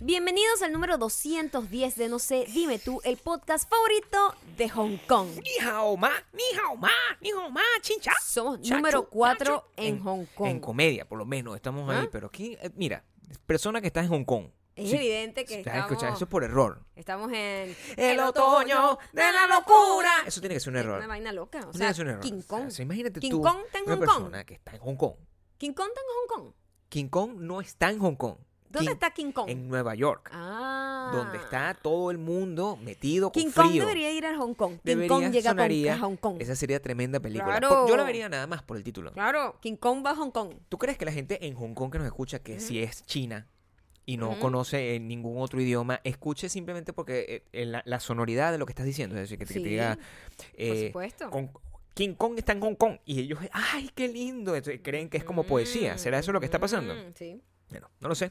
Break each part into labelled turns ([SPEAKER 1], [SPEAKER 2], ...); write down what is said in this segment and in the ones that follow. [SPEAKER 1] Bienvenidos al número 210 de No sé, dime tú, el podcast favorito de Hong Kong.
[SPEAKER 2] Ni hao ma, ni hao ma, ni hao ma, chincha.
[SPEAKER 1] Somos número cuatro en Hong Kong.
[SPEAKER 2] En comedia, por lo menos, estamos
[SPEAKER 1] ¿Ah?
[SPEAKER 2] ahí. Pero aquí, eh, mira, persona que está en Hong Kong.
[SPEAKER 1] Es
[SPEAKER 2] Sí,
[SPEAKER 1] evidente que
[SPEAKER 2] está escuchando,
[SPEAKER 1] estamos,
[SPEAKER 2] Eso es por error.
[SPEAKER 1] estamos en
[SPEAKER 2] El otoño de la locura. Eso tiene que ser un error.
[SPEAKER 1] Una vaina loca. Eh, O sea,
[SPEAKER 2] Eso tiene que ser un error.
[SPEAKER 1] King
[SPEAKER 2] O
[SPEAKER 1] Kong.
[SPEAKER 2] sea, imagínate
[SPEAKER 1] King
[SPEAKER 2] tú,
[SPEAKER 1] Kong está en
[SPEAKER 2] una
[SPEAKER 1] Hong Kong.
[SPEAKER 2] persona que está en Hong Kong.
[SPEAKER 1] King Kong está en Hong Kong.
[SPEAKER 2] King Kong no está en Hong Kong.
[SPEAKER 1] ¿Dónde
[SPEAKER 2] King-
[SPEAKER 1] está King Kong?
[SPEAKER 2] En Nueva York,
[SPEAKER 1] Ah.
[SPEAKER 2] donde está todo el mundo metido con
[SPEAKER 1] King Kong
[SPEAKER 2] frío.
[SPEAKER 1] debería ir a Hong Kong. King
[SPEAKER 2] Debería,
[SPEAKER 1] Kong llega con-
[SPEAKER 2] sonaría-
[SPEAKER 1] a Hong Kong.
[SPEAKER 2] Esa sería tremenda película.
[SPEAKER 1] Claro.
[SPEAKER 2] Por- yo la vería nada más por el título.
[SPEAKER 1] Claro, King Kong va a Hong Kong.
[SPEAKER 2] ¿Tú crees que la gente en Hong Kong que nos escucha, que si es China y no
[SPEAKER 1] Ujú.
[SPEAKER 2] conoce eh, ningún otro idioma, escuche simplemente porque eh, eh, la, la sonoridad de lo que estás diciendo? Es decir, que te, que te
[SPEAKER 1] Sí,
[SPEAKER 2] diga.
[SPEAKER 1] Por
[SPEAKER 2] eh,
[SPEAKER 1] supuesto.
[SPEAKER 2] Kong- King Kong está en Hong Kong y ellos, ¡ay, qué lindo! Entonces, creen que es como poesía. ¿Será eso lo que está pasando?
[SPEAKER 1] Mm, sí.
[SPEAKER 2] Bueno, no lo sé.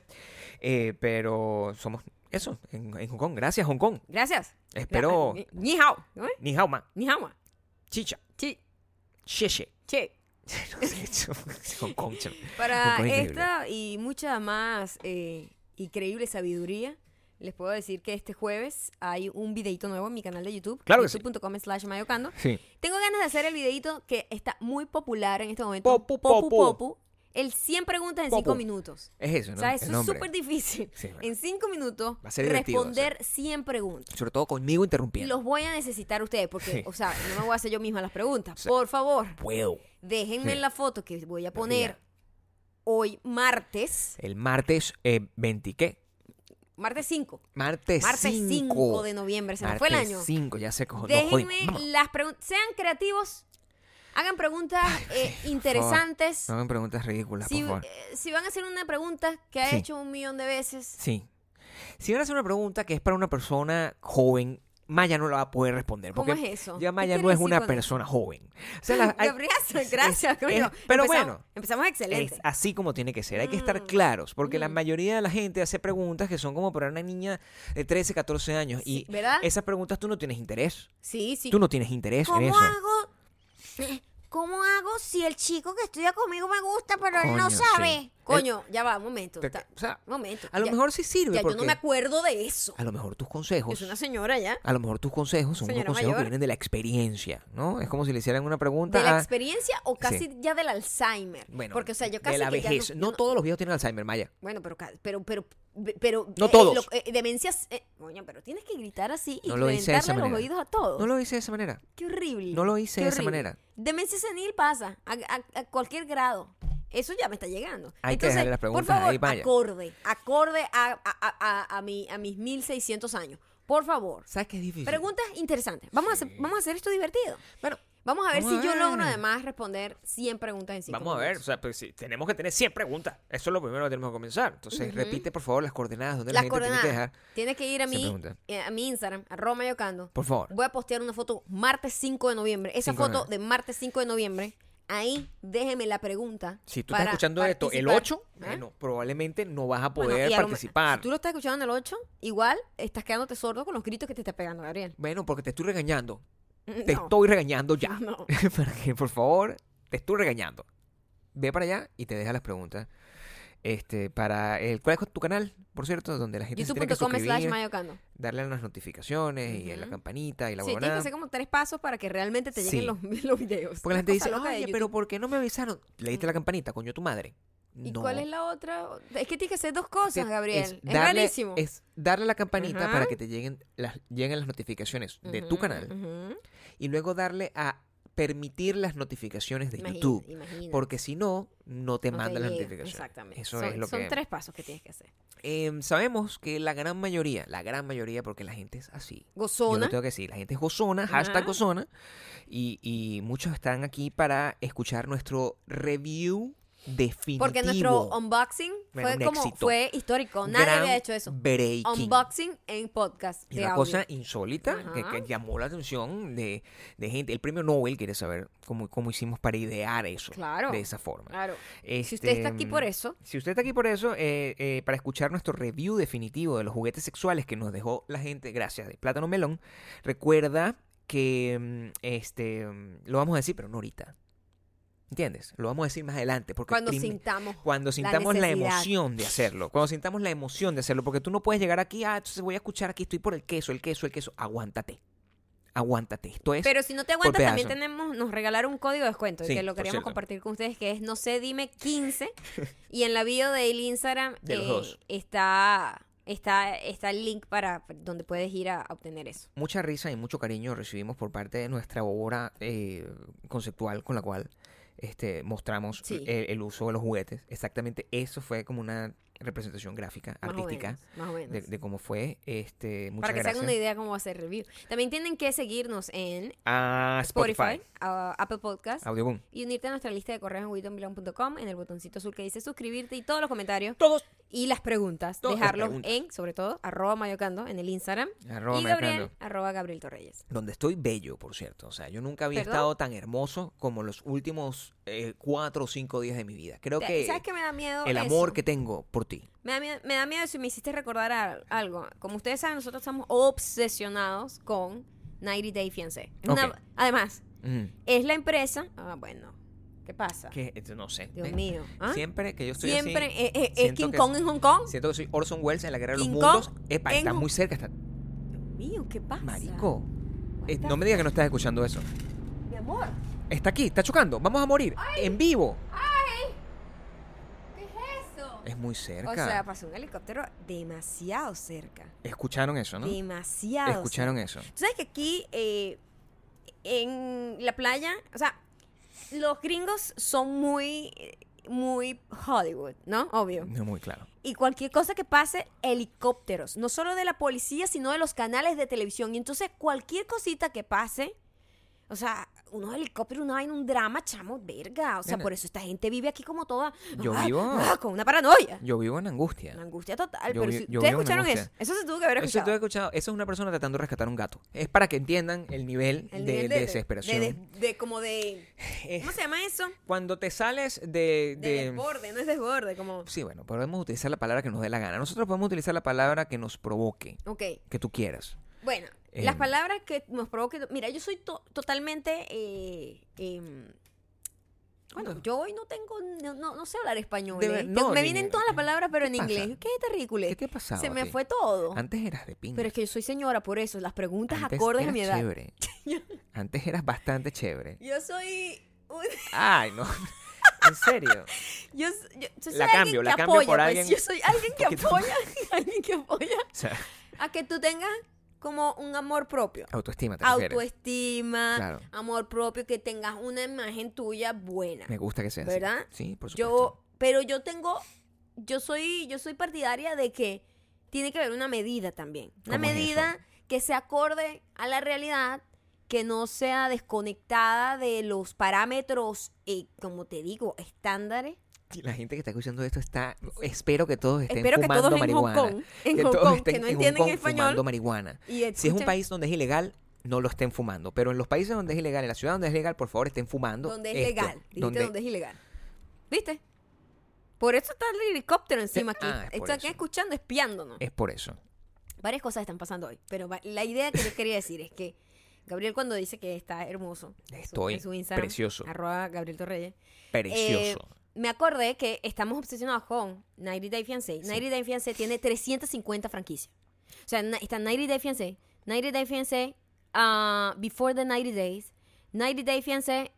[SPEAKER 2] Eh, pero somos eso, en, en Hong Kong. Gracias, Hong Kong.
[SPEAKER 1] Gracias.
[SPEAKER 2] Espero.
[SPEAKER 1] Ni- Ni hao. ¿no es?
[SPEAKER 2] Ni hao ma,
[SPEAKER 1] Ni hao. ma.
[SPEAKER 2] chicha,
[SPEAKER 1] Chi,
[SPEAKER 2] xie
[SPEAKER 1] che.
[SPEAKER 2] Hong Kong, chamo. Hong
[SPEAKER 1] Para
[SPEAKER 2] Kong es increíble.
[SPEAKER 1] esta y mucha más eh, increíble sabiduría, les puedo decir que este jueves hay un videito nuevo en mi canal de YouTube.
[SPEAKER 2] Claro que sí.
[SPEAKER 1] YouTube.com slash mayocando.
[SPEAKER 2] Sí.
[SPEAKER 1] Tengo ganas de hacer el videito que está muy popular en este momento.
[SPEAKER 2] Popu, popu.
[SPEAKER 1] El 100 preguntas en
[SPEAKER 2] Popu.
[SPEAKER 1] 5 minutos.
[SPEAKER 2] Es eso, ¿no?
[SPEAKER 1] o sea,
[SPEAKER 2] El
[SPEAKER 1] eso es
[SPEAKER 2] nombre.
[SPEAKER 1] súper difícil.
[SPEAKER 2] Sí, bueno.
[SPEAKER 1] En 5 minutos
[SPEAKER 2] Va a ser divertido,
[SPEAKER 1] responder 100 preguntas.
[SPEAKER 2] Sobre todo
[SPEAKER 1] Y
[SPEAKER 2] conmigo interrumpiendo.
[SPEAKER 1] los voy a necesitar ustedes porque,
[SPEAKER 2] Sí.
[SPEAKER 1] o sea, no me voy a hacer yo misma las preguntas.
[SPEAKER 2] Sí.
[SPEAKER 1] Por favor,
[SPEAKER 2] Puedo.
[SPEAKER 1] déjenme
[SPEAKER 2] Sí.
[SPEAKER 1] la foto que voy a
[SPEAKER 2] Pero
[SPEAKER 1] poner
[SPEAKER 2] mira,
[SPEAKER 1] hoy martes,
[SPEAKER 2] El martes eh, 20, ¿qué?
[SPEAKER 1] martes 5,
[SPEAKER 2] Martes 5.
[SPEAKER 1] martes 5 de noviembre, se me fue el
[SPEAKER 2] Martes
[SPEAKER 1] año.
[SPEAKER 2] 5, ya se cojo. nos jodimos.
[SPEAKER 1] Déjenme
[SPEAKER 2] Vamos.
[SPEAKER 1] las preguntas, sean creativos, hagan preguntas eh, interesantes.
[SPEAKER 2] No me preguntas ridículas,
[SPEAKER 1] Si,
[SPEAKER 2] por favor.
[SPEAKER 1] eh, si van a hacer una pregunta que ha
[SPEAKER 2] Sí.
[SPEAKER 1] hecho un millón de veces,
[SPEAKER 2] Sí. Si van a hacer una pregunta que es para una persona joven, Maya no la va a poder responder.
[SPEAKER 1] ¿Cómo
[SPEAKER 2] Porque
[SPEAKER 1] es eso?
[SPEAKER 2] ya
[SPEAKER 1] ¿Qué
[SPEAKER 2] Maya no
[SPEAKER 1] quiere
[SPEAKER 2] es
[SPEAKER 1] decir
[SPEAKER 2] una
[SPEAKER 1] con eso?
[SPEAKER 2] persona joven. O sea, la- hay-
[SPEAKER 1] Gabriel,
[SPEAKER 2] es-
[SPEAKER 1] gracias,
[SPEAKER 2] es-
[SPEAKER 1] coño.
[SPEAKER 2] Pero
[SPEAKER 1] Empezamos-
[SPEAKER 2] bueno.
[SPEAKER 1] Empezamos
[SPEAKER 2] Es
[SPEAKER 1] excelente.
[SPEAKER 2] así como tiene que ser. Hay que estar
[SPEAKER 1] Mm.
[SPEAKER 2] claros, porque la
[SPEAKER 1] Mm.
[SPEAKER 2] mayoría de la gente hace preguntas que son como para una niña de 13, 14 años.
[SPEAKER 1] Sí,
[SPEAKER 2] y
[SPEAKER 1] ¿Verdad?
[SPEAKER 2] esas preguntas tú no tienes interés.
[SPEAKER 1] Sí, sí.
[SPEAKER 2] Tú no tienes interés en
[SPEAKER 1] ¿Cómo
[SPEAKER 2] eso.
[SPEAKER 1] hago? ¿Cómo hago si el chico que estudia conmigo me gusta, pero él
[SPEAKER 2] Coño,
[SPEAKER 1] no
[SPEAKER 2] sí.
[SPEAKER 1] sabe?
[SPEAKER 2] El-
[SPEAKER 1] Coño, ya va, un momento.
[SPEAKER 2] Te-
[SPEAKER 1] ta-
[SPEAKER 2] o sea,
[SPEAKER 1] un momento.
[SPEAKER 2] a lo
[SPEAKER 1] ya-
[SPEAKER 2] mejor sí sirve
[SPEAKER 1] ya yo no
[SPEAKER 2] porque
[SPEAKER 1] me acuerdo de eso.
[SPEAKER 2] a lo mejor tus
[SPEAKER 1] Yo
[SPEAKER 2] consejos,
[SPEAKER 1] soy una señora ya.
[SPEAKER 2] a lo mejor tus consejos son unos
[SPEAKER 1] Señora
[SPEAKER 2] consejos que
[SPEAKER 1] mayor.
[SPEAKER 2] vienen de la experiencia, ¿no? Es como si le hicieran una pregunta
[SPEAKER 1] ¿De la
[SPEAKER 2] a-
[SPEAKER 1] experiencia o casi ya del Alzheimer?
[SPEAKER 2] bueno,
[SPEAKER 1] Porque, o sea, yo casi
[SPEAKER 2] de la
[SPEAKER 1] que ya
[SPEAKER 2] vejez.
[SPEAKER 1] yo
[SPEAKER 2] no, todos los viejos tienen Alzheimer, Maya.
[SPEAKER 1] Bueno, pero, ca- pero, pero, pero...
[SPEAKER 2] No
[SPEAKER 1] eh,
[SPEAKER 2] todos.
[SPEAKER 1] lo- eh, demencias... eh, coño, pero tienes que gritar así y
[SPEAKER 2] No lo hice de esa
[SPEAKER 1] reventarle los
[SPEAKER 2] manera.
[SPEAKER 1] oídos a todos.
[SPEAKER 2] No lo hice de esa manera.
[SPEAKER 1] Qué horrible.
[SPEAKER 2] No lo hice
[SPEAKER 1] qué
[SPEAKER 2] de esa
[SPEAKER 1] horrible.
[SPEAKER 2] manera.
[SPEAKER 1] Demencia senil pasa a, a- a cualquier grado. Eso ya me está llegando.
[SPEAKER 2] Hay que
[SPEAKER 1] Entonces,
[SPEAKER 2] dejarle las
[SPEAKER 1] por
[SPEAKER 2] preguntas
[SPEAKER 1] favor,
[SPEAKER 2] ahí, vaya.
[SPEAKER 1] acorde, acorde a, a, a, a, a mi, a mis 1600 años. Por favor.
[SPEAKER 2] ¿Sabes qué es difícil?
[SPEAKER 1] Preguntas interesantes. Vamos, a hacer, vamos a hacer esto divertido.
[SPEAKER 2] Bueno,
[SPEAKER 1] Vamos a ver
[SPEAKER 2] Vamos
[SPEAKER 1] si
[SPEAKER 2] a
[SPEAKER 1] yo logro
[SPEAKER 2] ver.
[SPEAKER 1] además responder 100 preguntas en 5
[SPEAKER 2] Vamos a ver, o sea, pues, sí, tenemos que tener 100 preguntas. Eso es lo primero que tenemos que comenzar. Entonces,
[SPEAKER 1] Ujú.
[SPEAKER 2] repite, por favor, las coordenadas donde
[SPEAKER 1] Las
[SPEAKER 2] la gente tiene que
[SPEAKER 1] coordenadas.
[SPEAKER 2] dejar.
[SPEAKER 1] Tienes que ir a
[SPEAKER 2] 100
[SPEAKER 1] mi,
[SPEAKER 2] preguntas.
[SPEAKER 1] eh, a mi Instagram, a Roma Yocando.
[SPEAKER 2] Por favor.
[SPEAKER 1] Voy a postear una foto martes 5 de noviembre. Esa
[SPEAKER 2] 5 de
[SPEAKER 1] foto de
[SPEAKER 2] noviembre.
[SPEAKER 1] martes 5 de noviembre. Ahí déjeme la pregunta.
[SPEAKER 2] Si tú
[SPEAKER 1] para
[SPEAKER 2] estás escuchando esto el
[SPEAKER 1] participar.
[SPEAKER 2] 8,
[SPEAKER 1] ¿Ah?
[SPEAKER 2] bueno, probablemente no vas a
[SPEAKER 1] Bueno,
[SPEAKER 2] poder
[SPEAKER 1] y a lo me-
[SPEAKER 2] participar.
[SPEAKER 1] Si tú lo estás escuchando en el 8, igual estás quedándote sordo con los gritos que te está pegando, Gabriel.
[SPEAKER 2] Bueno, porque te estoy regañando.
[SPEAKER 1] Mm,
[SPEAKER 2] Te
[SPEAKER 1] no.
[SPEAKER 2] estoy regañando ya.
[SPEAKER 1] No.
[SPEAKER 2] Para que, por favor, te estoy regañando. Ve para allá y te deja las preguntas. Este, para el, ¿Cuál es tu canal, por cierto? Donde la gente se tiene que
[SPEAKER 1] YouTube.com slash
[SPEAKER 2] suscribir,
[SPEAKER 1] mayocando.
[SPEAKER 2] darle a las notificaciones y a la
[SPEAKER 1] Ujú.
[SPEAKER 2] campanita y la
[SPEAKER 1] Sí, tienes que
[SPEAKER 2] huevonada.
[SPEAKER 1] hacer como tres pasos para que realmente te lleguen
[SPEAKER 2] Sí.
[SPEAKER 1] los, los videos.
[SPEAKER 2] Porque la gente
[SPEAKER 1] Una cosa
[SPEAKER 2] dice,
[SPEAKER 1] loca de
[SPEAKER 2] oye,
[SPEAKER 1] YouTube. Mm.
[SPEAKER 2] pero ¿por qué no me avisaron? Le diste la campanita, coño, tu madre.
[SPEAKER 1] ¿Y
[SPEAKER 2] No.
[SPEAKER 1] cuál es la otra? Es que tienes que hacer dos
[SPEAKER 2] Te-
[SPEAKER 1] cosas, Gabriel. Es,
[SPEAKER 2] darle,
[SPEAKER 1] rarísimo.
[SPEAKER 2] Es darle la campanita
[SPEAKER 1] Ajá.
[SPEAKER 2] para que te lleguen las, lleguen las notificaciones de tu
[SPEAKER 1] Ujú,
[SPEAKER 2] canal
[SPEAKER 1] ujú.
[SPEAKER 2] y luego darle a permitir las notificaciones de
[SPEAKER 1] Imagina-
[SPEAKER 2] YouTube.
[SPEAKER 1] imagina.
[SPEAKER 2] Porque si no, no te
[SPEAKER 1] No te
[SPEAKER 2] manda las
[SPEAKER 1] llega,
[SPEAKER 2] notificaciones.
[SPEAKER 1] Exactamente.
[SPEAKER 2] Eso
[SPEAKER 1] son,
[SPEAKER 2] es lo
[SPEAKER 1] son
[SPEAKER 2] que...
[SPEAKER 1] tres pasos que tienes que hacer.
[SPEAKER 2] Em, sabemos que la gran mayoría, la gran mayoría, porque la gente es así. Yo
[SPEAKER 1] Gozona.
[SPEAKER 2] lo tengo que decir, la gente es gozona, hashtag
[SPEAKER 1] Ajá.
[SPEAKER 2] gozona. Y, y muchos están aquí para escuchar nuestro review definitivo.
[SPEAKER 1] Porque nuestro unboxing
[SPEAKER 2] Bueno,
[SPEAKER 1] fue
[SPEAKER 2] un
[SPEAKER 1] como
[SPEAKER 2] éxito.
[SPEAKER 1] fue histórico. Nadie
[SPEAKER 2] Gran
[SPEAKER 1] había hecho eso.
[SPEAKER 2] Breaking.
[SPEAKER 1] Unboxing en podcast.
[SPEAKER 2] Y
[SPEAKER 1] de
[SPEAKER 2] una
[SPEAKER 1] audio.
[SPEAKER 2] cosa insólita que,
[SPEAKER 1] Ajá.
[SPEAKER 2] que llamó la atención de, de gente. El premio Nobel quiere saber cómo, cómo hicimos para idear eso
[SPEAKER 1] Claro.
[SPEAKER 2] de esa forma.
[SPEAKER 1] Claro. Si usted está aquí por
[SPEAKER 2] Este,
[SPEAKER 1] eso,
[SPEAKER 2] Si usted está aquí por eso, eh, eh, para escuchar nuestro review definitivo de los juguetes sexuales que nos dejó la gente, gracias, de Plátano Melón, recuerda que mm, este mm, lo vamos a decir, pero no ahorita. ¿Entiendes? Lo vamos a decir más adelante. Porque
[SPEAKER 1] Cuando
[SPEAKER 2] prim-
[SPEAKER 1] sintamos.
[SPEAKER 2] cuando sintamos la,
[SPEAKER 1] necesidad.
[SPEAKER 2] emoción de hacerlo. Cuando sintamos la emoción de hacerlo. Porque tú no puedes llegar aquí, ah, entonces voy a escuchar aquí, estoy por el queso, el queso, el queso. Aguántate. Aguántate. Esto es.
[SPEAKER 1] Pero si no te aguantas,
[SPEAKER 2] pedazo.
[SPEAKER 1] también tenemos, nos regalaron un código de descuento y
[SPEAKER 2] Sí,
[SPEAKER 1] que lo
[SPEAKER 2] por
[SPEAKER 1] queríamos
[SPEAKER 2] cierto.
[SPEAKER 1] compartir con ustedes, que es no sé, dime 15. y en la bio del Instagram eh,
[SPEAKER 2] De los dos.
[SPEAKER 1] está, está, está el link para donde puedes ir a, a obtener eso.
[SPEAKER 2] mucha risa y mucho cariño recibimos por parte de nuestra obra eh, conceptual con la cual este, mostramos
[SPEAKER 1] Sí.
[SPEAKER 2] el, el uso de los juguetes. Exactamente eso fue como una representación gráfica,
[SPEAKER 1] Más o
[SPEAKER 2] artística,
[SPEAKER 1] menos, Más o menos.
[SPEAKER 2] de, de cómo fue. Este, muchas
[SPEAKER 1] para que se hagan
[SPEAKER 2] gracias.
[SPEAKER 1] una idea cómo va a ser el review. También tienen que seguirnos en
[SPEAKER 2] A Ah, Spotify,
[SPEAKER 1] Spotify, a Apple Podcast
[SPEAKER 2] Audioboom.
[SPEAKER 1] y unirte a nuestra lista de correos en wittonbilon.com en el botoncito azul que dice suscribirte y todos los comentarios
[SPEAKER 2] Todos.
[SPEAKER 1] y las preguntas,
[SPEAKER 2] Todas las
[SPEAKER 1] dejarlos
[SPEAKER 2] preguntas.
[SPEAKER 1] en, sobre todo, arroba mayocando en el Instagram
[SPEAKER 2] Arroba
[SPEAKER 1] y
[SPEAKER 2] Mario
[SPEAKER 1] Gabriel,
[SPEAKER 2] Fernando.
[SPEAKER 1] arroba Gabriel Torreyes.
[SPEAKER 2] Donde estoy bello, por cierto. O sea, yo nunca había
[SPEAKER 1] ¿Perdón?
[SPEAKER 2] estado tan hermoso como los últimos eh, cuatro o cinco días de mi vida. Creo que
[SPEAKER 1] ¿Sabes qué me da miedo?
[SPEAKER 2] el
[SPEAKER 1] eso?
[SPEAKER 2] amor que tengo por ti.
[SPEAKER 1] Me da miedo, me da miedo si me hiciste recordar a- algo. Como ustedes saben, nosotros estamos obsesionados con 90 Day Fiancé. Es una-
[SPEAKER 2] Ok.
[SPEAKER 1] Además,
[SPEAKER 2] Mm.
[SPEAKER 1] es la empresa... Ah, bueno. ¿Qué pasa?
[SPEAKER 2] Que, eh, no sé.
[SPEAKER 1] Dios
[SPEAKER 2] ¿ves?
[SPEAKER 1] mío. ¿ah?
[SPEAKER 2] Siempre que yo estoy así,
[SPEAKER 1] Siempre eh, eh, es
[SPEAKER 2] siento
[SPEAKER 1] King
[SPEAKER 2] que-
[SPEAKER 1] Kong en Hong Kong.
[SPEAKER 2] Siento que soy Orson Welles en la Guerra de los
[SPEAKER 1] King
[SPEAKER 2] Mundos.
[SPEAKER 1] Kong
[SPEAKER 2] Epa,
[SPEAKER 1] en
[SPEAKER 2] está
[SPEAKER 1] Hong-
[SPEAKER 2] muy cerca. Está...
[SPEAKER 1] Dios mío, ¿qué pasa?
[SPEAKER 2] Marico.
[SPEAKER 1] What
[SPEAKER 2] eh,
[SPEAKER 1] the-
[SPEAKER 2] no me digas que no estás escuchando eso.
[SPEAKER 1] Mi amor.
[SPEAKER 2] Está aquí, está chocando. Vamos a morir. En vivo.
[SPEAKER 1] ¿Qué es eso?
[SPEAKER 2] Es muy cerca.
[SPEAKER 1] O sea, pasó un helicóptero demasiado cerca.
[SPEAKER 2] Escucharon eso, ¿no?
[SPEAKER 1] Demasiado.
[SPEAKER 2] Escucharon eso.
[SPEAKER 1] cerca. Tú sabes que aquí eh, en la playa, o sea, los gringos son muy, eh, muy Hollywood, ¿no? Obvio.
[SPEAKER 2] No, muy claro.
[SPEAKER 1] Y cualquier cosa que pase, helicópteros. No solo de la policía, sino de los canales de televisión. Y entonces cualquier cosita que pase, o sea, unos helicópteros, una vaina, un drama, chamo, verga. O sea,
[SPEAKER 2] Nena.
[SPEAKER 1] por eso esta gente vive aquí como toda.
[SPEAKER 2] Yo
[SPEAKER 1] ah,
[SPEAKER 2] vivo-
[SPEAKER 1] ah, con una paranoia.
[SPEAKER 2] Yo vivo en angustia.
[SPEAKER 1] Una angustia total.
[SPEAKER 2] Yo
[SPEAKER 1] pero
[SPEAKER 2] vi-
[SPEAKER 1] si
[SPEAKER 2] yo
[SPEAKER 1] ustedes
[SPEAKER 2] vivo en
[SPEAKER 1] escucharon eso,
[SPEAKER 2] angustia.
[SPEAKER 1] eso se tuvo que haber
[SPEAKER 2] Eso
[SPEAKER 1] escuchado.
[SPEAKER 2] te he escuchado. Eso es una persona tratando de rescatar un gato. Es para que entiendan el nivel,
[SPEAKER 1] El
[SPEAKER 2] de,
[SPEAKER 1] nivel
[SPEAKER 2] de desesperación.
[SPEAKER 1] De, de- como de.
[SPEAKER 2] Eh,
[SPEAKER 1] ¿Cómo se llama eso?
[SPEAKER 2] Cuando te sales
[SPEAKER 1] De
[SPEAKER 2] de... de-
[SPEAKER 1] desborde, no es desborde, como.
[SPEAKER 2] Sí, bueno, podemos utilizar la palabra que nos dé la gana. Nosotros podemos utilizar la palabra que nos provoque,
[SPEAKER 1] Ok.
[SPEAKER 2] que tú quieras.
[SPEAKER 1] Bueno,
[SPEAKER 2] Eh,
[SPEAKER 1] las palabras que nos provoquen. Mira, yo soy to- totalmente. eh, em, bueno,
[SPEAKER 2] No.
[SPEAKER 1] yo hoy no tengo. No, no- no sé hablar español.
[SPEAKER 2] De ver-
[SPEAKER 1] ¿eh? Te-
[SPEAKER 2] no,
[SPEAKER 1] me
[SPEAKER 2] ni-
[SPEAKER 1] vienen
[SPEAKER 2] ni-
[SPEAKER 1] todas las palabras, pero
[SPEAKER 2] ¿qué
[SPEAKER 1] en
[SPEAKER 2] pasa?
[SPEAKER 1] inglés. Qué terrible.
[SPEAKER 2] ¿Qué te ha pasado
[SPEAKER 1] Se
[SPEAKER 2] a
[SPEAKER 1] me
[SPEAKER 2] ti?
[SPEAKER 1] fue todo.
[SPEAKER 2] Antes eras de pinga.
[SPEAKER 1] Pero es que yo soy señora, por eso. Las preguntas
[SPEAKER 2] Antes
[SPEAKER 1] acordes a
[SPEAKER 2] eras
[SPEAKER 1] mi edad.
[SPEAKER 2] Chévere. Antes eras bastante chévere.
[SPEAKER 1] Yo soy. un-
[SPEAKER 2] Ay, no. En serio.
[SPEAKER 1] Yo, s- yo- yo soy
[SPEAKER 2] La
[SPEAKER 1] alguien
[SPEAKER 2] cambio,
[SPEAKER 1] que
[SPEAKER 2] la cambio
[SPEAKER 1] apoya,
[SPEAKER 2] por
[SPEAKER 1] pues,
[SPEAKER 2] alguien
[SPEAKER 1] Yo soy alguien que
[SPEAKER 2] poquito
[SPEAKER 1] apoya, alguien que apoya
[SPEAKER 2] O sea,
[SPEAKER 1] a que tú tengas como un amor propio.
[SPEAKER 2] autoestima te refieres.
[SPEAKER 1] Autoestima,
[SPEAKER 2] Claro.
[SPEAKER 1] amor propio, que tengas una imagen tuya buena.
[SPEAKER 2] Me gusta que seas así.
[SPEAKER 1] ¿Verdad?
[SPEAKER 2] Sí, por supuesto.
[SPEAKER 1] Yo, pero yo tengo, yo soy, yo soy partidaria de que tiene que haber una medida también. Una
[SPEAKER 2] ¿Cómo es
[SPEAKER 1] medida que se acorde a la realidad, que no sea desconectada de los parámetros, eh, como te digo, estándares.
[SPEAKER 2] La gente que está escuchando esto está... Espero que todos estén
[SPEAKER 1] Espero que
[SPEAKER 2] fumando
[SPEAKER 1] todos en Hong
[SPEAKER 2] marihuana.
[SPEAKER 1] Kong, en
[SPEAKER 2] que
[SPEAKER 1] Hong
[SPEAKER 2] todos
[SPEAKER 1] Kong,
[SPEAKER 2] estén
[SPEAKER 1] que no
[SPEAKER 2] en Hong
[SPEAKER 1] entienden
[SPEAKER 2] Kong
[SPEAKER 1] español.
[SPEAKER 2] Fumando marihuana.
[SPEAKER 1] Y
[SPEAKER 2] Si es un
[SPEAKER 1] escuchen
[SPEAKER 2] país donde es ilegal, no lo estén fumando. Pero en los países donde es ilegal, en la ciudad donde es legal, por favor, estén fumando
[SPEAKER 1] donde es
[SPEAKER 2] esto.
[SPEAKER 1] legal, dijiste
[SPEAKER 2] Donde-
[SPEAKER 1] donde es ilegal. ¿Viste? Por eso está el helicóptero encima
[SPEAKER 2] Sí,
[SPEAKER 1] aquí.
[SPEAKER 2] ah, es por
[SPEAKER 1] Están aquí
[SPEAKER 2] eso.
[SPEAKER 1] escuchando, espiándonos.
[SPEAKER 2] Es por eso.
[SPEAKER 1] Varias cosas están pasando hoy, pero va- la idea que les quería decir es que Gabriel cuando dice que está hermoso, en su-
[SPEAKER 2] Estoy
[SPEAKER 1] en su Instagram,
[SPEAKER 2] precioso.
[SPEAKER 1] arroba Gabriel Torreyes,
[SPEAKER 2] Precioso.
[SPEAKER 1] eh, me acordé que estamos obsesionados con 90 Day Fiancé. 90 Day Fiancé tiene 350 franquicias. O sea, na- está 90 Day Fiancé, 90 Day Fiancé, ah, Before the 90 Days, 90 Day Fiancé,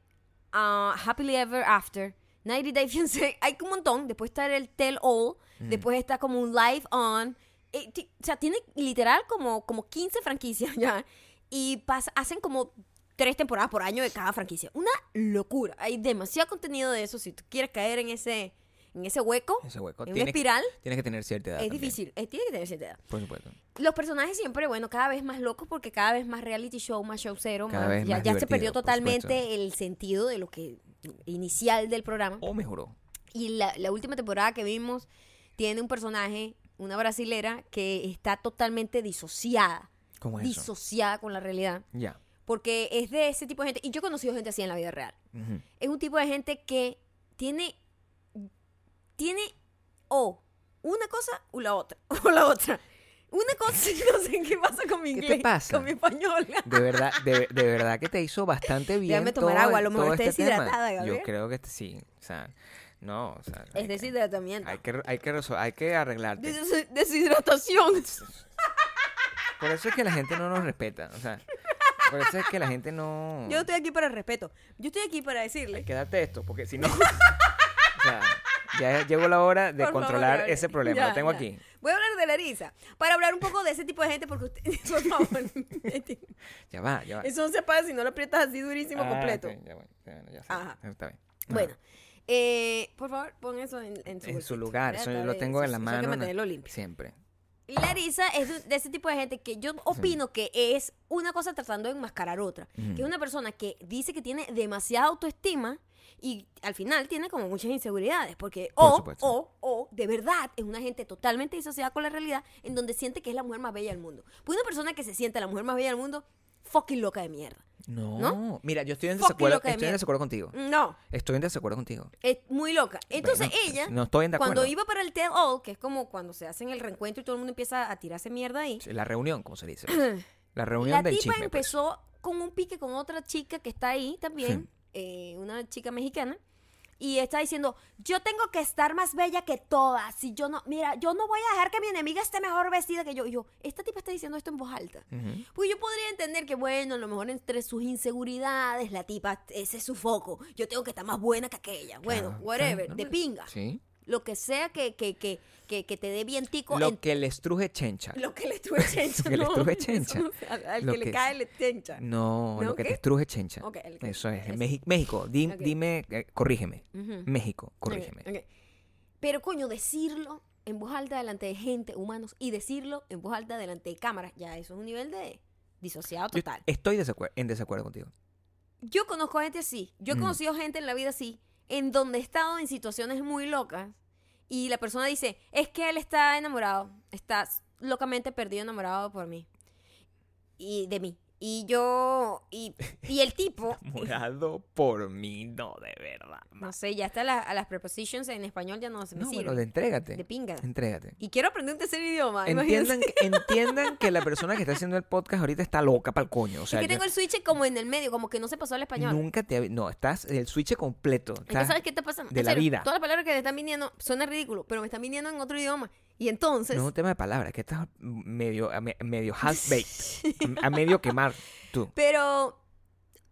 [SPEAKER 1] ah, Happily Ever After, 90 Day Fiancé. Hay un montón. Después está el Tell All,
[SPEAKER 2] Mm.
[SPEAKER 1] después está como un Live On. Eh, ti- o sea, tiene literal como, como 15 franquicias ya. Y pas- hacen como tres temporadas por año de cada franquicia. Una locura. Hay demasiado contenido de eso. Si tú quieres caer en ese, en ese hueco,
[SPEAKER 2] Ese hueco.
[SPEAKER 1] Eh, en una
[SPEAKER 2] Tienes que-
[SPEAKER 1] espiral,
[SPEAKER 2] tienes que tener cierta edad
[SPEAKER 1] es
[SPEAKER 2] también,
[SPEAKER 1] difícil. Eh, tiene que tener cierta edad.
[SPEAKER 2] Por supuesto.
[SPEAKER 1] Los personajes siempre, bueno, cada vez más locos porque cada vez más reality show, más show cero.
[SPEAKER 2] Cada vez
[SPEAKER 1] ya ya
[SPEAKER 2] más
[SPEAKER 1] se
[SPEAKER 2] divertido,
[SPEAKER 1] perdió
[SPEAKER 2] por
[SPEAKER 1] totalmente
[SPEAKER 2] supuesto.
[SPEAKER 1] el sentido de lo que inicial del programa.
[SPEAKER 2] O mejoró.
[SPEAKER 1] Y la, la última temporada que vimos tiene un personaje, una brasilera, que está totalmente disociada.
[SPEAKER 2] ¿Cómo es eso?
[SPEAKER 1] Disociada con la realidad.
[SPEAKER 2] Ya.
[SPEAKER 1] Porque es de ese tipo de gente. Y yo he conocido gente así en la vida real.
[SPEAKER 2] Ujú.
[SPEAKER 1] Es un tipo de gente que tiene. Tiene o una cosa o la otra. O la otra. Una cosa, no sé qué pasa con mi
[SPEAKER 2] ¿Qué te
[SPEAKER 1] inglés,
[SPEAKER 2] pasa?
[SPEAKER 1] con mi español.
[SPEAKER 2] De verdad, de, de verdad que te hizo bastante bien.
[SPEAKER 1] Déjame tomar
[SPEAKER 2] todo-
[SPEAKER 1] agua, a lo
[SPEAKER 2] todo
[SPEAKER 1] mejor está
[SPEAKER 2] este tema.
[SPEAKER 1] deshidratada, Gabriel.
[SPEAKER 2] Yo creo que este- sí, o sea, no, o sea,
[SPEAKER 1] Es
[SPEAKER 2] hay que-
[SPEAKER 1] deshidratamiento.
[SPEAKER 2] hay que, hay que, resol- hay que arreglarte.
[SPEAKER 1] Des- Deshidratación.
[SPEAKER 2] Por eso es que la gente no nos respeta. O sea, por eso es que la gente no.
[SPEAKER 1] Yo no estoy aquí para el respeto. Yo estoy aquí para decirle.
[SPEAKER 2] Hay que darte esto, porque si no. o sea, ya llegó la hora de
[SPEAKER 1] Por favor,
[SPEAKER 2] controlar
[SPEAKER 1] Gabriel.
[SPEAKER 2] ese problema.
[SPEAKER 1] Ya,
[SPEAKER 2] Lo tengo
[SPEAKER 1] ya.
[SPEAKER 2] aquí.
[SPEAKER 1] Voy a hablar de la risa. Para hablar un poco de ese tipo de gente, porque usted, por favor,
[SPEAKER 2] Ya va, ya va.
[SPEAKER 1] eso no se paga si no lo aprietas así durísimo
[SPEAKER 2] Ah,
[SPEAKER 1] completo.
[SPEAKER 2] ok, ya, bueno, ya, bueno, ya sé.
[SPEAKER 1] Ajá.
[SPEAKER 2] Está bien. Ajá.
[SPEAKER 1] Bueno, eh, por favor, pon eso en, en su,
[SPEAKER 2] en su
[SPEAKER 1] bolsita.
[SPEAKER 2] lugar, eso
[SPEAKER 1] Trata
[SPEAKER 2] yo lo
[SPEAKER 1] de-
[SPEAKER 2] tengo en
[SPEAKER 1] eso-
[SPEAKER 2] la
[SPEAKER 1] eso hay que
[SPEAKER 2] mano. na-
[SPEAKER 1] mantenerlo limpio.
[SPEAKER 2] Siempre.
[SPEAKER 1] La risa es de, de ese tipo de gente que yo opino que es una cosa tratando de enmascarar otra. Que es una persona que dice que tiene demasiada autoestima y al final tiene como muchas inseguridades. Porque
[SPEAKER 2] Por
[SPEAKER 1] o,
[SPEAKER 2] supuesto.
[SPEAKER 1] o, o, de verdad, es una gente totalmente disociada con la realidad en donde siente que es la mujer más bella del mundo. Pues una persona que se siente la mujer más bella del mundo, fucking loca de mierda.
[SPEAKER 2] No.
[SPEAKER 1] ¿No?
[SPEAKER 2] Mira, yo estoy en
[SPEAKER 1] Fucking
[SPEAKER 2] desacuerdo,
[SPEAKER 1] loca de
[SPEAKER 2] estoy en
[SPEAKER 1] mierda.
[SPEAKER 2] desacuerdo contigo.
[SPEAKER 1] No,
[SPEAKER 2] Estoy en desacuerdo contigo.
[SPEAKER 1] es muy loca. Entonces
[SPEAKER 2] Bueno,
[SPEAKER 1] ella,
[SPEAKER 2] no estoy de
[SPEAKER 1] cuando
[SPEAKER 2] acuerdo.
[SPEAKER 1] iba para el TED All, que es como cuando se hacen el reencuentro y todo el mundo empieza a tirarse mierda ahí.
[SPEAKER 2] La reunión, como se dice. pues. La reunión
[SPEAKER 1] La
[SPEAKER 2] del
[SPEAKER 1] tipa
[SPEAKER 2] chisme. pues.
[SPEAKER 1] empezó con un pique con otra chica que está ahí también, eh, una chica mexicana, y está diciendo, yo tengo que estar más bella que todas, si yo no, mira, yo no voy a dejar que mi enemiga esté mejor vestida que yo. Y yo, esta tipa está diciendo esto en voz alta.
[SPEAKER 2] Ujú.
[SPEAKER 1] Pues yo podría entender que, bueno, a lo mejor entre sus inseguridades, la tipa, ese es su foco, yo tengo que estar más buena que aquella. Bueno,
[SPEAKER 2] Claro,
[SPEAKER 1] whatever,
[SPEAKER 2] claro, no
[SPEAKER 1] de
[SPEAKER 2] me-
[SPEAKER 1] pinga.
[SPEAKER 2] Sí.
[SPEAKER 1] Lo que sea que, que, que, que, que te dé bien tico en
[SPEAKER 2] Lo que le estruje chencha.
[SPEAKER 1] lo que le estuve chencha.
[SPEAKER 2] Lo que le
[SPEAKER 1] no,
[SPEAKER 2] estuve
[SPEAKER 1] eso
[SPEAKER 2] chencha.
[SPEAKER 1] no se hace. al
[SPEAKER 2] Lo
[SPEAKER 1] que, le
[SPEAKER 2] que- Mm,
[SPEAKER 1] cae le chencha.
[SPEAKER 2] No,
[SPEAKER 1] ¿No
[SPEAKER 2] lo que
[SPEAKER 1] qué?
[SPEAKER 2] te estruje chencha.
[SPEAKER 1] Ok, el que-
[SPEAKER 2] Eso es.
[SPEAKER 1] eso.
[SPEAKER 2] En Meji- México, di-
[SPEAKER 1] Ok.
[SPEAKER 2] dime, eh, corrígeme.
[SPEAKER 1] Ujú.
[SPEAKER 2] México,
[SPEAKER 1] Ok,
[SPEAKER 2] corrígeme.
[SPEAKER 1] ok. Pero coño, decirlo en voz alta delante de gente, humanos, y decirlo en voz alta delante de cámaras, ya eso es un nivel de disociado
[SPEAKER 2] Yo
[SPEAKER 1] total.
[SPEAKER 2] estoy desacuer- en desacuerdo contigo.
[SPEAKER 1] Yo conozco gente así, yo he
[SPEAKER 2] Mm.
[SPEAKER 1] conocido gente en la vida así, en donde he estado en situaciones muy locas y la persona dice, es que él está enamorado, está locamente perdido enamorado por mí y de mí. Y yo, y, y el tipo,
[SPEAKER 2] Morado por mí, no, de verdad.
[SPEAKER 1] no sé, ya está la- a las prepositions en español ya no se me
[SPEAKER 2] No, bueno,
[SPEAKER 1] sirven.
[SPEAKER 2] de- entrégate.
[SPEAKER 1] de pinga.
[SPEAKER 2] Entrégate.
[SPEAKER 1] Y quiero aprender un tercer idioma, imagínense.
[SPEAKER 2] Entiendan, que- entiendan que la persona que está haciendo el podcast ahorita está loca para el coño. O sea,
[SPEAKER 1] es que
[SPEAKER 2] yo
[SPEAKER 1] tengo el switch como en el medio, como que no se pasó al español.
[SPEAKER 2] nunca te hab- No, estás el switch completo.
[SPEAKER 1] Es que,
[SPEAKER 2] estás-
[SPEAKER 1] ¿sabes qué está pasando?
[SPEAKER 2] de
[SPEAKER 1] En
[SPEAKER 2] la
[SPEAKER 1] serio,
[SPEAKER 2] vida.
[SPEAKER 1] Todas las palabras que me están viniendo suena ridículo, pero me están viniendo en otro idioma. Y entonces,
[SPEAKER 2] No es un tema de palabras, que estás medio, a me- medio half-baked, a medio quemar tú.
[SPEAKER 1] pero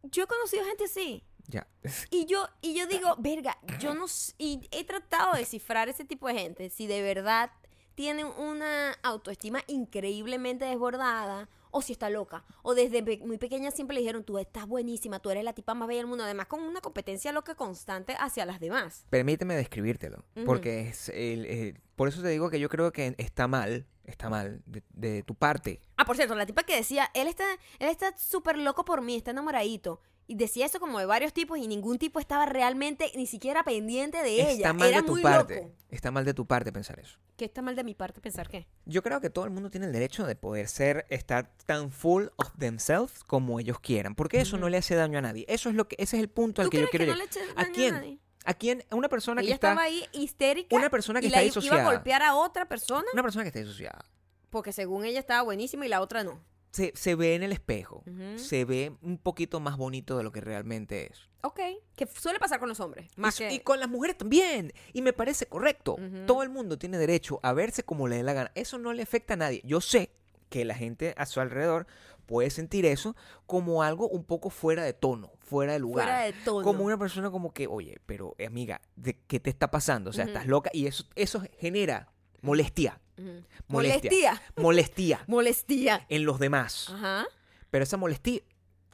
[SPEAKER 1] yo he conocido gente así.
[SPEAKER 2] Ya.
[SPEAKER 1] Y yo, y yo digo, verga, yo no s- y he tratado de descifrar ese tipo de gente, si de verdad tienen una autoestima increíblemente desbordada, o si está loca, o desde pe- muy pequeña siempre le dijeron, tú estás buenísima, tú eres la tipa más bella del mundo, además con una competencia loca constante hacia las demás.
[SPEAKER 2] Permíteme describírtelo,
[SPEAKER 1] Ujú.
[SPEAKER 2] porque es el, eh, por eso te digo que yo creo que está mal, está mal de, de tu parte.
[SPEAKER 1] Ah, por cierto, la tipa que decía, él está él está súper loco por mí, está enamoradito. Y decía eso como de varios tipos y ningún tipo estaba realmente ni siquiera pendiente de ella.
[SPEAKER 2] está mal
[SPEAKER 1] Era
[SPEAKER 2] de tu
[SPEAKER 1] muy
[SPEAKER 2] parte.
[SPEAKER 1] loco.
[SPEAKER 2] Está mal de tu parte pensar eso.
[SPEAKER 1] ¿Qué está mal de mi parte pensar qué?
[SPEAKER 2] Yo creo que todo el mundo tiene el derecho de poder ser, estar tan full of themselves como ellos quieran, porque eso no le hace daño a nadie. Eso es lo que, ese es el punto al
[SPEAKER 1] ¿Tú
[SPEAKER 2] que yo
[SPEAKER 1] crees que
[SPEAKER 2] quiero
[SPEAKER 1] no le
[SPEAKER 2] llegar.
[SPEAKER 1] eche daño
[SPEAKER 2] ¿A
[SPEAKER 1] a
[SPEAKER 2] quién?
[SPEAKER 1] nadie?
[SPEAKER 2] ¿A quién? A una persona que
[SPEAKER 1] ella
[SPEAKER 2] está,
[SPEAKER 1] estaba ahí histérica.
[SPEAKER 2] una persona que
[SPEAKER 1] y
[SPEAKER 2] está
[SPEAKER 1] la i- iba a
[SPEAKER 2] disociada.
[SPEAKER 1] golpear a otra persona
[SPEAKER 2] una persona que está disociada.
[SPEAKER 1] porque según ella estaba buenísima y la otra no.
[SPEAKER 2] Se, se ve en el espejo,
[SPEAKER 1] Ujú.
[SPEAKER 2] se ve un poquito más bonito de lo que realmente es.
[SPEAKER 1] Ok. Que suele pasar con los hombres. Más
[SPEAKER 2] y,
[SPEAKER 1] que...
[SPEAKER 2] y con las mujeres también. Y me parece correcto.
[SPEAKER 1] Ujú.
[SPEAKER 2] Todo el mundo tiene derecho a verse como le dé la gana. Eso no le afecta a nadie. Yo sé que la gente a su alrededor puede sentir eso como algo un poco fuera de tono, fuera de lugar.
[SPEAKER 1] Fuera de tono.
[SPEAKER 2] Como una persona como que, oye, pero eh, amiga, ¿de ¿qué te está pasando? O sea,
[SPEAKER 1] Ujú.
[SPEAKER 2] estás loca. Y eso, eso genera molestia.
[SPEAKER 1] Ujú.
[SPEAKER 2] Molestia.
[SPEAKER 1] Molestía.
[SPEAKER 2] Molestia
[SPEAKER 1] Molestía.
[SPEAKER 2] en los demás.
[SPEAKER 1] Ajá.
[SPEAKER 2] Pero esa molestia...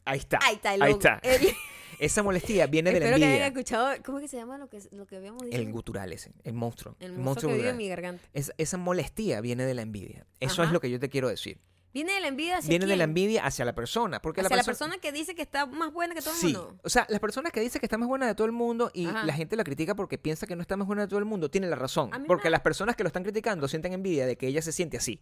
[SPEAKER 2] Ahí está.
[SPEAKER 1] Ah. Ahí está el
[SPEAKER 2] Ahí
[SPEAKER 1] logo.
[SPEAKER 2] está.
[SPEAKER 1] El-
[SPEAKER 2] Esa molestia viene de la
[SPEAKER 1] Espero que hayan
[SPEAKER 2] envidia.
[SPEAKER 1] escuchado. ¿Cómo que se llama lo que, lo que habíamos dicho?
[SPEAKER 2] El gutural ese, el monstruo.
[SPEAKER 1] El monstruo que vive
[SPEAKER 2] gutural.
[SPEAKER 1] en mi garganta.
[SPEAKER 2] Es- esa molestia viene de la envidia. Eso
[SPEAKER 1] Ajá.
[SPEAKER 2] es lo que yo te quiero decir.
[SPEAKER 1] Viene de la envidia hacia
[SPEAKER 2] Viene de la
[SPEAKER 1] quién?
[SPEAKER 2] envidia hacia la persona. Porque
[SPEAKER 1] Hacia
[SPEAKER 2] la,
[SPEAKER 1] la
[SPEAKER 2] perso-
[SPEAKER 1] persona que dice que está más buena que todo el
[SPEAKER 2] Sí.
[SPEAKER 1] mundo.
[SPEAKER 2] O sea, las personas que dicen que está más buena de todo el mundo y
[SPEAKER 1] Ajá.
[SPEAKER 2] la gente la critica porque piensa que no está más buena de todo el mundo, tienen la razón.
[SPEAKER 1] A mí me
[SPEAKER 2] Porque
[SPEAKER 1] da-
[SPEAKER 2] las personas que lo están criticando sienten envidia de que ella se siente así.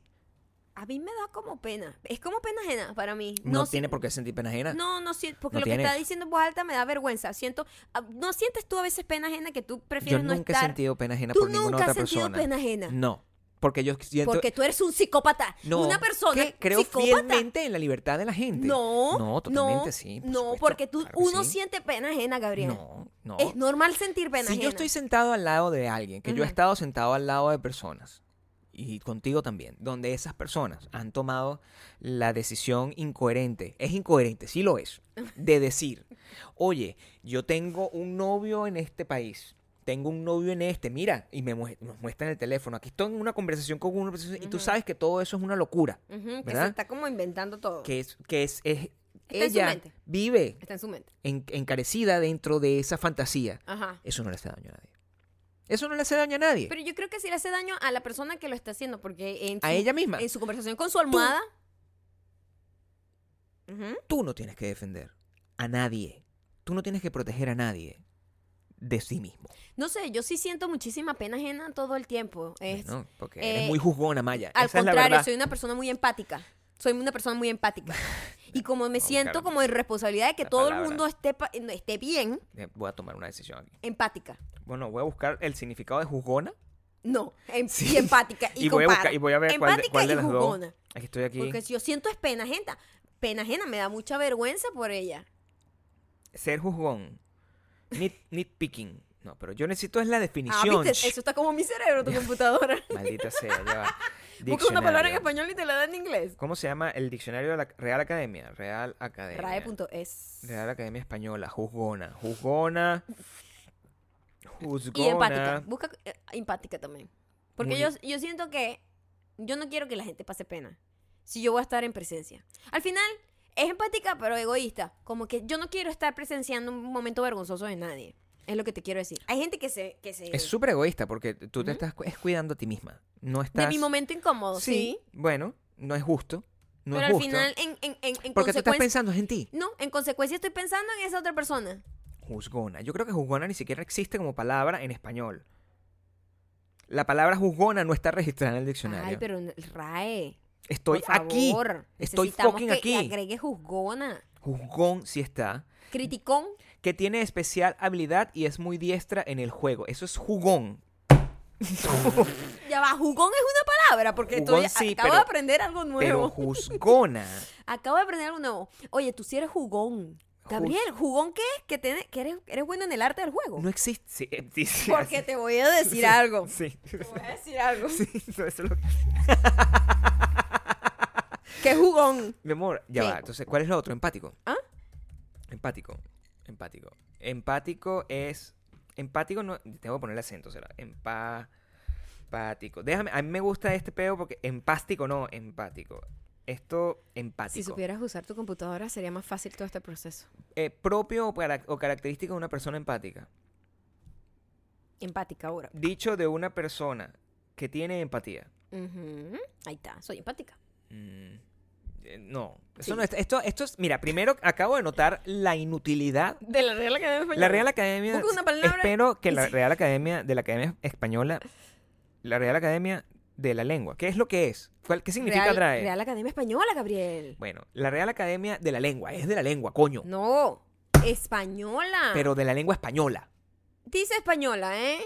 [SPEAKER 1] A mí me da como pena. Es como pena ajena para mí.
[SPEAKER 2] No,
[SPEAKER 1] sé-
[SPEAKER 2] tiene por qué sentir pena ajena.
[SPEAKER 1] No, no siento, porque
[SPEAKER 2] No
[SPEAKER 1] lo que
[SPEAKER 2] tienes.
[SPEAKER 1] está diciendo en voz alta me da vergüenza. Siento, ah, no sientes tú a veces pena ajena que tú
[SPEAKER 2] yo
[SPEAKER 1] prefieres no
[SPEAKER 2] nunca
[SPEAKER 1] estar.
[SPEAKER 2] he sentido pena ajena
[SPEAKER 1] Tú
[SPEAKER 2] por ninguna
[SPEAKER 1] nunca has
[SPEAKER 2] otra
[SPEAKER 1] sentido
[SPEAKER 2] persona.
[SPEAKER 1] pena ajena.
[SPEAKER 2] No. Porque yo siento...
[SPEAKER 1] Porque tú eres un psicópata.
[SPEAKER 2] no,
[SPEAKER 1] Una persona
[SPEAKER 2] que creo
[SPEAKER 1] psicópata.
[SPEAKER 2] fielmente en la libertad de la gente.
[SPEAKER 1] No,
[SPEAKER 2] No, totalmente
[SPEAKER 1] no,
[SPEAKER 2] sí. por
[SPEAKER 1] No,
[SPEAKER 2] supuesto,
[SPEAKER 1] porque tú,
[SPEAKER 2] claro que
[SPEAKER 1] uno
[SPEAKER 2] sí.
[SPEAKER 1] siente pena ajena, Gabriel.
[SPEAKER 2] No, no.
[SPEAKER 1] Es normal sentir pena
[SPEAKER 2] si
[SPEAKER 1] ajena.
[SPEAKER 2] yo estoy sentado al lado de alguien, que yo he
[SPEAKER 1] Ujú.
[SPEAKER 2] estado sentado al lado de personas, y contigo también, donde esas personas han tomado la decisión incoherente, es incoherente, sí lo es, de decir, oye, yo tengo un novio en este país. Tengo un novio en este, mira, y me muest- nos muestran el teléfono. Aquí estoy en una conversación con una persona y tú sabes que todo eso es una locura,
[SPEAKER 1] Ujú, que se
[SPEAKER 2] ¿verdad?
[SPEAKER 1] está como inventando todo.
[SPEAKER 2] que es que es, es-
[SPEAKER 1] Está en su
[SPEAKER 2] ella
[SPEAKER 1] mente.
[SPEAKER 2] vive
[SPEAKER 1] Está en su mente.
[SPEAKER 2] en- encarecida dentro de esa fantasía.
[SPEAKER 1] Ajá.
[SPEAKER 2] Eso no le hace daño a nadie. Eso no le hace daño a nadie.
[SPEAKER 1] Pero yo creo que sí le hace daño a la persona que lo está haciendo, porque en
[SPEAKER 2] a
[SPEAKER 1] su,
[SPEAKER 2] ella misma.
[SPEAKER 1] en su conversación con su almohada. Ujú.
[SPEAKER 2] Tú no tienes que defender a nadie. Tú no tienes que proteger a nadie de sí mismo. pues,
[SPEAKER 1] No sé, yo sí siento muchísima pena ajena todo el tiempo. Es,
[SPEAKER 2] ¿no? Porque
[SPEAKER 1] eh,
[SPEAKER 2] eres muy juzgona, Maya.
[SPEAKER 1] Al
[SPEAKER 2] Esa es la
[SPEAKER 1] contrario,
[SPEAKER 2] verdad.
[SPEAKER 1] soy una persona muy empática. Soy una persona muy empática. Y como me
[SPEAKER 2] No,
[SPEAKER 1] siento
[SPEAKER 2] claro.
[SPEAKER 1] como en responsabilidad de que
[SPEAKER 2] La
[SPEAKER 1] todo el
[SPEAKER 2] palabra.
[SPEAKER 1] mundo esté, pa- no, esté bien,
[SPEAKER 2] Eh, Voy a tomar una decisión aquí.
[SPEAKER 1] empática.
[SPEAKER 2] Bueno, voy a buscar el significado de juzgona
[SPEAKER 1] No, em-
[SPEAKER 2] Sí.
[SPEAKER 1] y empática. Y,
[SPEAKER 2] y, voy, a
[SPEAKER 1] comparo.
[SPEAKER 2] buscar- y voy a ver cuál de,
[SPEAKER 1] Empática
[SPEAKER 2] cuál de
[SPEAKER 1] y
[SPEAKER 2] las
[SPEAKER 1] juzgona.
[SPEAKER 2] dos. Aquí estoy aquí.
[SPEAKER 1] Porque si yo siento es pena ajena. Pena ajena, me da mucha vergüenza por ella.
[SPEAKER 2] Ser juzgón. Nit, nitpicking. No, pero yo necesito es la
[SPEAKER 1] Ah,
[SPEAKER 2] definición.
[SPEAKER 1] viste, eso está como en mi cerebro, tu computadora.
[SPEAKER 2] Maldita sea, ya va.
[SPEAKER 1] Busca una palabra en
[SPEAKER 2] Diccionario.
[SPEAKER 1] español y te la da en inglés.
[SPEAKER 2] ¿Cómo se llama el diccionario de la Real Academia? Real Academia.
[SPEAKER 1] RAE.es.
[SPEAKER 2] Real Academia Española. Juzgona. Juzgona.
[SPEAKER 1] Y empática.
[SPEAKER 2] Juzgona.
[SPEAKER 1] Busca eh, empática también. Porque
[SPEAKER 2] Muy
[SPEAKER 1] yo, yo siento que yo no quiero que la gente pase pena. Si yo voy a estar en presencia. Al final, es empática, pero egoísta. Como que yo no quiero estar presenciando un momento vergonzoso de nadie. Es lo que te quiero decir. Hay gente que se. Que se
[SPEAKER 2] Es súper egoísta porque tú
[SPEAKER 1] Ujú.
[SPEAKER 2] te estás cu- es cuidando a ti misma. No estás.
[SPEAKER 1] de mi momento incómodo, sí.
[SPEAKER 2] Bueno, no es justo. No
[SPEAKER 1] pero
[SPEAKER 2] es
[SPEAKER 1] al
[SPEAKER 2] justo.
[SPEAKER 1] final, en, en, en, en
[SPEAKER 2] porque tú estás
[SPEAKER 1] consecuencia.
[SPEAKER 2] pensando en ti.
[SPEAKER 1] No, en consecuencia estoy pensando en esa otra persona.
[SPEAKER 2] Juzgona. Yo creo que juzgona ni siquiera existe como palabra en español. La palabra juzgona no está registrada en el diccionario.
[SPEAKER 1] Ay, pero en el RAE.
[SPEAKER 2] Estoy
[SPEAKER 1] por
[SPEAKER 2] aquí.
[SPEAKER 1] favor.
[SPEAKER 2] Estoy
[SPEAKER 1] Necesitamos
[SPEAKER 2] fucking
[SPEAKER 1] que
[SPEAKER 2] aquí.
[SPEAKER 1] Agregue juzgona.
[SPEAKER 2] Juzgón sí está.
[SPEAKER 1] Criticón.
[SPEAKER 2] que tiene especial habilidad y es muy diestra en el juego. Eso es jugón.
[SPEAKER 1] Ya va, jugón es una palabra, porque
[SPEAKER 2] Jugón
[SPEAKER 1] estoy,
[SPEAKER 2] sí,
[SPEAKER 1] acabo de
[SPEAKER 2] pero-
[SPEAKER 1] aprender algo
[SPEAKER 2] Pero
[SPEAKER 1] nuevo.
[SPEAKER 2] juzgona.
[SPEAKER 1] Acabo de aprender algo nuevo. Oye, tú sí eres jugón. Gabriel, ¿jugón qué es? Que, te- que eres, eres bueno en el arte del juego.
[SPEAKER 2] No existe. Sí, eh, sí, sí,
[SPEAKER 1] porque
[SPEAKER 2] así-
[SPEAKER 1] te voy a decir algo.
[SPEAKER 2] Sí.
[SPEAKER 1] Te voy a decir algo.
[SPEAKER 2] Sí, eso es lo que-
[SPEAKER 1] ¿Qué jugón?
[SPEAKER 2] Mi amor, ya
[SPEAKER 1] ¿Qué?
[SPEAKER 2] va. Entonces, ¿cuál es lo otro? Empático.
[SPEAKER 1] ¿Ah?
[SPEAKER 2] Empático. Empático. Empático es. Empático no. Tengo que ponerle acento, será. Empa- Empático. Déjame. A mí me gusta este peo porque. Empástico no. Empático. Esto. Empático.
[SPEAKER 1] Si supieras usar tu computadora, sería más fácil todo este proceso.
[SPEAKER 2] Eh, propio o, cara- o característica de una persona empática.
[SPEAKER 1] Empática ahora.
[SPEAKER 2] dicho de una persona que tiene empatía.
[SPEAKER 1] Ujú. Ahí está, soy empática.
[SPEAKER 2] Mm, eh, no, eso
[SPEAKER 1] Sí.
[SPEAKER 2] no es- esto, esto es, mira, primero acabo de notar la inutilidad.
[SPEAKER 1] De la Real Academia Española.
[SPEAKER 2] La Real Academia,
[SPEAKER 1] Pues Busca una palabra
[SPEAKER 2] espero que
[SPEAKER 1] y
[SPEAKER 2] la
[SPEAKER 1] sí.
[SPEAKER 2] Real Academia de la Academia Española, la Real Academia de la Lengua, ¿qué es lo que es? ¿Cuál- ¿Qué significa
[SPEAKER 1] Real,
[SPEAKER 2] traer?
[SPEAKER 1] Real Academia Española, Gabriel.
[SPEAKER 2] Bueno, la Real Academia de la Lengua, es de la lengua, coño,
[SPEAKER 1] No, española.
[SPEAKER 2] pero de la lengua española.
[SPEAKER 1] Dice española, ¿eh?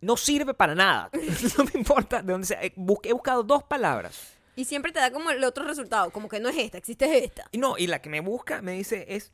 [SPEAKER 2] No sirve para nada. no me importa de dónde sea. Eh, bus- He buscado dos palabras.
[SPEAKER 1] Y siempre te da como el otro resultado, como que no es esta, existe esta.
[SPEAKER 2] Y no, y la que me busca me dice es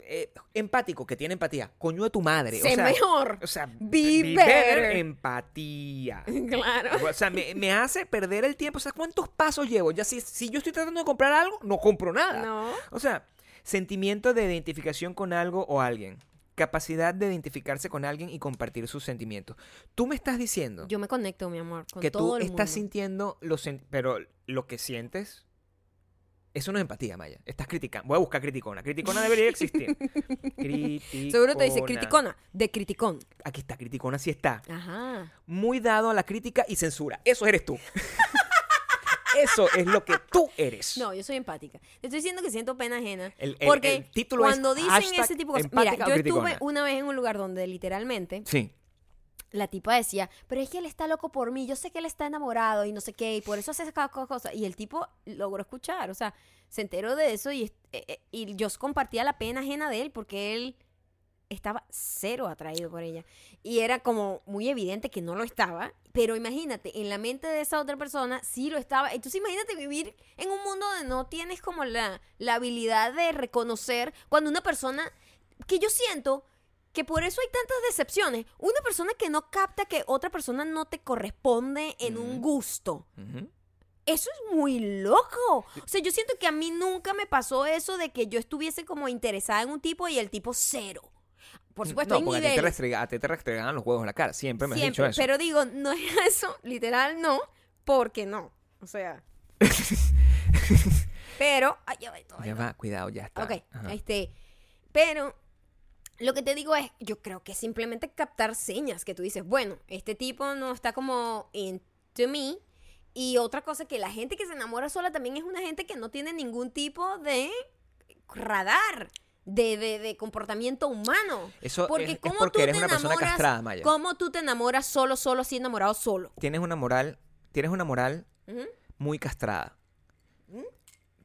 [SPEAKER 2] eh, empático, que tiene empatía. Coño de tu madre.
[SPEAKER 1] Sé
[SPEAKER 2] o sea,
[SPEAKER 1] mejor.
[SPEAKER 2] O sea,
[SPEAKER 1] Be
[SPEAKER 2] be
[SPEAKER 1] better.
[SPEAKER 2] empatía.
[SPEAKER 1] Claro.
[SPEAKER 2] O sea, me, me hace perder el tiempo. O sea, ¿cuántos pasos llevo? Ya si, si yo estoy tratando de comprar algo, no compro nada.
[SPEAKER 1] No.
[SPEAKER 2] O sea, sentimiento de identificación con algo o alguien. Capacidad de identificarse con alguien y compartir sus sentimientos. Tú me estás diciendo
[SPEAKER 1] Yo me conecto, mi amor, con
[SPEAKER 2] que
[SPEAKER 1] todo
[SPEAKER 2] tú
[SPEAKER 1] el
[SPEAKER 2] estás
[SPEAKER 1] mundo.
[SPEAKER 2] sintiendo los sen- pero lo que sientes eso no es empatía Maya estás criticando voy a buscar criticona criticona debería existir criticona.
[SPEAKER 1] Seguro te dice criticona, de criticón.
[SPEAKER 2] aquí está criticona sí está
[SPEAKER 1] Ajá.
[SPEAKER 2] muy dado a la crítica y censura eso eres tú eso es lo que tú eres
[SPEAKER 1] No, yo soy empática. Te estoy diciendo que siento pena ajena.
[SPEAKER 2] El- el-
[SPEAKER 1] porque
[SPEAKER 2] el título es
[SPEAKER 1] cuando dicen
[SPEAKER 2] hashtag
[SPEAKER 1] ese tipo de cosas. Mira,
[SPEAKER 2] empática
[SPEAKER 1] yo
[SPEAKER 2] o
[SPEAKER 1] estuve
[SPEAKER 2] criticona.
[SPEAKER 1] una vez en un lugar donde literalmente
[SPEAKER 2] sí
[SPEAKER 1] la tipa decía, pero es que él está loco por mí, yo sé que él está enamorado y no sé qué, y por eso hace esas cosas. Y el tipo logró escuchar, o sea, se enteró de eso y, es- eh, eh, y yo compartía la pena ajena de él porque él estaba cero atraído por ella. Y era como muy evidente que no lo estaba. Pero imagínate, en la mente de esa otra persona sí lo estaba. Entonces imagínate vivir en un mundo donde no tienes como la, la habilidad de reconocer cuando una persona, que yo siento que por eso hay tantas decepciones, una persona que no capta que otra persona no te corresponde en un
[SPEAKER 2] Mm.
[SPEAKER 1] gusto.
[SPEAKER 2] Ujú.
[SPEAKER 1] Eso es muy loco. O sea, yo siento que a mí nunca me pasó eso de que yo estuviese como interesada en un tipo y el tipo cero. Por supuesto, hay
[SPEAKER 2] Mm, no, porque a ti, te
[SPEAKER 1] niveles.
[SPEAKER 2] restrega- a ti te restregaban los huevos en la cara. Siempre me
[SPEAKER 1] siempre,
[SPEAKER 2] has dicho eso.
[SPEAKER 1] pero digo, no es eso, literal no, porque no. O sea. pero. Ay, ya va, todavía
[SPEAKER 2] Ya va, cuidado, ya está.
[SPEAKER 1] Ok,
[SPEAKER 2] Ajá.
[SPEAKER 1] este, pero lo que te digo es, yo creo que simplemente captar señas que tú dices, bueno, este tipo no está como into me. Y otra cosa que la gente que se enamora sola también es una gente que no tiene ningún tipo de radar. De, de- de comportamiento humano.
[SPEAKER 2] Eso
[SPEAKER 1] porque
[SPEAKER 2] es- es
[SPEAKER 1] cómo
[SPEAKER 2] porque
[SPEAKER 1] tú
[SPEAKER 2] eres
[SPEAKER 1] te
[SPEAKER 2] una persona
[SPEAKER 1] enamoras-
[SPEAKER 2] castrada, Maya.
[SPEAKER 1] ¿Cómo tú te enamoras solo, solo, si enamorado solo?
[SPEAKER 2] Tienes una moral, tienes una moral
[SPEAKER 1] Ujú. ¿Mm?
[SPEAKER 2] muy castrada.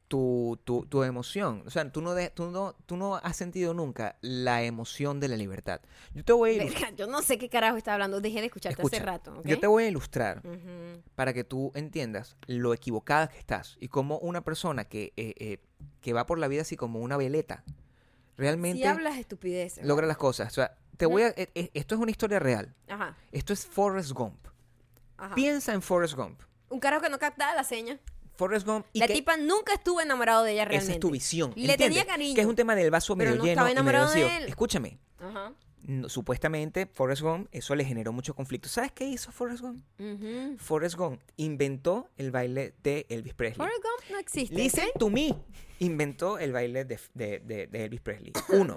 [SPEAKER 2] Tu, tu, tu emoción, o sea, tú no, de- tú, no, tú no has sentido nunca la emoción de la libertad. Yo te voy a ilustrar.
[SPEAKER 1] Verga, yo no sé qué carajo está hablando. Dejé de escucharte hace rato. ¿ok?
[SPEAKER 2] Yo te voy a ilustrar
[SPEAKER 1] Ujú.
[SPEAKER 2] para que tú entiendas lo equivocada que estás y cómo una persona que, eh, eh, que va por la vida así como una veleta
[SPEAKER 1] Si
[SPEAKER 2] realmente
[SPEAKER 1] hablas estupideces.
[SPEAKER 2] logra las cosas. O sea, te voy a, eh, eh, esto es una historia real.
[SPEAKER 1] Ajá.
[SPEAKER 2] Esto es Forrest Gump.
[SPEAKER 1] ajá.
[SPEAKER 2] Piensa en Forrest Gump.
[SPEAKER 1] Un carajo que no captaba la seña.
[SPEAKER 2] Forrest Gump y
[SPEAKER 1] la
[SPEAKER 2] que
[SPEAKER 1] tipa nunca estuvo enamorado de ella realmente.
[SPEAKER 2] esa es tu visión.
[SPEAKER 1] Le tenía
[SPEAKER 2] ¿entiendes?
[SPEAKER 1] cariño.
[SPEAKER 2] Que es un tema del vaso
[SPEAKER 1] Pero
[SPEAKER 2] medio
[SPEAKER 1] no
[SPEAKER 2] lleno
[SPEAKER 1] estaba
[SPEAKER 2] y medio
[SPEAKER 1] enamorado de
[SPEAKER 2] vacío.
[SPEAKER 1] él.
[SPEAKER 2] Escúchame.
[SPEAKER 1] Ajá.
[SPEAKER 2] no- supuestamente Forrest Gump eso le generó mucho conflicto. ¿Sabes qué hizo Forrest Gump?
[SPEAKER 1] Ujú.
[SPEAKER 2] Forrest Gump inventó el baile de Elvis Presley.
[SPEAKER 1] Forrest Gump no existe.
[SPEAKER 2] Listen to me. Inventó el baile de, de- de- de Elvis Presley. Uno,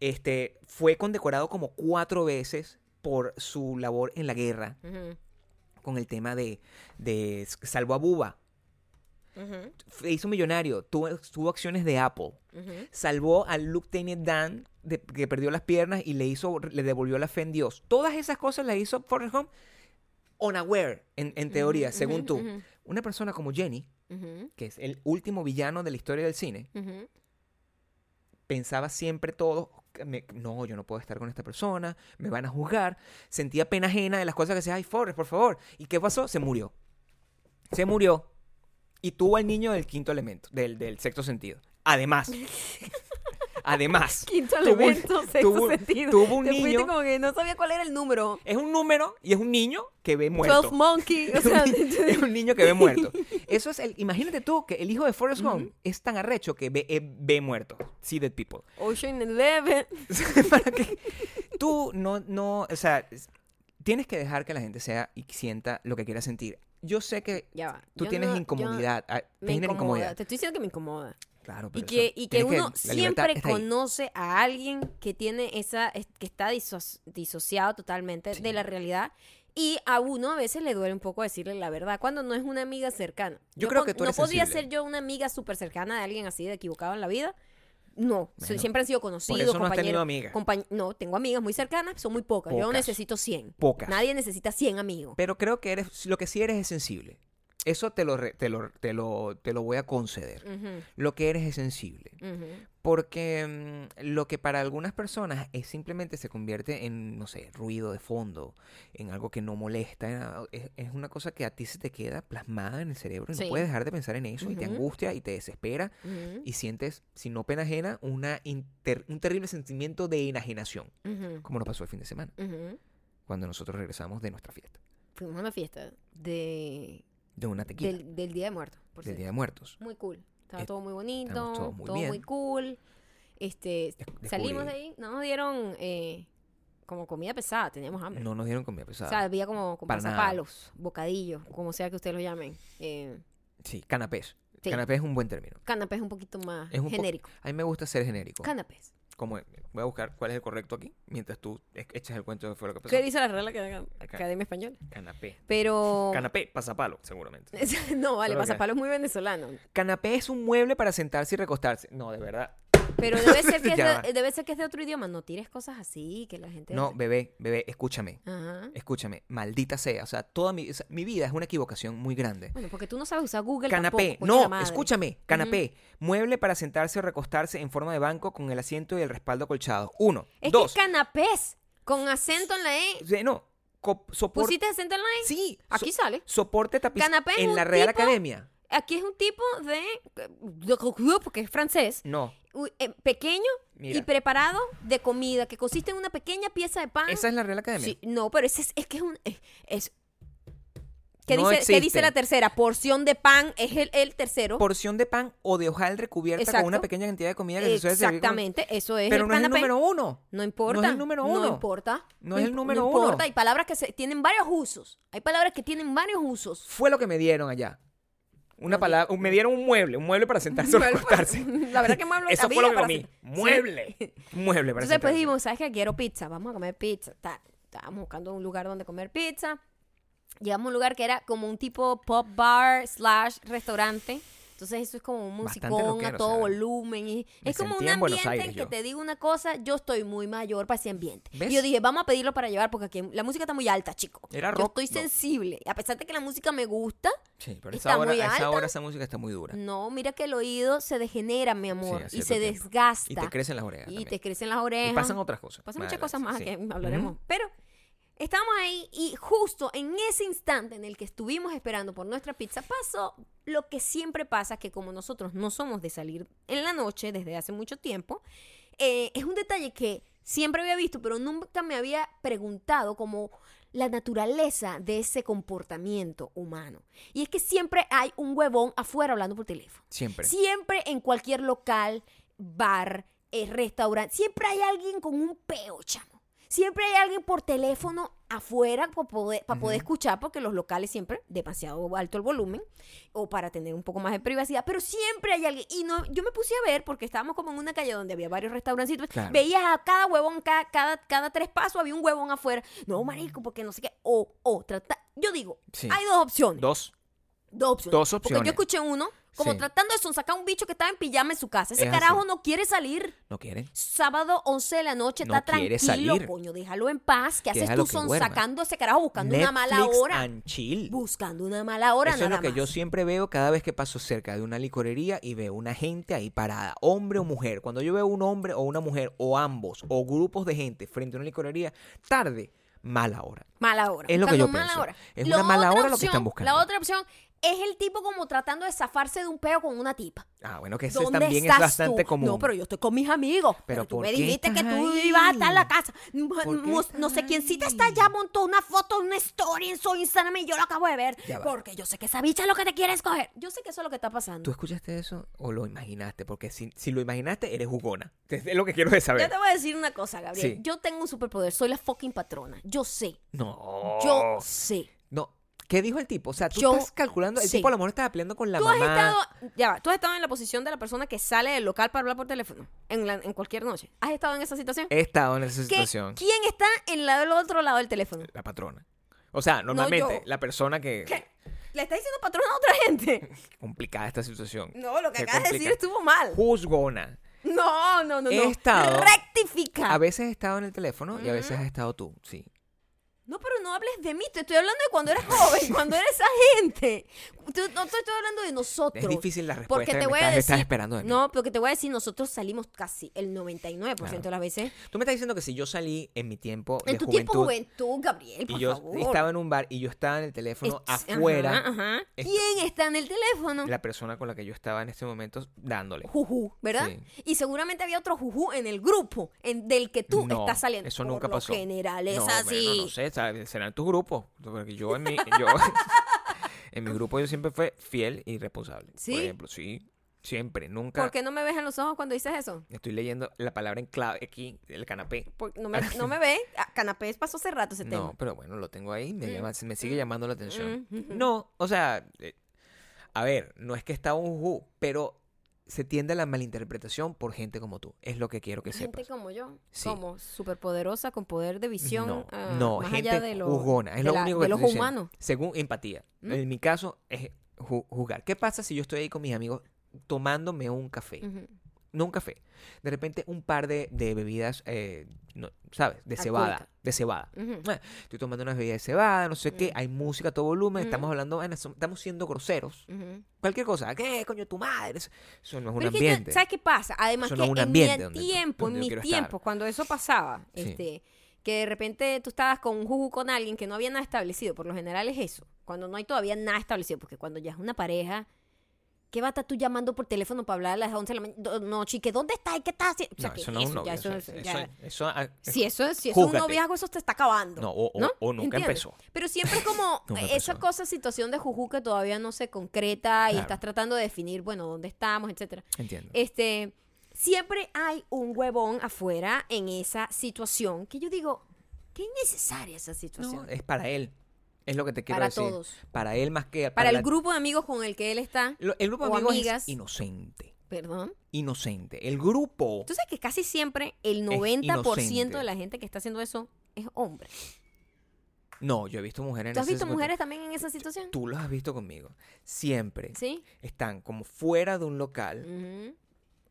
[SPEAKER 2] este, fue condecorado como cuatro veces por su labor en la guerra
[SPEAKER 1] Ujú,
[SPEAKER 2] con el tema de, de s- Salvo a Buba.
[SPEAKER 1] ujú,
[SPEAKER 2] F- Hizo millonario. Tuvo, tuvo acciones de Apple.
[SPEAKER 1] ujú.
[SPEAKER 2] Salvó a Luke Tennant Dan de- que perdió las piernas y le hizo le devolvió la fe en Dios. Todas esas cosas las hizo Forrest Gump unaware, en, en teoría,
[SPEAKER 1] Ujú,
[SPEAKER 2] según
[SPEAKER 1] ujú,
[SPEAKER 2] tú.
[SPEAKER 1] ujú,
[SPEAKER 2] Una persona como Jenny,
[SPEAKER 1] ujú,
[SPEAKER 2] que es el último villano de la historia del cine,
[SPEAKER 1] ujú.
[SPEAKER 2] pensaba siempre todo, que me- no, yo no puedo estar con esta persona, me van a juzgar, sentía pena ajena de las cosas que decía, ay, Forrest, por favor. ¿Y qué pasó? Se murió. Se murió y tuvo al niño del quinto elemento, del, del sexto sentido. Además, además,
[SPEAKER 1] Quinto
[SPEAKER 2] Tuvo un-
[SPEAKER 1] elemento, sexto
[SPEAKER 2] tuvo-
[SPEAKER 1] sentido.
[SPEAKER 2] tuvo un
[SPEAKER 1] Te fuiste
[SPEAKER 2] niño-
[SPEAKER 1] como que no sabía cuál era el número.
[SPEAKER 2] es un número y es un niño que ve muerto.
[SPEAKER 1] 12 Monkey. O
[SPEAKER 2] Es un
[SPEAKER 1] sea,
[SPEAKER 2] niño- es un niño que ve muerto. Eso es el, imagínate tú que el hijo de Forrest Gump es tan arrecho que ve, eh, ve muerto. See dead people.
[SPEAKER 1] Ocean Eleven.
[SPEAKER 2] para que tú no, no, o sea, es- tienes que dejar que la gente sea y sienta lo que quiera sentir. Yo sé que
[SPEAKER 1] Ya va.
[SPEAKER 2] tú
[SPEAKER 1] Yo
[SPEAKER 2] tienes
[SPEAKER 1] no- yo
[SPEAKER 2] incomodidad, ah,
[SPEAKER 1] Me
[SPEAKER 2] tienes
[SPEAKER 1] incomoda.
[SPEAKER 2] incomodidad.
[SPEAKER 1] Te estoy diciendo que me incomoda.
[SPEAKER 2] Claro,
[SPEAKER 1] Y
[SPEAKER 2] pero
[SPEAKER 1] que,
[SPEAKER 2] eso-
[SPEAKER 1] y que
[SPEAKER 2] tienes
[SPEAKER 1] uno
[SPEAKER 2] la libertad
[SPEAKER 1] siempre
[SPEAKER 2] está ahí.
[SPEAKER 1] conoce a alguien que tiene esa, es- que está diso- disociado totalmente de la realidad. Y a uno a veces le duele un poco decirle la verdad cuando no es una amiga cercana.
[SPEAKER 2] Yo creo
[SPEAKER 1] pon-
[SPEAKER 2] que tú eres
[SPEAKER 1] No podía
[SPEAKER 2] sensible.
[SPEAKER 1] ser yo una amiga súper cercana de alguien así de equivocado en la vida. No, so-
[SPEAKER 2] Bueno,
[SPEAKER 1] siempre han sido conocidos,
[SPEAKER 2] eso no has
[SPEAKER 1] compañeros.
[SPEAKER 2] tenido amigas.
[SPEAKER 1] compañ- no, tengo amigas muy cercanas, son muy pocas. Yo no
[SPEAKER 2] Pocas.
[SPEAKER 1] necesito 100.
[SPEAKER 2] Pocas.
[SPEAKER 1] Nadie necesita 100 amigos.
[SPEAKER 2] Pero creo que eres, lo que sí eres es sensible. Eso te lo, re- te lo, te lo, te lo voy a conceder.
[SPEAKER 1] Ujú,
[SPEAKER 2] Lo que eres es sensible.
[SPEAKER 1] ujú.
[SPEAKER 2] Porque mm, lo que para algunas personas es simplemente se convierte en, no sé, ruido de fondo, en algo que no molesta, en a- es, es una cosa que a ti se te queda plasmada en el cerebro y
[SPEAKER 1] Sí.
[SPEAKER 2] no puedes dejar de pensar en eso y te
[SPEAKER 1] Ujú.
[SPEAKER 2] angustia y te desespera
[SPEAKER 1] Ujú,
[SPEAKER 2] y sientes, si no pena ajena, una inter- un terrible sentimiento de enajenación,
[SPEAKER 1] ujú,
[SPEAKER 2] como nos pasó el fin de semana,
[SPEAKER 1] ujú.
[SPEAKER 2] cuando nosotros regresamos de nuestra fiesta,
[SPEAKER 1] Fuimos a una fiesta de
[SPEAKER 2] de una tequila, del,
[SPEAKER 1] del, del Día de Muertos, por cierto.
[SPEAKER 2] Día de Muertos.
[SPEAKER 1] Muy cool. Estaba
[SPEAKER 2] Eh,
[SPEAKER 1] todo muy bonito,
[SPEAKER 2] estábamos todos muy
[SPEAKER 1] todo
[SPEAKER 2] bien.
[SPEAKER 1] muy cool. Este,
[SPEAKER 2] Descubrí-
[SPEAKER 1] salimos de ahí, no nos dieron eh, como comida pesada, teníamos hambre.
[SPEAKER 2] No nos dieron comida
[SPEAKER 1] o
[SPEAKER 2] pesada.
[SPEAKER 1] sea, había como, como
[SPEAKER 2] para nada.
[SPEAKER 1] pasapalos, bocadillos, como sea que ustedes lo llamen. Eh,
[SPEAKER 2] sí, canapés.
[SPEAKER 1] Sí.
[SPEAKER 2] Canapés es un buen término.
[SPEAKER 1] canapés un poquito más
[SPEAKER 2] Es un po-
[SPEAKER 1] genérico.
[SPEAKER 2] A mí me gusta ser genérico.
[SPEAKER 1] Canapés.
[SPEAKER 2] como voy a buscar cuál es el correcto aquí mientras tú e- echas el cuento de qué fue lo que pasó.
[SPEAKER 1] ¿Qué dice la Real Acad- Academia Española?
[SPEAKER 2] Canapé.
[SPEAKER 1] Pero...
[SPEAKER 2] Canapé, pasapalo, seguramente.
[SPEAKER 1] no, vale,
[SPEAKER 2] Solo que-
[SPEAKER 1] pasapalos muy venezolano.
[SPEAKER 2] Canapé es un mueble para sentarse y recostarse. No, de verdad.
[SPEAKER 1] Pero debe ser, que es
[SPEAKER 2] Ya
[SPEAKER 1] de, debe ser que es de otro idioma. No tires cosas así, que la gente...
[SPEAKER 2] No, bebé, bebé, escúchame.
[SPEAKER 1] Ajá.
[SPEAKER 2] Escúchame, maldita sea. O sea, toda mi, o sea, mi vida es una equivocación muy grande.
[SPEAKER 1] Bueno, porque tú no sabes usar Google
[SPEAKER 2] Canapé,
[SPEAKER 1] Pues tampoco, coño la
[SPEAKER 2] no,
[SPEAKER 1] madre.
[SPEAKER 2] escúchame, canapé, mueble para sentarse o recostarse en forma de banco con el asiento y el respaldo colchado. Uno,
[SPEAKER 1] Es
[SPEAKER 2] dos,
[SPEAKER 1] que es canapés, con acento en la E.
[SPEAKER 2] eh, no, co- soporte,
[SPEAKER 1] ¿Pusiste acento en la E?
[SPEAKER 2] sí, so-
[SPEAKER 1] Aquí sale.
[SPEAKER 2] soporte tapiz
[SPEAKER 1] Canapé es
[SPEAKER 2] en
[SPEAKER 1] un
[SPEAKER 2] la Real
[SPEAKER 1] tipo-
[SPEAKER 2] Academia.
[SPEAKER 1] Aquí es un tipo de... de- Porque es francés.
[SPEAKER 2] No,
[SPEAKER 1] u- eh, pequeño y
[SPEAKER 2] Mira.
[SPEAKER 1] preparado de comida, que consiste en una pequeña pieza de pan.
[SPEAKER 2] esa es la Real Academia.
[SPEAKER 1] Ah. Sí, no, pero ese es, es que es un... Es, es- ¿Qué,
[SPEAKER 2] No
[SPEAKER 1] dice, qué dice
[SPEAKER 2] existe.
[SPEAKER 1] la tercera? Porción de pan es el, el tercero.
[SPEAKER 2] Porción de pan o de hojaldre cubierta
[SPEAKER 1] Exacto.
[SPEAKER 2] con una pequeña cantidad de comida que se suele servir con-
[SPEAKER 1] Exactamente, eso es
[SPEAKER 2] Pero
[SPEAKER 1] el
[SPEAKER 2] no es el
[SPEAKER 1] canapé.
[SPEAKER 2] número uno.
[SPEAKER 1] No importa.
[SPEAKER 2] No es el número uno.
[SPEAKER 1] No importa.
[SPEAKER 2] No es el
[SPEAKER 1] imp-
[SPEAKER 2] número
[SPEAKER 1] no importa.
[SPEAKER 2] uno.
[SPEAKER 1] Hay palabras que se- tienen varios usos. Hay palabras que tienen varios usos.
[SPEAKER 2] Fue lo que me dieron allá. Una
[SPEAKER 1] Oye.
[SPEAKER 2] palabra, me dieron un mueble, un mueble para sentarse o
[SPEAKER 1] Mueble para-
[SPEAKER 2] recostarse.
[SPEAKER 1] pues, la verdad que mueble
[SPEAKER 2] Eso
[SPEAKER 1] había
[SPEAKER 2] fue lo que
[SPEAKER 1] para
[SPEAKER 2] comí.
[SPEAKER 1] sentar-
[SPEAKER 2] Mueble. Mueble para
[SPEAKER 1] Entonces después
[SPEAKER 2] sentarse.
[SPEAKER 1] dijimos, ¿sabes qué? Quiero pizza. Vamos a comer pizza. Ta- Estábamos buscando un lugar donde comer pizza. Llegamos a un lugar que era como un tipo pop bar slash restaurante. Entonces eso es como un
[SPEAKER 2] Bastante
[SPEAKER 1] musicón
[SPEAKER 2] rockero,
[SPEAKER 1] a todo
[SPEAKER 2] o sea,
[SPEAKER 1] volumen. y-
[SPEAKER 2] me
[SPEAKER 1] es como un
[SPEAKER 2] sentía en Buenos
[SPEAKER 1] ambiente en,
[SPEAKER 2] Aires
[SPEAKER 1] que
[SPEAKER 2] yo.
[SPEAKER 1] te digo una cosa, yo estoy muy mayor para ese ambiente.
[SPEAKER 2] ¿Ves?
[SPEAKER 1] Y yo dije, vamos a pedirlo para llevar porque aquí la música está muy alta, chico.
[SPEAKER 2] Era
[SPEAKER 1] yo
[SPEAKER 2] rock,
[SPEAKER 1] estoy
[SPEAKER 2] no.
[SPEAKER 1] sensible. A pesar de que la música me gusta,
[SPEAKER 2] Sí, pero a
[SPEAKER 1] Está
[SPEAKER 2] esa, hora,
[SPEAKER 1] muy
[SPEAKER 2] a
[SPEAKER 1] alta.
[SPEAKER 2] esa hora esa música está muy dura.
[SPEAKER 1] no, mira que el oído se degenera, mi amor,
[SPEAKER 2] Sí, a
[SPEAKER 1] y
[SPEAKER 2] cierto
[SPEAKER 1] se
[SPEAKER 2] tiempo.
[SPEAKER 1] desgasta.
[SPEAKER 2] Y te crecen las orejas.
[SPEAKER 1] Y
[SPEAKER 2] también.
[SPEAKER 1] te crecen las orejas.
[SPEAKER 2] Y pasan otras cosas.
[SPEAKER 1] Pasan
[SPEAKER 2] más
[SPEAKER 1] muchas cosas más
[SPEAKER 2] adelante, sí.
[SPEAKER 1] que hablaremos. Pero estábamos ahí y justo en ese instante en el que estuvimos esperando por nuestra pizza, pasó lo que siempre pasa, que como nosotros no somos de salir en la noche desde hace mucho tiempo, eh, es un detalle que siempre había visto, pero nunca me había preguntado como la naturaleza de ese comportamiento humano. Y es que siempre hay un huevón afuera hablando por teléfono.
[SPEAKER 2] Siempre.
[SPEAKER 1] Siempre en cualquier local, bar, eh, restaurante, siempre hay alguien con un peo, chamo. Siempre hay alguien por teléfono afuera para poder, pa' poder escuchar, porque los locales siempre demasiado alto el volumen, o para tener un poco más de privacidad, pero siempre hay alguien. Y no, yo me puse a ver, porque estábamos como en una calle donde había varios restaurancitos, pues,
[SPEAKER 2] Claro.
[SPEAKER 1] veías a cada huevón, cada, cada, cada tres pasos había un huevón afuera. No, marico, porque no sé qué. O, o, trata- Yo digo,
[SPEAKER 2] Sí.
[SPEAKER 1] hay dos opciones.
[SPEAKER 2] Dos.
[SPEAKER 1] Dos opciones.
[SPEAKER 2] Dos
[SPEAKER 1] Porque
[SPEAKER 2] opciones.
[SPEAKER 1] yo escuché uno como
[SPEAKER 2] Sí.
[SPEAKER 1] tratando de sonsacar a un bicho que estaba en pijama en su casa. Ese
[SPEAKER 2] Es así.
[SPEAKER 1] carajo no quiere salir.
[SPEAKER 2] No quieren.
[SPEAKER 1] Sábado 11 de la noche,
[SPEAKER 2] No
[SPEAKER 1] está
[SPEAKER 2] quiere
[SPEAKER 1] tranquilo,
[SPEAKER 2] salir.
[SPEAKER 1] coño. Déjalo en paz. ¿Qué
[SPEAKER 2] Que
[SPEAKER 1] haces
[SPEAKER 2] déjalo
[SPEAKER 1] tú
[SPEAKER 2] que duerma.
[SPEAKER 1] sonsacando a ese carajo buscando una mala
[SPEAKER 2] Netflix
[SPEAKER 1] hora?
[SPEAKER 2] and chill.
[SPEAKER 1] Buscando una mala hora,
[SPEAKER 2] Eso es
[SPEAKER 1] nada
[SPEAKER 2] lo que
[SPEAKER 1] más.
[SPEAKER 2] yo siempre veo cada vez que paso cerca de una licorería y veo una gente ahí parada, hombre o mujer. Cuando yo veo un hombre o una mujer o ambos o grupos de gente frente a una licorería, tarde, mala hora.
[SPEAKER 1] Mala hora.
[SPEAKER 2] Es lo que
[SPEAKER 1] buscando
[SPEAKER 2] yo
[SPEAKER 1] mala
[SPEAKER 2] pienso.
[SPEAKER 1] hora.
[SPEAKER 2] Es
[SPEAKER 1] La
[SPEAKER 2] una mala
[SPEAKER 1] otra
[SPEAKER 2] hora lo que están buscando.
[SPEAKER 1] La otra opción es el tipo como tratando de zafarse de un peo con una tipa.
[SPEAKER 2] Ah, bueno, que eso
[SPEAKER 1] ¿Dónde
[SPEAKER 2] también es
[SPEAKER 1] estás
[SPEAKER 2] bastante
[SPEAKER 1] tú?
[SPEAKER 2] común.
[SPEAKER 1] No, pero yo estoy con mis amigos. Pero, tú
[SPEAKER 2] ¿por
[SPEAKER 1] me
[SPEAKER 2] qué
[SPEAKER 1] dijiste que
[SPEAKER 2] estás
[SPEAKER 1] tú
[SPEAKER 2] ahí?
[SPEAKER 1] ibas a estar en la casa.
[SPEAKER 2] ¿Por qué
[SPEAKER 1] Mos-
[SPEAKER 2] estás
[SPEAKER 1] No sé quién cita está
[SPEAKER 2] ahí?
[SPEAKER 1] allá, montó una foto, una story en su Instagram y yo lo acabo de ver.
[SPEAKER 2] Ya va.
[SPEAKER 1] Porque yo sé que esa bicha es lo que te quiere escoger. Yo sé que eso es lo que está
[SPEAKER 2] ¿Tú
[SPEAKER 1] pasando.
[SPEAKER 2] escuchaste eso o lo imaginaste? Porque si, si lo imaginaste, eres jugona. Es lo que quiero de
[SPEAKER 1] Yo
[SPEAKER 2] saber.
[SPEAKER 1] te voy a decir una cosa, Gabriel.
[SPEAKER 2] Sí.
[SPEAKER 1] Yo tengo un superpoder. Soy la fucking patrona. Yo sé.
[SPEAKER 2] No.
[SPEAKER 1] Yo sé.
[SPEAKER 2] No. ¿Qué dijo el tipo? O sea, tú
[SPEAKER 1] Yo-
[SPEAKER 2] estás calculando. El
[SPEAKER 1] sí.
[SPEAKER 2] tipo a lo mejor estaba peleando con la
[SPEAKER 1] Tú has
[SPEAKER 2] mamá.
[SPEAKER 1] estado, ya va, tú has estado en la posición de la persona que sale del local para hablar por teléfono en, la- en cualquier noche. ¿Has estado en esa situación?
[SPEAKER 2] He estado en esa
[SPEAKER 1] ¿Qué-
[SPEAKER 2] situación.
[SPEAKER 1] ¿Quién está en la del otro lado del teléfono?
[SPEAKER 2] La patrona. O sea, normalmente la persona que.
[SPEAKER 1] ¿Qué? ¿Le está diciendo patrón a otra gente?
[SPEAKER 2] Complicada esta situación.
[SPEAKER 1] No, lo que
[SPEAKER 2] Qué
[SPEAKER 1] acabas de decir
[SPEAKER 2] complicado.
[SPEAKER 1] estuvo mal.
[SPEAKER 2] Juzgona.
[SPEAKER 1] No, no, no, no.
[SPEAKER 2] He estado-
[SPEAKER 1] Rectifica.
[SPEAKER 2] A veces he estado en el teléfono y a veces has estado tú. Sí.
[SPEAKER 1] No, pero no hables de mí. Te estoy hablando de cuando eras joven, cuando eras esa gente. Tú- no te estoy hablando de nosotros.
[SPEAKER 2] Es difícil la respuesta
[SPEAKER 1] Porque
[SPEAKER 2] que
[SPEAKER 1] te
[SPEAKER 2] me
[SPEAKER 1] voy a
[SPEAKER 2] estás-
[SPEAKER 1] decir.
[SPEAKER 2] estás esperando de mí.
[SPEAKER 1] No, porque te voy a decir, nosotros salimos casi el 99% de las veces.
[SPEAKER 2] Tú me estás diciendo que si yo salí en mi tiempo
[SPEAKER 1] En
[SPEAKER 2] de
[SPEAKER 1] tu tiempo
[SPEAKER 2] juventud.
[SPEAKER 1] juventud, Gabriel, por
[SPEAKER 2] y yo
[SPEAKER 1] favor.
[SPEAKER 2] estaba en un bar y yo estaba en el teléfono
[SPEAKER 1] Es-
[SPEAKER 2] afuera.
[SPEAKER 1] ajá, ajá.
[SPEAKER 2] es-
[SPEAKER 1] ¿Quién está en el teléfono?
[SPEAKER 2] La persona con la que yo estaba en este momento dándole.
[SPEAKER 1] Juju, ¿verdad?
[SPEAKER 2] Sí.
[SPEAKER 1] Y seguramente había otro juju en el grupo en, del que tú
[SPEAKER 2] No,
[SPEAKER 1] estás saliendo.
[SPEAKER 2] Eso
[SPEAKER 1] Por
[SPEAKER 2] nunca
[SPEAKER 1] lo
[SPEAKER 2] pasó.
[SPEAKER 1] general es
[SPEAKER 2] no, bueno,
[SPEAKER 1] así.
[SPEAKER 2] no sé, ¿sabes? serán tus grupos. Porque yo en mi, yo, en mi grupo yo siempre fui fiel y responsable.
[SPEAKER 1] ¿Sí?
[SPEAKER 2] Por ejemplo, sí. Siempre, nunca.
[SPEAKER 1] ¿Por qué no me ves en los ojos cuando dices eso?
[SPEAKER 2] Estoy leyendo la palabra en clave aquí, el canapé.
[SPEAKER 1] Por- no, me, no me ves. Ah, Canapés pasó hace rato ese tema.
[SPEAKER 2] No, pero bueno, lo tengo ahí,
[SPEAKER 1] Mm.
[SPEAKER 2] me, llama- me sigue llamando la atención. No, o sea, eh, a ver, no es que está un ju, pero se tiende a la malinterpretación por gente como tú. Es lo que quiero que
[SPEAKER 1] Gente
[SPEAKER 2] sepas.
[SPEAKER 1] como yo,
[SPEAKER 2] Sí.
[SPEAKER 1] como superpoderosa, con poder de visión,
[SPEAKER 2] No,
[SPEAKER 1] ah,
[SPEAKER 2] no,
[SPEAKER 1] más
[SPEAKER 2] gente
[SPEAKER 1] allá de lo,
[SPEAKER 2] juzgona. Es
[SPEAKER 1] de
[SPEAKER 2] lo
[SPEAKER 1] la-
[SPEAKER 2] único
[SPEAKER 1] de
[SPEAKER 2] que
[SPEAKER 1] los
[SPEAKER 2] estoy diciendo.
[SPEAKER 1] humanos.
[SPEAKER 2] Según empatía.
[SPEAKER 1] ¿Mm?
[SPEAKER 2] En mi
[SPEAKER 1] Mm.
[SPEAKER 2] caso es ju- jugar. ¿Qué pasa si yo estoy ahí con mis amigos tomándome un café?
[SPEAKER 1] Ujú.
[SPEAKER 2] no un café, de repente un par de, de bebidas, eh, no, ¿sabes? De cebada,
[SPEAKER 1] Alcohólica.
[SPEAKER 2] de cebada.
[SPEAKER 1] Ujú.
[SPEAKER 2] Ah, Estoy tomando unas bebidas de cebada, no sé qué,
[SPEAKER 1] Mm.
[SPEAKER 2] hay música a todo volumen,
[SPEAKER 1] Mm.
[SPEAKER 2] estamos hablando, vainas, som- estamos siendo groseros.
[SPEAKER 1] Ujú.
[SPEAKER 2] Cualquier cosa, ¿qué coño tu madre? Eso- Eso no es un
[SPEAKER 1] Pero es que yo-
[SPEAKER 2] ambiente.
[SPEAKER 1] ¿Sabes qué pasa? Además
[SPEAKER 2] Eso
[SPEAKER 1] que
[SPEAKER 2] no es un
[SPEAKER 1] en
[SPEAKER 2] ambiente
[SPEAKER 1] mi
[SPEAKER 2] donde-
[SPEAKER 1] tiempo,
[SPEAKER 2] donde yo
[SPEAKER 1] en
[SPEAKER 2] quiero
[SPEAKER 1] mis
[SPEAKER 2] estar.
[SPEAKER 1] tiempos, cuando eso pasaba,
[SPEAKER 2] Sí.
[SPEAKER 1] este, que de repente tú estabas con un juju con alguien que no había nada establecido, por lo general es eso. Cuando no hay todavía nada establecido, porque cuando ya es una pareja, ¿qué va a estar tú llamando por teléfono para hablar a las 11 de la mañana? No, chique, ¿dónde estás? ¿Y ¿Qué estás haciendo? O sea,
[SPEAKER 2] no,
[SPEAKER 1] que
[SPEAKER 2] eso no es un
[SPEAKER 1] eso
[SPEAKER 2] novio.
[SPEAKER 1] ya,
[SPEAKER 2] Eso,
[SPEAKER 1] eso-
[SPEAKER 2] eso-
[SPEAKER 1] ya-
[SPEAKER 2] eso- ah,
[SPEAKER 1] si eso, es- si eso es un
[SPEAKER 2] Júgate.
[SPEAKER 1] noviazo, eso te está acabando.
[SPEAKER 2] No, o- o- o nunca empezó.
[SPEAKER 1] Pero siempre es como
[SPEAKER 2] Nunca
[SPEAKER 1] esa
[SPEAKER 2] empezó.
[SPEAKER 1] cosa, situación de juju que todavía no se concreta y
[SPEAKER 2] Claro.
[SPEAKER 1] estás tratando de definir, bueno, dónde estamos, etcétera.
[SPEAKER 2] Entiendo.
[SPEAKER 1] Este, siempre hay un huevón afuera en esa situación que yo digo, qué innecesaria esa situación.
[SPEAKER 2] No, es para él. Es lo que te quiero
[SPEAKER 1] Para
[SPEAKER 2] decir.
[SPEAKER 1] todos.
[SPEAKER 2] Para él más que
[SPEAKER 1] Para el
[SPEAKER 2] la-
[SPEAKER 1] grupo de amigos con el que él está,
[SPEAKER 2] Lo- El grupo de
[SPEAKER 1] o
[SPEAKER 2] amigos
[SPEAKER 1] amigas.
[SPEAKER 2] es inocente.
[SPEAKER 1] perdón.
[SPEAKER 2] Inocente. El grupo.
[SPEAKER 1] Tú sabes que casi siempre el 90%
[SPEAKER 2] inocente.
[SPEAKER 1] de la gente que está haciendo eso es hombre.
[SPEAKER 2] No, yo he visto mujeres en
[SPEAKER 1] ¿Tú has
[SPEAKER 2] esa
[SPEAKER 1] visto
[SPEAKER 2] circun-
[SPEAKER 1] mujeres también en esa situación?
[SPEAKER 2] Tú los has visto conmigo. Siempre
[SPEAKER 1] Sí.
[SPEAKER 2] están como fuera de un local,
[SPEAKER 1] Ujú.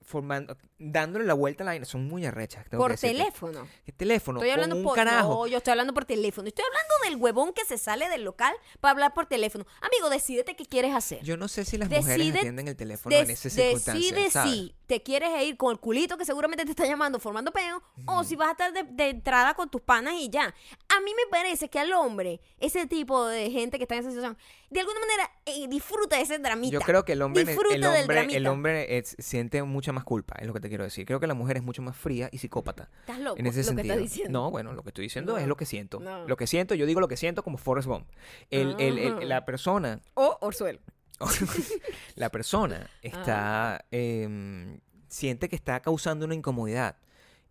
[SPEAKER 2] formando, dándole la vuelta a la vaina. Son muy arrechas. tengo que
[SPEAKER 1] Por
[SPEAKER 2] decirte.
[SPEAKER 1] teléfono.
[SPEAKER 2] ¿Qué teléfono?
[SPEAKER 1] Estoy hablando
[SPEAKER 2] con un
[SPEAKER 1] por
[SPEAKER 2] carajo.
[SPEAKER 1] No, yo estoy hablando por teléfono. Estoy hablando del huevón que se sale del local para hablar por teléfono. Amigo, decídete qué quieres hacer.
[SPEAKER 2] Yo no sé si las mujeres
[SPEAKER 1] Decide-
[SPEAKER 2] atienden el teléfono en
[SPEAKER 1] Des-
[SPEAKER 2] esas circunstancias.
[SPEAKER 1] decide
[SPEAKER 2] ¿sabes?
[SPEAKER 1] si te quieres ir con el culito que seguramente te está llamando formando peo o si vas a estar de, de entrada con tus panas y ya. A mí me parece que al hombre, ese tipo de gente que está en esa situación, de alguna manera eh, disfruta de ese dramita.
[SPEAKER 2] Yo creo que el hombre, el
[SPEAKER 1] Disfruta del
[SPEAKER 2] hombre,
[SPEAKER 1] dramita.
[SPEAKER 2] el hombre es- siente mucha más culpa, es lo que te quiero decir. Creo que la mujer es mucho más fría y psicópata.
[SPEAKER 1] Estás loco
[SPEAKER 2] en ese
[SPEAKER 1] lo
[SPEAKER 2] sentido.
[SPEAKER 1] que estás diciendo.
[SPEAKER 2] No, bueno, lo que estoy diciendo
[SPEAKER 1] No,
[SPEAKER 2] es lo que siento.
[SPEAKER 1] no.
[SPEAKER 2] Lo que siento, yo digo lo que siento como Forrest Gump. El- el- el-
[SPEAKER 1] Ah.
[SPEAKER 2] la persona,
[SPEAKER 1] O Orzuelo.
[SPEAKER 2] la persona
[SPEAKER 1] Ah.
[SPEAKER 2] está, em, siente que está causando una incomodidad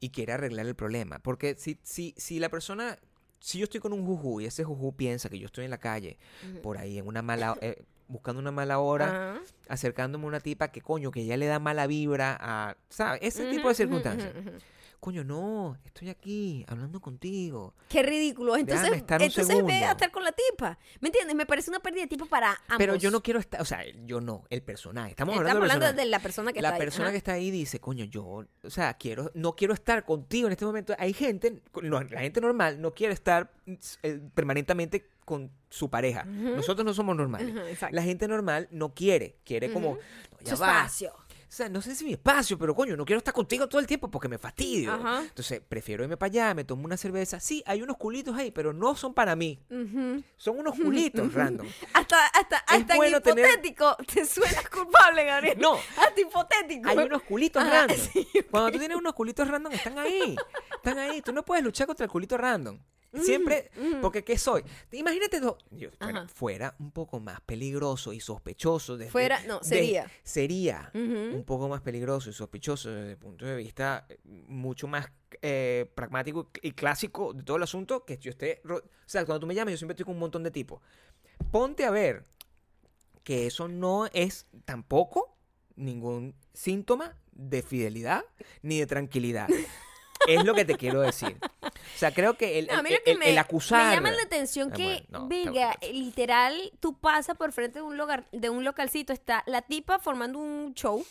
[SPEAKER 2] y quiere arreglar el problema. Porque si, si, si la persona, si yo estoy con un juju y ese juju piensa que yo estoy en la calle, por ahí, en una mala, eh, buscando una mala hora,
[SPEAKER 1] Ajá.
[SPEAKER 2] acercándome a una tipa que coño, que ya le da mala vibra a, ¿sabes? Ese tipo
[SPEAKER 1] Ujú,
[SPEAKER 2] de circunstancias.
[SPEAKER 1] ujú, ujú, ujú.
[SPEAKER 2] Coño, no, estoy aquí hablando contigo.
[SPEAKER 1] Qué ridículo. Entonces,
[SPEAKER 2] Déjame estar un
[SPEAKER 1] entonces ve
[SPEAKER 2] segundo.
[SPEAKER 1] a estar con la tipa. ¿Me entiendes? Me parece una pérdida de tiempo para ambos.
[SPEAKER 2] Pero yo no quiero estar, o sea, yo no, el personaje. Estamos hablando,
[SPEAKER 1] Estamos
[SPEAKER 2] del
[SPEAKER 1] hablando
[SPEAKER 2] personaje.
[SPEAKER 1] de la persona que
[SPEAKER 2] la
[SPEAKER 1] está ahí.
[SPEAKER 2] persona
[SPEAKER 1] Ajá.
[SPEAKER 2] que está ahí dice, coño, yo, o sea, quiero, no quiero estar contigo en este momento. Hay gente, no, la gente normal no quiere estar eh, permanentemente con su pareja. Nosotros no somos normales.
[SPEAKER 1] Ujú, exacto.
[SPEAKER 2] La gente normal no quiere, quiere como, no, ya
[SPEAKER 1] Su
[SPEAKER 2] va.
[SPEAKER 1] espacio.
[SPEAKER 2] O sea, no sé si mi espacio, pero coño, no quiero estar contigo todo el tiempo porque me fastidio.
[SPEAKER 1] Ajá.
[SPEAKER 2] Entonces, prefiero irme para allá, me tomo una cerveza. Sí, hay unos culitos ahí, pero no son para mí.
[SPEAKER 1] Ujú.
[SPEAKER 2] Son unos culitos random.
[SPEAKER 1] Hasta, hasta, hasta
[SPEAKER 2] bueno
[SPEAKER 1] en
[SPEAKER 2] tener-
[SPEAKER 1] hipotético te suenas culpable, Gabriel.
[SPEAKER 2] No.
[SPEAKER 1] Hasta hipotético.
[SPEAKER 2] Hay unos culitos
[SPEAKER 1] Ajá,
[SPEAKER 2] random.
[SPEAKER 1] Ah, sí,
[SPEAKER 2] Cuando tú tienes unos culitos random, están ahí. Están ahí. Tú no puedes luchar contra el culito random.
[SPEAKER 1] Mm,
[SPEAKER 2] Siempre, porque ¿qué soy? Imagínate, dos- yo, bueno,
[SPEAKER 1] Ajá.
[SPEAKER 2] fuera un poco más peligroso y sospechoso. Desde,
[SPEAKER 1] Fuera- no, sería.
[SPEAKER 2] sería
[SPEAKER 1] Ujú.
[SPEAKER 2] un poco más peligroso y sospechoso desde el punto de vista eh, mucho más eh, pragmático y clásico de todo el asunto que yo esté... ro- O sea, cuando tú me llamas, yo siempre estoy con un montón de tipos. Ponte a ver que eso no es tampoco ningún síntoma de fidelidad ni de tranquilidad. es lo que te quiero decir. O sea, creo que el,
[SPEAKER 1] No, a mí lo
[SPEAKER 2] el-
[SPEAKER 1] que
[SPEAKER 2] el-
[SPEAKER 1] me,
[SPEAKER 2] el acusar...
[SPEAKER 1] me llama la atención
[SPEAKER 2] Ah,
[SPEAKER 1] que,
[SPEAKER 2] bueno, no, está
[SPEAKER 1] venga,
[SPEAKER 2] bueno.
[SPEAKER 1] literal, tú pasas por frente de un, lugar, de un localcito, está la tipa formando un show.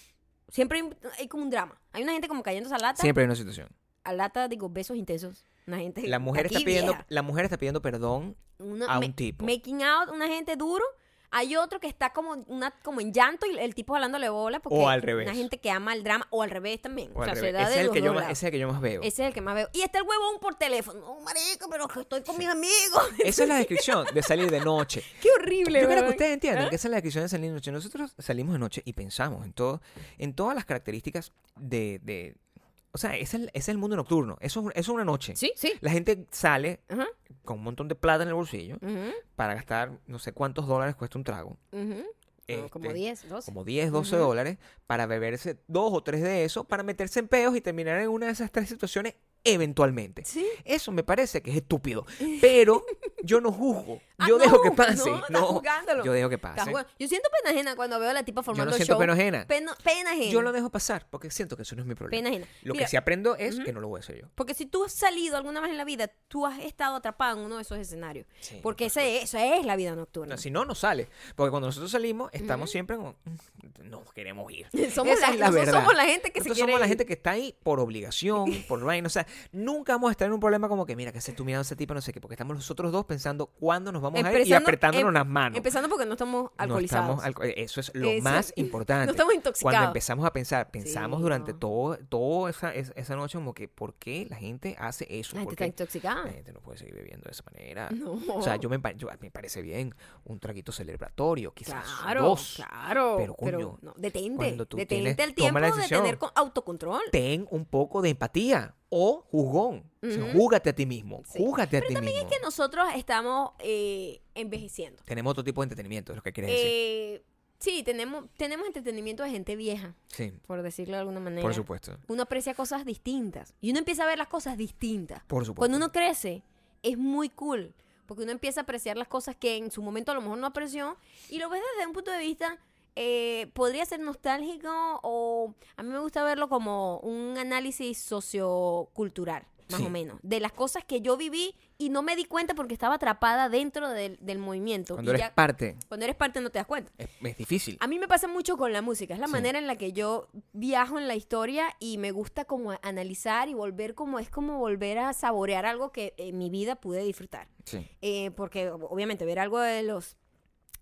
[SPEAKER 1] Siempre hay, hay como un drama. Hay una gente como cayéndose a lata.
[SPEAKER 2] Siempre hay una situación.
[SPEAKER 1] A lata, digo, besos intensos. Una gente.
[SPEAKER 2] La mujer,
[SPEAKER 1] aquí,
[SPEAKER 2] está pidiendo,
[SPEAKER 1] vieja.
[SPEAKER 2] la mujer está pidiendo perdón
[SPEAKER 1] Una-
[SPEAKER 2] a
[SPEAKER 1] me-
[SPEAKER 2] un tipo.
[SPEAKER 1] Making out, una gente duro. Hay otro que está como, una, como en llanto y el tipo jalándole bola. Porque
[SPEAKER 2] O al revés.
[SPEAKER 1] Una gente que ama el drama. O al revés también.
[SPEAKER 2] O al
[SPEAKER 1] sea,
[SPEAKER 2] revés.
[SPEAKER 1] sociedad
[SPEAKER 2] Ese
[SPEAKER 1] de
[SPEAKER 2] es el
[SPEAKER 1] los
[SPEAKER 2] que yo
[SPEAKER 1] dos
[SPEAKER 2] más-
[SPEAKER 1] lados.
[SPEAKER 2] ese es el que yo más veo.
[SPEAKER 1] Ese es el que más veo. Y está el huevón por teléfono. No, marico, pero que estoy con mis amigos.
[SPEAKER 2] Esa es la descripción de salir de noche.
[SPEAKER 1] Qué ¿Ah? horrible,
[SPEAKER 2] Yo quiero que
[SPEAKER 1] huevón.
[SPEAKER 2] ustedes entiendan que esa es la descripción de salir de noche. Nosotros salimos de noche y pensamos en todo, en todas las características de, de- o sea, ese es el, ese es el mundo nocturno. Eso, es un- eso es una noche.
[SPEAKER 1] Sí, sí.
[SPEAKER 2] La gente sale
[SPEAKER 1] Ajá.
[SPEAKER 2] con un montón de plata en el bolsillo
[SPEAKER 1] Ujú,
[SPEAKER 2] para gastar no sé cuántos dólares cuesta un trago.
[SPEAKER 1] ujú. No, como
[SPEAKER 2] Este,
[SPEAKER 1] 10, 12.
[SPEAKER 2] como 10, 12 dólares para beberse dos o tres de eso, para meterse en peos y terminar en una de esas tres situaciones eventualmente.
[SPEAKER 1] Sí.
[SPEAKER 2] Eso me parece que es estúpido. Pero yo no juzgo.
[SPEAKER 1] Ah,
[SPEAKER 2] yo
[SPEAKER 1] no,
[SPEAKER 2] dejo que pase.
[SPEAKER 1] no,
[SPEAKER 2] No,
[SPEAKER 1] estás jugándolo.
[SPEAKER 2] yo dejo que
[SPEAKER 1] Estás
[SPEAKER 2] pase.
[SPEAKER 1] jugando. Yo siento pena ajena cuando veo a la tipa formando
[SPEAKER 2] no siento
[SPEAKER 1] show.
[SPEAKER 2] pena ajena.
[SPEAKER 1] Pena, pena ajena.
[SPEAKER 2] Yo lo dejo pasar porque siento que eso no es mi problema.
[SPEAKER 1] Pena ajena.
[SPEAKER 2] Lo
[SPEAKER 1] Mira,
[SPEAKER 2] que sí aprendo es que no lo voy a hacer yo.
[SPEAKER 1] Porque si tú has salido alguna vez en la vida, tú has estado atrapado en uno de esos escenarios.
[SPEAKER 2] Sí,
[SPEAKER 1] porque ese, eso es la vida nocturna.
[SPEAKER 2] No, si no, no sale. Porque cuando nosotros salimos, estamos siempre como, "Mm, no queremos ir.
[SPEAKER 1] Somos
[SPEAKER 2] Esa
[SPEAKER 1] la-
[SPEAKER 2] es la
[SPEAKER 1] nosotros
[SPEAKER 2] verdad.
[SPEAKER 1] somos la gente que se
[SPEAKER 2] Nosotros
[SPEAKER 1] quiere
[SPEAKER 2] somos la
[SPEAKER 1] ir.
[SPEAKER 2] gente que está ahí por obligación, por vaina. O sea, nunca vamos a estar en un problema como que, mira, que se tú mirando a ese tipo, no sé qué. Porque estamos nosotros dos pensando cuándo nos vamos a ir y
[SPEAKER 1] Empezando-
[SPEAKER 2] apretándonos
[SPEAKER 1] em-
[SPEAKER 2] las manos.
[SPEAKER 1] Empezando porque no estamos
[SPEAKER 2] Ah, No
[SPEAKER 1] alcoholizados.
[SPEAKER 2] estamos alco- eh, eso es lo
[SPEAKER 1] Eso-
[SPEAKER 2] más importante.
[SPEAKER 1] no estamos intoxicados.
[SPEAKER 2] Cuando empezamos a pensar, pensamos
[SPEAKER 1] Sí,
[SPEAKER 2] durante
[SPEAKER 1] no.
[SPEAKER 2] todo, todo esa, es- esa noche como que, ¿por qué la gente hace eso?
[SPEAKER 1] La gente
[SPEAKER 2] ¿Por
[SPEAKER 1] está
[SPEAKER 2] qué
[SPEAKER 1] intoxicada.
[SPEAKER 2] La gente no puede seguir bebiendo de esa manera.
[SPEAKER 1] No.
[SPEAKER 2] O sea, yo me, pa- yo- me parece bien un traguito celebratorio, quizás
[SPEAKER 1] Claro,
[SPEAKER 2] dos.
[SPEAKER 1] claro.
[SPEAKER 2] Pero, coño,
[SPEAKER 1] no, detente.
[SPEAKER 2] cuando tú
[SPEAKER 1] Detente
[SPEAKER 2] tienes-
[SPEAKER 1] el tiempo
[SPEAKER 2] toma la
[SPEAKER 1] de
[SPEAKER 2] decisión.
[SPEAKER 1] tener con- autocontrol.
[SPEAKER 2] Ten un poco de empatía o jugón. O sea, júgate a ti mismo.
[SPEAKER 1] Sí.
[SPEAKER 2] Júgate a ti mismo.
[SPEAKER 1] Es que nosotros estamos eh, envejeciendo.
[SPEAKER 2] Tenemos otro tipo de entretenimiento, es lo que quieres decir.
[SPEAKER 1] Eh, sí, tenemos, tenemos entretenimiento de gente vieja,
[SPEAKER 2] Sí,
[SPEAKER 1] por decirlo de alguna manera.
[SPEAKER 2] por supuesto.
[SPEAKER 1] Uno aprecia cosas distintas. Y uno empieza a ver las cosas distintas.
[SPEAKER 2] Por supuesto.
[SPEAKER 1] Cuando uno crece, es muy cool. Porque uno empieza a apreciar las cosas que en su momento a lo mejor no apreció. Y lo ves desde un punto de vista. eh, podría ser nostálgico o a mí me gusta verlo como un análisis sociocultural, más
[SPEAKER 2] Sí.
[SPEAKER 1] o menos, de las cosas que yo viví y no me di cuenta porque estaba atrapada dentro del, del movimiento.
[SPEAKER 2] Cuando
[SPEAKER 1] Y
[SPEAKER 2] eres
[SPEAKER 1] ya-
[SPEAKER 2] parte,
[SPEAKER 1] cuando eres parte no te das cuenta.
[SPEAKER 2] es, es difícil.
[SPEAKER 1] A mí me pasa mucho con la música, es la
[SPEAKER 2] Sí.
[SPEAKER 1] manera en la que yo viajo en la historia y me gusta como a- analizar y volver como es como volver a saborear algo que en mi vida pude disfrutar.
[SPEAKER 2] Sí.
[SPEAKER 1] Eh, porque ob- obviamente ver algo de los,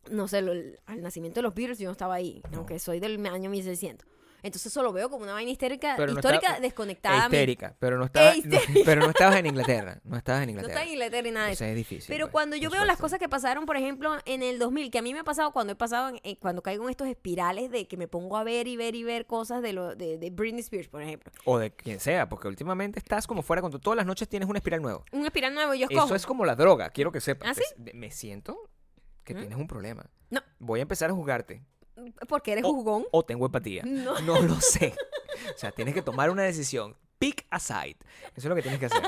[SPEAKER 1] no sé, lo- al nacimiento de los Beatles yo no estaba ahí,
[SPEAKER 2] No.
[SPEAKER 1] aunque soy del año 1600. Entonces eso lo veo como una vaina histérica,
[SPEAKER 2] Pero no
[SPEAKER 1] histórica
[SPEAKER 2] estaba-
[SPEAKER 1] desconectada. a mí.
[SPEAKER 2] Histérica, pero no, estaba,
[SPEAKER 1] Eh,
[SPEAKER 2] no- pero no estabas en Inglaterra. No estabas en
[SPEAKER 1] No
[SPEAKER 2] Inglaterra.
[SPEAKER 1] está en Inglaterra ni nada de
[SPEAKER 2] Entonces
[SPEAKER 1] eso.
[SPEAKER 2] es difícil,
[SPEAKER 1] Pero
[SPEAKER 2] pues,
[SPEAKER 1] cuando yo
[SPEAKER 2] por
[SPEAKER 1] veo las
[SPEAKER 2] suerte.
[SPEAKER 1] cosas que pasaron, por ejemplo, en el 2000, que a mí me ha pasado cuando he pasado, en- en- cuando caigo en estos espirales de que me pongo a ver y ver y ver cosas de, lo, de, de Britney Spears, por ejemplo.
[SPEAKER 2] O de quien sea, porque últimamente estás como fuera cuando todas las noches tienes una espiral nueva.
[SPEAKER 1] Un espiral nuevo, yo escojo.
[SPEAKER 2] Eso es como la droga, quiero que sepas.
[SPEAKER 1] ¿Ah, ¿Mm?
[SPEAKER 2] que es- de- Me siento que tienes un problema.
[SPEAKER 1] No,
[SPEAKER 2] Voy a empezar a jugarte.
[SPEAKER 1] porque eres
[SPEAKER 2] O-
[SPEAKER 1] jugón.
[SPEAKER 2] O tengo empatía. No. lo sé. O sea, tienes que tomar una decisión. Pick a side. Eso es lo que tienes que hacer.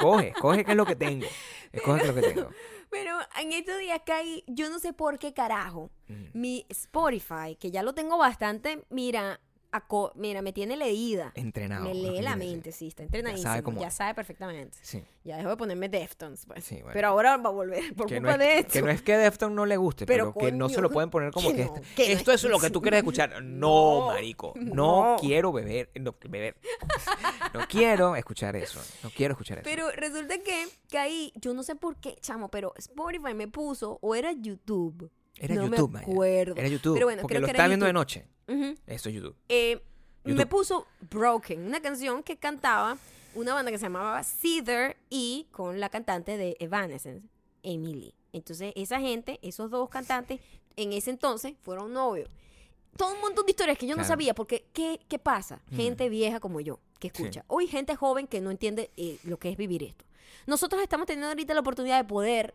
[SPEAKER 2] Coge, coge que es lo que tengo. Escoge qué es lo que tengo.
[SPEAKER 1] Pero en estos días caí, yo no sé por qué carajo.
[SPEAKER 2] Mm.
[SPEAKER 1] Mi Spotify, que ya lo tengo bastante, mira, aco- mira, me tiene leída.
[SPEAKER 2] Entrenado.
[SPEAKER 1] me
[SPEAKER 2] lo
[SPEAKER 1] lee
[SPEAKER 2] que
[SPEAKER 1] la
[SPEAKER 2] tienes que
[SPEAKER 1] mente, sí, está
[SPEAKER 2] sabe
[SPEAKER 1] entrenadísimo.
[SPEAKER 2] cómo
[SPEAKER 1] ya
[SPEAKER 2] es.
[SPEAKER 1] sabe perfectamente.
[SPEAKER 2] hacer. Sí.
[SPEAKER 1] Ya dejo de ponerme Deftones, pues.
[SPEAKER 2] Sí, bueno.
[SPEAKER 1] Pero ahora va a volver por
[SPEAKER 2] que
[SPEAKER 1] culpa
[SPEAKER 2] no
[SPEAKER 1] de
[SPEAKER 2] es,
[SPEAKER 1] esto.
[SPEAKER 2] que no es que Deftones no le guste,
[SPEAKER 1] Pero,
[SPEAKER 2] pero, que no se
[SPEAKER 1] coño,
[SPEAKER 2] lo pueden poner como
[SPEAKER 1] que
[SPEAKER 2] que,
[SPEAKER 1] no,
[SPEAKER 2] este-
[SPEAKER 1] que no
[SPEAKER 2] esto
[SPEAKER 1] es-
[SPEAKER 2] es lo que tú quieres escuchar. No,
[SPEAKER 1] No,
[SPEAKER 2] marico, no,
[SPEAKER 1] no.
[SPEAKER 2] quiero beber, no, beber. No quiero escuchar eso, no quiero escuchar eso.
[SPEAKER 1] Pero resulta que caí, yo no sé por qué, chamo, pero Spotify me puso, o era YouTube.
[SPEAKER 2] era
[SPEAKER 1] no
[SPEAKER 2] YouTube,
[SPEAKER 1] me
[SPEAKER 2] Maya,
[SPEAKER 1] acuerdo.
[SPEAKER 2] Era YouTube,
[SPEAKER 1] Pero bueno,
[SPEAKER 2] porque
[SPEAKER 1] creo
[SPEAKER 2] lo
[SPEAKER 1] que
[SPEAKER 2] estaba
[SPEAKER 1] era
[SPEAKER 2] viendo de
[SPEAKER 1] YouTube.
[SPEAKER 2] noche.
[SPEAKER 1] Ujú.
[SPEAKER 2] Eso es YouTube.
[SPEAKER 1] Eh, me
[SPEAKER 2] YouTube.
[SPEAKER 1] puso Broken, una canción que cantaba una banda que se llamaba Cedar y con la cantante de Evanescence, Emily. Entonces, esa gente, esos dos cantantes, en ese entonces fueron novios. Todo un montón de historias que yo no
[SPEAKER 2] Claro.
[SPEAKER 1] sabía, porque ¿qué, qué pasa?
[SPEAKER 2] Mm.
[SPEAKER 1] Gente vieja como yo que
[SPEAKER 2] Sí.
[SPEAKER 1] escucha. Hoy gente joven que no entiende eh, lo que es vivir esto. Nosotros estamos teniendo ahorita la oportunidad de poder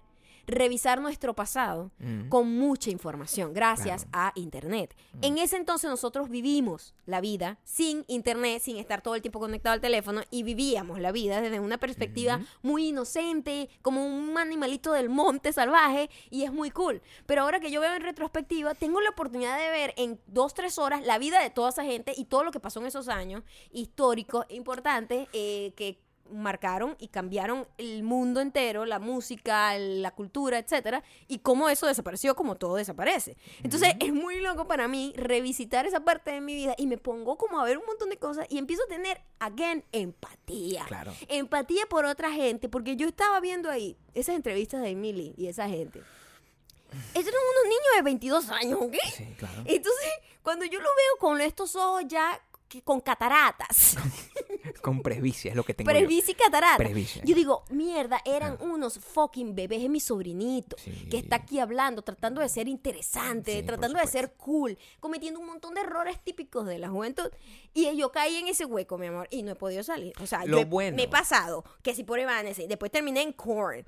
[SPEAKER 1] revisar nuestro pasado
[SPEAKER 2] Mm.
[SPEAKER 1] con mucha información gracias a internet. En ese entonces nosotros vivimos la vida sin internet, sin estar todo el tiempo conectado al teléfono y vivíamos la vida desde una perspectiva muy inocente, como un animalito del monte salvaje y es muy cool. Pero ahora que yo veo en retrospectiva, tengo la oportunidad de ver en dos, tres horas la vida de toda esa gente y todo lo que pasó en esos años históricos, importantes, eh, que marcaron y cambiaron el mundo entero, la música, la cultura, etcétera, y cómo eso desapareció, como todo desaparece. Entonces, es muy loco para mí revisitar esa parte de mi vida y me pongo como a ver un montón de cosas y empiezo a tener again empatía.
[SPEAKER 2] Claro.
[SPEAKER 1] Empatía por otra gente, porque yo estaba viendo ahí esas entrevistas de Emily y esa gente. Esos eran unos niños de 22 años, ¿ok?
[SPEAKER 2] Sí, claro.
[SPEAKER 1] Entonces, cuando yo lo veo con estos ojos ya que- con cataratas,
[SPEAKER 2] Con presbicia es lo que tengo yo.
[SPEAKER 1] Presbicia y catarata.
[SPEAKER 2] Presbicia.
[SPEAKER 1] Yo digo, mierda, eran
[SPEAKER 2] Ah.
[SPEAKER 1] unos fucking bebés. Es mi sobrinito
[SPEAKER 2] Sí.
[SPEAKER 1] que está aquí hablando, tratando de ser interesante,
[SPEAKER 2] Sí, por
[SPEAKER 1] tratando de ser
[SPEAKER 2] supuesto.
[SPEAKER 1] cool, cometiendo un montón de errores típicos de la juventud. Y yo caí en ese hueco, mi amor, y no he podido salir. O sea, yo
[SPEAKER 2] Lo
[SPEAKER 1] he-
[SPEAKER 2] bueno.
[SPEAKER 1] me he pasado que si por Evanescence, después terminé en Korn.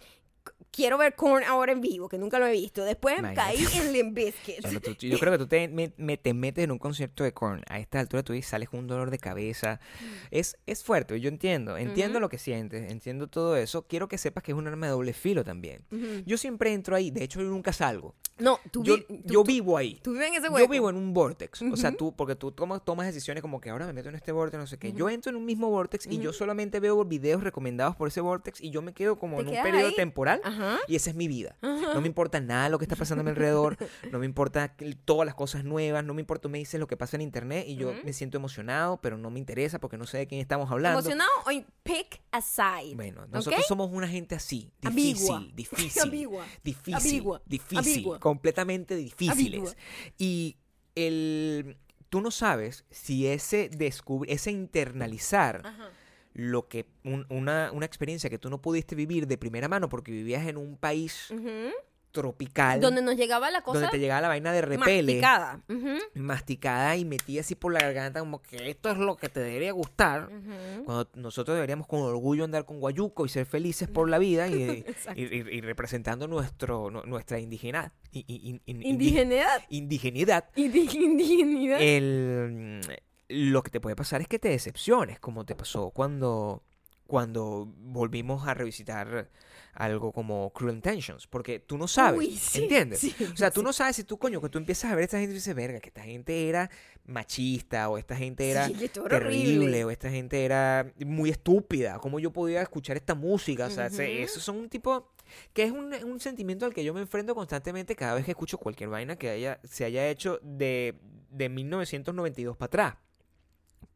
[SPEAKER 1] quiero ver Korn ahora en vivo, que nunca lo he visto. Después
[SPEAKER 2] Imagínate.
[SPEAKER 1] caí en Limp Bizkit.
[SPEAKER 2] Bueno, tú- yo creo que tú te, me- me- te metes en un concierto de Korn. A esta altura tú dices, sales con un dolor de cabeza.
[SPEAKER 1] Mm.
[SPEAKER 2] Es, es fuerte, yo entiendo. Entiendo lo que sientes, entiendo todo eso. Quiero que sepas que es un arma de doble filo también. Yo siempre entro ahí. De hecho, yo nunca salgo.
[SPEAKER 1] No, tú,
[SPEAKER 2] yo
[SPEAKER 1] vi- tú-
[SPEAKER 2] yo
[SPEAKER 1] tú-
[SPEAKER 2] vivo ahí.
[SPEAKER 1] tú vives en ese hueco.
[SPEAKER 2] Yo vivo en un vortex. O sea, tú, porque tú tomas, tomas decisiones como que ahora me meto en este vortex, no sé qué. Yo entro en un mismo vortex y yo solamente veo videos recomendados por ese vortex y yo me quedo como
[SPEAKER 1] Te
[SPEAKER 2] en un
[SPEAKER 1] quedas
[SPEAKER 2] periodo
[SPEAKER 1] ahí.
[SPEAKER 2] temporal
[SPEAKER 1] Ajá.
[SPEAKER 2] y esa es mi vida. No me importa nada lo que está pasando a mi alrededor, no me importa que- todas las cosas nuevas, no me importa, tú me dices lo que pasa en internet y yo me siento emocionado, pero no me interesa porque no sé de quién estamos hablando.
[SPEAKER 1] Emocionado o in- pick aside.
[SPEAKER 2] Bueno,
[SPEAKER 1] ¿ok?
[SPEAKER 2] nosotros somos una gente así, difícil,
[SPEAKER 1] Ambigua.
[SPEAKER 2] difícil,
[SPEAKER 1] Ambigua.
[SPEAKER 2] difícil,
[SPEAKER 1] Ambigua.
[SPEAKER 2] difícil,
[SPEAKER 1] Ambigua.
[SPEAKER 2] completamente difíciles.
[SPEAKER 1] Ambigua.
[SPEAKER 2] Y el tú no sabes si ese descub- ese internalizar
[SPEAKER 1] Ajá.
[SPEAKER 2] lo que un- una, una experiencia que tú no pudiste vivir de primera mano porque vivías en un país
[SPEAKER 1] Ujú.
[SPEAKER 2] tropical
[SPEAKER 1] Donde nos llegaba la
[SPEAKER 2] donde
[SPEAKER 1] cosa
[SPEAKER 2] te llegaba la vaina de repele
[SPEAKER 1] masticada. Ujú,
[SPEAKER 2] masticada y metida así por la garganta como que esto es lo que te debería gustar
[SPEAKER 1] ujú.
[SPEAKER 2] cuando nosotros deberíamos con orgullo andar con guayuco y ser felices por la vida y,
[SPEAKER 1] Exacto.
[SPEAKER 2] y- y- y representando nuestro, nu- nuestra indigenidad. y- y- y- indi-
[SPEAKER 1] Indigenidad.
[SPEAKER 2] Indigenidad.
[SPEAKER 1] Indi- Indigenidad.
[SPEAKER 2] Eh, El, mm, lo que te puede pasar es que te decepciones, como te pasó cuando, cuando volvimos a revisitar algo como Cruel Intentions, porque tú no sabes,
[SPEAKER 1] Uy, sí,
[SPEAKER 2] ¿entiendes?
[SPEAKER 1] sí,
[SPEAKER 2] O sea, tú
[SPEAKER 1] sí.
[SPEAKER 2] no sabes si tú, coño, que tú empiezas a ver a esta gente y dices, verga, que esta gente era machista o esta gente era
[SPEAKER 1] Sí, que esto era
[SPEAKER 2] terrible
[SPEAKER 1] horrible.
[SPEAKER 2] o esta gente era muy estúpida, cómo yo podía escuchar esta música, o sea, se-
[SPEAKER 1] Ujú.
[SPEAKER 2] eso son un tipo que es un, un sentimiento al que yo me enfrento constantemente cada vez que escucho cualquier vaina que haya, se haya hecho de, de 1992 para atrás.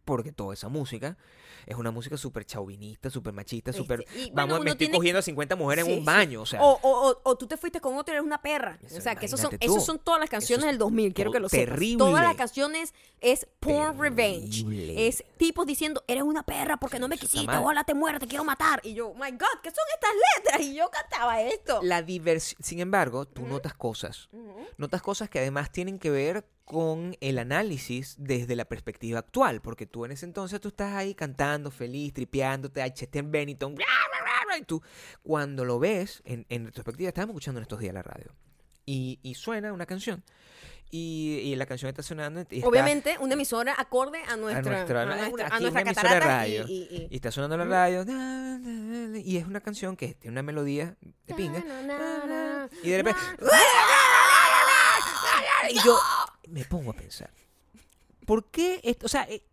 [SPEAKER 2] Porque toda esa música es una música súper chauvinista, súper machista,
[SPEAKER 1] Este,
[SPEAKER 2] súper...
[SPEAKER 1] y, bueno,
[SPEAKER 2] Vamos,
[SPEAKER 1] uno
[SPEAKER 2] me estoy
[SPEAKER 1] tiene-
[SPEAKER 2] cogiendo a 50 mujeres
[SPEAKER 1] Sí,
[SPEAKER 2] en un
[SPEAKER 1] sí.
[SPEAKER 2] baño, o sea...
[SPEAKER 1] o, o- o- o tú te fuiste con otro y eres una perra.
[SPEAKER 2] Eso,
[SPEAKER 1] o sea, que esos son,
[SPEAKER 2] imagínate tú.
[SPEAKER 1] esos son todas las canciones
[SPEAKER 2] Eso es
[SPEAKER 1] del 2000, quiero
[SPEAKER 2] todo
[SPEAKER 1] que lo sepas.
[SPEAKER 2] terrible.
[SPEAKER 1] Todas las canciones es porn
[SPEAKER 2] Terrible.
[SPEAKER 1] revenge. Es tipos diciendo, eres una perra porque no me
[SPEAKER 2] eso está
[SPEAKER 1] quisiste,
[SPEAKER 2] mal.
[SPEAKER 1] ojalá te muera, te quiero matar. Y yo, my God, ¿qué son estas letras? Y yo cantaba esto.
[SPEAKER 2] La divers- Sin embargo, tú notas cosas.
[SPEAKER 1] Oh. Ujú.
[SPEAKER 2] Notas cosas que además tienen que ver con el análisis desde la perspectiva actual, porque tú en ese entonces tú estás ahí cantando, feliz, tripeándote a Chester Bennington, bla, bla, bla, bla, y tú cuando lo ves en, en retrospectiva, estábamos escuchando en estos días la radio, y, y suena una canción, y, y la canción está sonando, y está-
[SPEAKER 1] Obviamente, una emisora acorde a
[SPEAKER 2] a
[SPEAKER 1] nuestra,
[SPEAKER 2] nuestra,
[SPEAKER 1] a
[SPEAKER 2] a
[SPEAKER 1] nuestra-
[SPEAKER 2] una-
[SPEAKER 1] a
[SPEAKER 2] aquí
[SPEAKER 1] nuestra
[SPEAKER 2] una emisora de
[SPEAKER 1] catarata
[SPEAKER 2] radio.
[SPEAKER 1] y- y- y-
[SPEAKER 2] está sonando la radio. na, na, na, Y es una canción que tiene una melodía de pinga.
[SPEAKER 1] Na, na, na,
[SPEAKER 2] Y de repente. Y yo me pongo a pensar. ¿Por qué esto? O sea, eh,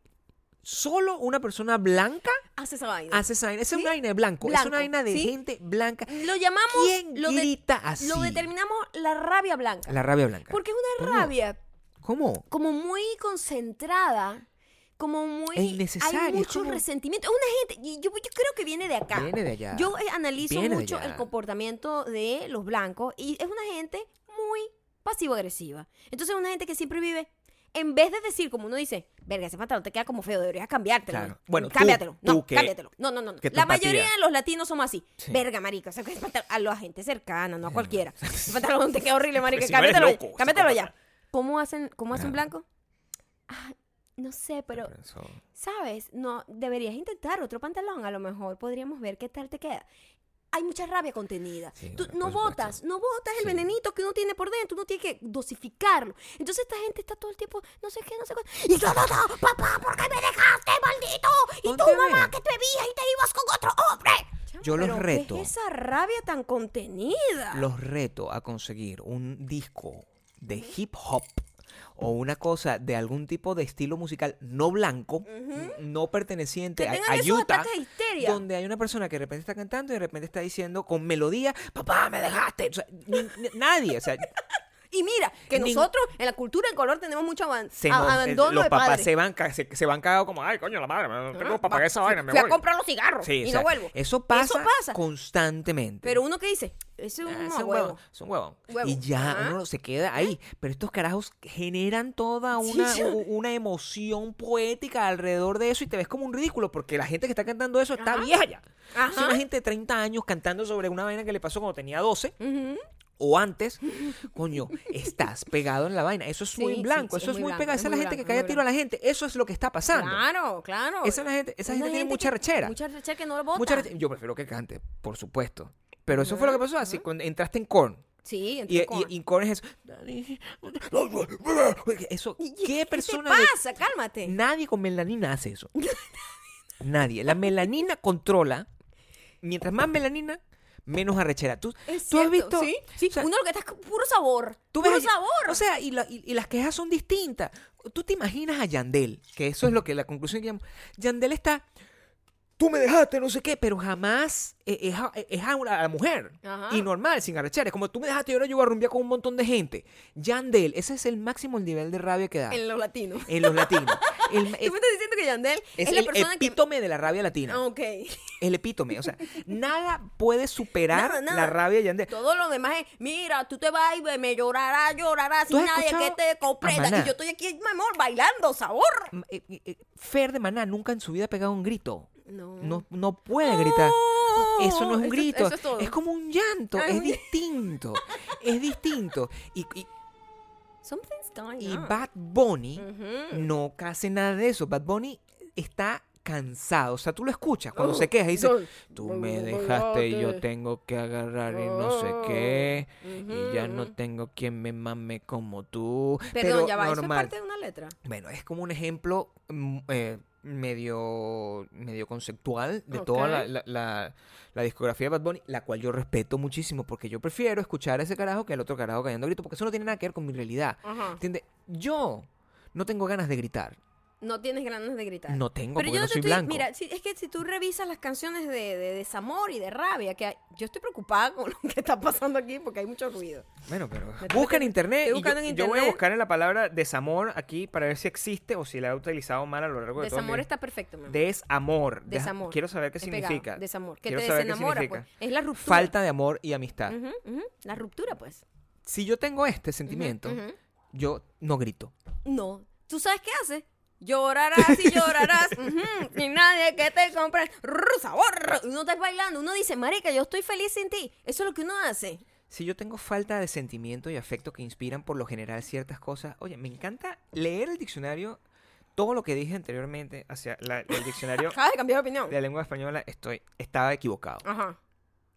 [SPEAKER 2] solo una persona blanca
[SPEAKER 1] hace esa vaina.
[SPEAKER 2] hace esa vaina. Esa es
[SPEAKER 1] Sí.
[SPEAKER 2] una vaina de blanco. Es
[SPEAKER 1] Blanco,
[SPEAKER 2] una vaina de
[SPEAKER 1] ¿sí?
[SPEAKER 2] gente blanca.
[SPEAKER 1] lo llamamos,
[SPEAKER 2] ¿Quién
[SPEAKER 1] lo, de-
[SPEAKER 2] grita así?
[SPEAKER 1] lo determinamos la rabia blanca.
[SPEAKER 2] La rabia blanca.
[SPEAKER 1] Porque es una
[SPEAKER 2] ¿Cómo?
[SPEAKER 1] rabia
[SPEAKER 2] ¿Cómo?
[SPEAKER 1] como muy concentrada, como muy...
[SPEAKER 2] Es innecesario,
[SPEAKER 1] Hay
[SPEAKER 2] es
[SPEAKER 1] mucho
[SPEAKER 2] como-
[SPEAKER 1] resentimiento. Es una gente, y yo, yo creo que viene de acá.
[SPEAKER 2] Viene de allá.
[SPEAKER 1] Yo eh, analizo
[SPEAKER 2] Viene de
[SPEAKER 1] mucho
[SPEAKER 2] allá.
[SPEAKER 1] el comportamiento de los blancos y es una gente muy pasivo-agresiva. Entonces es una gente que siempre vive... En vez de decir, como uno dice, verga, ese pantalón te queda como feo, deberías cambiártelo.
[SPEAKER 2] Claro.
[SPEAKER 1] ¿no?
[SPEAKER 2] Bueno, tú-
[SPEAKER 1] cámbiatelo. no,
[SPEAKER 2] tú que-
[SPEAKER 1] cámbiatelo. No, no, no. no.
[SPEAKER 2] que tu
[SPEAKER 1] La
[SPEAKER 2] empatía.
[SPEAKER 1] mayoría de los latinos somos así.
[SPEAKER 2] Sí. Eh,
[SPEAKER 1] Verga, marica. O sea, que ese pantalón- a la gente cercana, no a cualquiera. Ese pantalón te queda horrible, marica.
[SPEAKER 2] Pues si no eres
[SPEAKER 1] cámbiatelo.
[SPEAKER 2] loco,
[SPEAKER 1] ya. cámbiatelo ya.
[SPEAKER 2] psicópata.
[SPEAKER 1] ¿Cómo hacen, cómo hace un
[SPEAKER 2] Claro.
[SPEAKER 1] blanco? Ah, no sé, pero, ¿sabes? No, deberías intentar otro pantalón. A lo mejor podríamos ver qué tal te queda. Hay mucha rabia contenida.
[SPEAKER 2] Sí,
[SPEAKER 1] Tú
[SPEAKER 2] bueno,
[SPEAKER 1] no
[SPEAKER 2] por supuesto.
[SPEAKER 1] botas, no botas el
[SPEAKER 2] Sí.
[SPEAKER 1] venenito que uno tiene por dentro. Uno tiene que dosificarlo. Entonces esta gente está todo el tiempo, no sé qué, no sé cuánto. Y yo, no, no, papá, ¿por qué me dejaste, maldito? Y
[SPEAKER 2] Ponte
[SPEAKER 1] tú,
[SPEAKER 2] a ver.
[SPEAKER 1] mamá, que te veías y te ibas con otro hombre. Chamo,
[SPEAKER 2] Yo los
[SPEAKER 1] ¿pero
[SPEAKER 2] reto.
[SPEAKER 1] ¿Qué es esa rabia tan contenida?
[SPEAKER 2] Los reto a conseguir un disco de hip hop o una cosa de algún tipo de estilo musical no blanco, n- no perteneciente
[SPEAKER 1] Que
[SPEAKER 2] a,
[SPEAKER 1] tengan
[SPEAKER 2] a
[SPEAKER 1] esos
[SPEAKER 2] Utah,
[SPEAKER 1] ataques de histeria.
[SPEAKER 2] donde hay una persona que de repente está cantando y de repente está diciendo con melodía, papá, me dejaste. O sea, ni- ni- nadie, o sea,
[SPEAKER 1] Y mira, que
[SPEAKER 2] Nin-
[SPEAKER 1] nosotros en la cultura en color tenemos mucho aban-
[SPEAKER 2] se
[SPEAKER 1] a-
[SPEAKER 2] nos- eh,
[SPEAKER 1] abandono
[SPEAKER 2] los
[SPEAKER 1] de
[SPEAKER 2] papás
[SPEAKER 1] padres.
[SPEAKER 2] se van, ca- se, se van cagados como, ay, coño, la madre, no tengo
[SPEAKER 1] Ajá,
[SPEAKER 2] para pagar
[SPEAKER 1] va,
[SPEAKER 2] esa
[SPEAKER 1] fui-
[SPEAKER 2] vaina, me
[SPEAKER 1] fui
[SPEAKER 2] voy".
[SPEAKER 1] a comprar los cigarros
[SPEAKER 2] Sí,
[SPEAKER 1] y
[SPEAKER 2] o
[SPEAKER 1] no
[SPEAKER 2] sea,
[SPEAKER 1] vuelvo.
[SPEAKER 2] Eso pasa,
[SPEAKER 1] pasa.
[SPEAKER 2] constantemente.
[SPEAKER 1] Pero uno que dice, ese es un
[SPEAKER 2] Ah, es un
[SPEAKER 1] huevo.
[SPEAKER 2] huevón, es un huevón.
[SPEAKER 1] Huevo.
[SPEAKER 2] Y ya
[SPEAKER 1] Ajá. ¿Eh?
[SPEAKER 2] uno se queda ahí. Pero estos carajos generan toda
[SPEAKER 1] Sí,
[SPEAKER 2] una,
[SPEAKER 1] sí.
[SPEAKER 2] u- una emoción poética alrededor de eso y te ves como un ridículo porque la gente que está cantando eso está vieja ya. Es
[SPEAKER 1] Ajá.
[SPEAKER 2] una gente de 30 años cantando sobre una vaina que le pasó cuando tenía 12
[SPEAKER 1] Ujú.
[SPEAKER 2] o antes. Coño, estás pegado en la vaina. Eso es muy
[SPEAKER 1] Sí, sí,
[SPEAKER 2] blanco,
[SPEAKER 1] sí,
[SPEAKER 2] eso es muy, pegado.
[SPEAKER 1] blanco,
[SPEAKER 2] Esa es
[SPEAKER 1] es
[SPEAKER 2] la
[SPEAKER 1] muy
[SPEAKER 2] gente que
[SPEAKER 1] blanco,
[SPEAKER 2] cae
[SPEAKER 1] es
[SPEAKER 2] a tiro a la gente. Eso es lo que está pasando.
[SPEAKER 1] Claro, claro.
[SPEAKER 2] Esa es la gente, esa
[SPEAKER 1] Una
[SPEAKER 2] gente tiene mucha
[SPEAKER 1] que-
[SPEAKER 2] rechera.
[SPEAKER 1] Mucha rechera que no lo bota.
[SPEAKER 2] Mucha gente- yo prefiero que cante, por supuesto. Pero eso fue lo que pasó. Así, cuando entraste en Korn.
[SPEAKER 1] Sí,
[SPEAKER 2] Y,
[SPEAKER 1] entró
[SPEAKER 2] y,
[SPEAKER 1] Korn.
[SPEAKER 2] y Korn es eso. Eso, ¿qué persona
[SPEAKER 1] ¿Qué
[SPEAKER 2] de
[SPEAKER 1] te pasa? Cálmate.
[SPEAKER 2] Nadie con melanina hace eso. Nadie. La melanina controla. Mientras más melanina, menos arrechera. ¿Tú,
[SPEAKER 1] Es
[SPEAKER 2] ¿tú has
[SPEAKER 1] cierto,
[SPEAKER 2] visto?
[SPEAKER 1] Sí, sí.
[SPEAKER 2] o sea,
[SPEAKER 1] uno lo que está es puro sabor.
[SPEAKER 2] tú
[SPEAKER 1] puro
[SPEAKER 2] ves a-
[SPEAKER 1] sabor.
[SPEAKER 2] O sea, y, la- y- y las quejas son distintas. Tú te imaginas a Yandel, que eso es lo que la conclusión que llamo. Yandel está. Tú me dejaste, no sé qué, pero jamás eh, es, a, es a una- a la mujer.
[SPEAKER 1] Ajá.
[SPEAKER 2] Y normal, sin arrechera. Es como tú me dejaste y ahora yo voy a rumbear con un montón de gente. Yandel, ese es el máximo nivel de rabia que da
[SPEAKER 1] en lo latino.
[SPEAKER 2] en los latinos. El-
[SPEAKER 1] Tú me estás diciendo que Yandel es,
[SPEAKER 2] es
[SPEAKER 1] la
[SPEAKER 2] el
[SPEAKER 1] persona que...
[SPEAKER 2] epítome de la rabia latina.
[SPEAKER 1] Ah, Ok.
[SPEAKER 2] El epítome. O sea, nada puede superar
[SPEAKER 1] Nada, nada.
[SPEAKER 2] la rabia de Yandel.
[SPEAKER 1] Todo lo demás es, mira, tú te vas y me llorarás, llorarás
[SPEAKER 2] ¿Tú
[SPEAKER 1] sin
[SPEAKER 2] has
[SPEAKER 1] nadie que
[SPEAKER 2] escuchado
[SPEAKER 1] te
[SPEAKER 2] a
[SPEAKER 1] comprenda.
[SPEAKER 2] Maná?
[SPEAKER 1] Y yo estoy aquí, mi amor, bailando, sabor.
[SPEAKER 2] M- eh, eh, eh, Fer de Maná nunca en su vida ha pegado un grito.
[SPEAKER 1] No.
[SPEAKER 2] No, no puede gritar. Eso no es un
[SPEAKER 1] Eso-
[SPEAKER 2] grito.
[SPEAKER 1] eso es todo.
[SPEAKER 2] como un llanto.
[SPEAKER 1] Ah, es
[SPEAKER 2] es
[SPEAKER 1] un-
[SPEAKER 2] distinto. es distinto. Y, y-
[SPEAKER 1] Something's going
[SPEAKER 2] y
[SPEAKER 1] on.
[SPEAKER 2] Bad Bunny
[SPEAKER 1] Ujú.
[SPEAKER 2] no hace nada de eso. Bad Bunny está cansado, o sea, tú lo escuchas cuando se
[SPEAKER 1] Oh,
[SPEAKER 2] queja y dice,
[SPEAKER 1] no.
[SPEAKER 2] tú
[SPEAKER 1] Voy,
[SPEAKER 2] me
[SPEAKER 1] voy,
[SPEAKER 2] dejaste y yo
[SPEAKER 1] voy.
[SPEAKER 2] tengo que agarrar y no sé
[SPEAKER 1] Oh,
[SPEAKER 2] qué y ya
[SPEAKER 1] ujú.
[SPEAKER 2] no tengo quien me mame como tú,
[SPEAKER 1] Perdón,
[SPEAKER 2] pero
[SPEAKER 1] ya va, eso es
[SPEAKER 2] normal.
[SPEAKER 1] parte de una letra.
[SPEAKER 2] Bueno, es como un ejemplo mm, eh, medio, medio conceptual de toda la,
[SPEAKER 1] Ok.
[SPEAKER 2] la- la- la discografía de Bad Bunny, la cual yo respeto muchísimo porque yo prefiero escuchar a ese carajo que al otro carajo cayendo grito, porque eso no tiene nada que ver con mi realidad.
[SPEAKER 1] Ajá.
[SPEAKER 2] ¿Entiendes? Yo no tengo ganas de gritar.
[SPEAKER 1] No tienes ganas de gritar.
[SPEAKER 2] No tengo,
[SPEAKER 1] Pero
[SPEAKER 2] porque
[SPEAKER 1] yo
[SPEAKER 2] no
[SPEAKER 1] te
[SPEAKER 2] soy
[SPEAKER 1] estoy-
[SPEAKER 2] blanco.
[SPEAKER 1] Mira, si- es que si tú revisas las canciones de, de desamor y de rabia, que hay- yo estoy preocupada con lo que está pasando aquí porque hay mucho ruido.
[SPEAKER 2] Bueno, pero
[SPEAKER 1] tengo
[SPEAKER 2] busca en
[SPEAKER 1] que-
[SPEAKER 2] internet.
[SPEAKER 1] estoy
[SPEAKER 2] y
[SPEAKER 1] buscando
[SPEAKER 2] yo,
[SPEAKER 1] en
[SPEAKER 2] yo voy a
[SPEAKER 1] internet.
[SPEAKER 2] buscar en la palabra desamor aquí para ver si existe o si la he utilizado mal a lo largo de todo.
[SPEAKER 1] Desamor
[SPEAKER 2] mi-
[SPEAKER 1] está perfecto, mi amor.
[SPEAKER 2] Desamor. Deja-
[SPEAKER 1] Desamor.
[SPEAKER 2] Quiero saber qué
[SPEAKER 1] Es pegado,
[SPEAKER 2] significa.
[SPEAKER 1] Desamor. Que
[SPEAKER 2] Quiero
[SPEAKER 1] te
[SPEAKER 2] saber qué
[SPEAKER 1] desenamora,
[SPEAKER 2] significa.
[SPEAKER 1] pues. Es la ruptura.
[SPEAKER 2] Falta de amor y amistad.
[SPEAKER 1] Ujú, ujú. La ruptura, pues.
[SPEAKER 2] Si yo tengo este sentimiento,
[SPEAKER 1] ujú.
[SPEAKER 2] yo no grito.
[SPEAKER 1] No. ¿Tú sabes qué haces? Llorarás y llorarás. ujú, Y nadie que te compre. Rrr, Sabor. Uno está bailando. Uno dice, Marica, yo estoy feliz sin ti. Eso es lo que uno hace.
[SPEAKER 2] Si yo tengo falta de sentimiento y afecto que inspiran por lo general ciertas cosas, oye, me encanta leer el diccionario. Todo lo que dije anteriormente hacia la- el diccionario
[SPEAKER 1] Acabas de cambiar de opinión.
[SPEAKER 2] de la lengua española, estoy, estaba equivocado.
[SPEAKER 1] Ajá.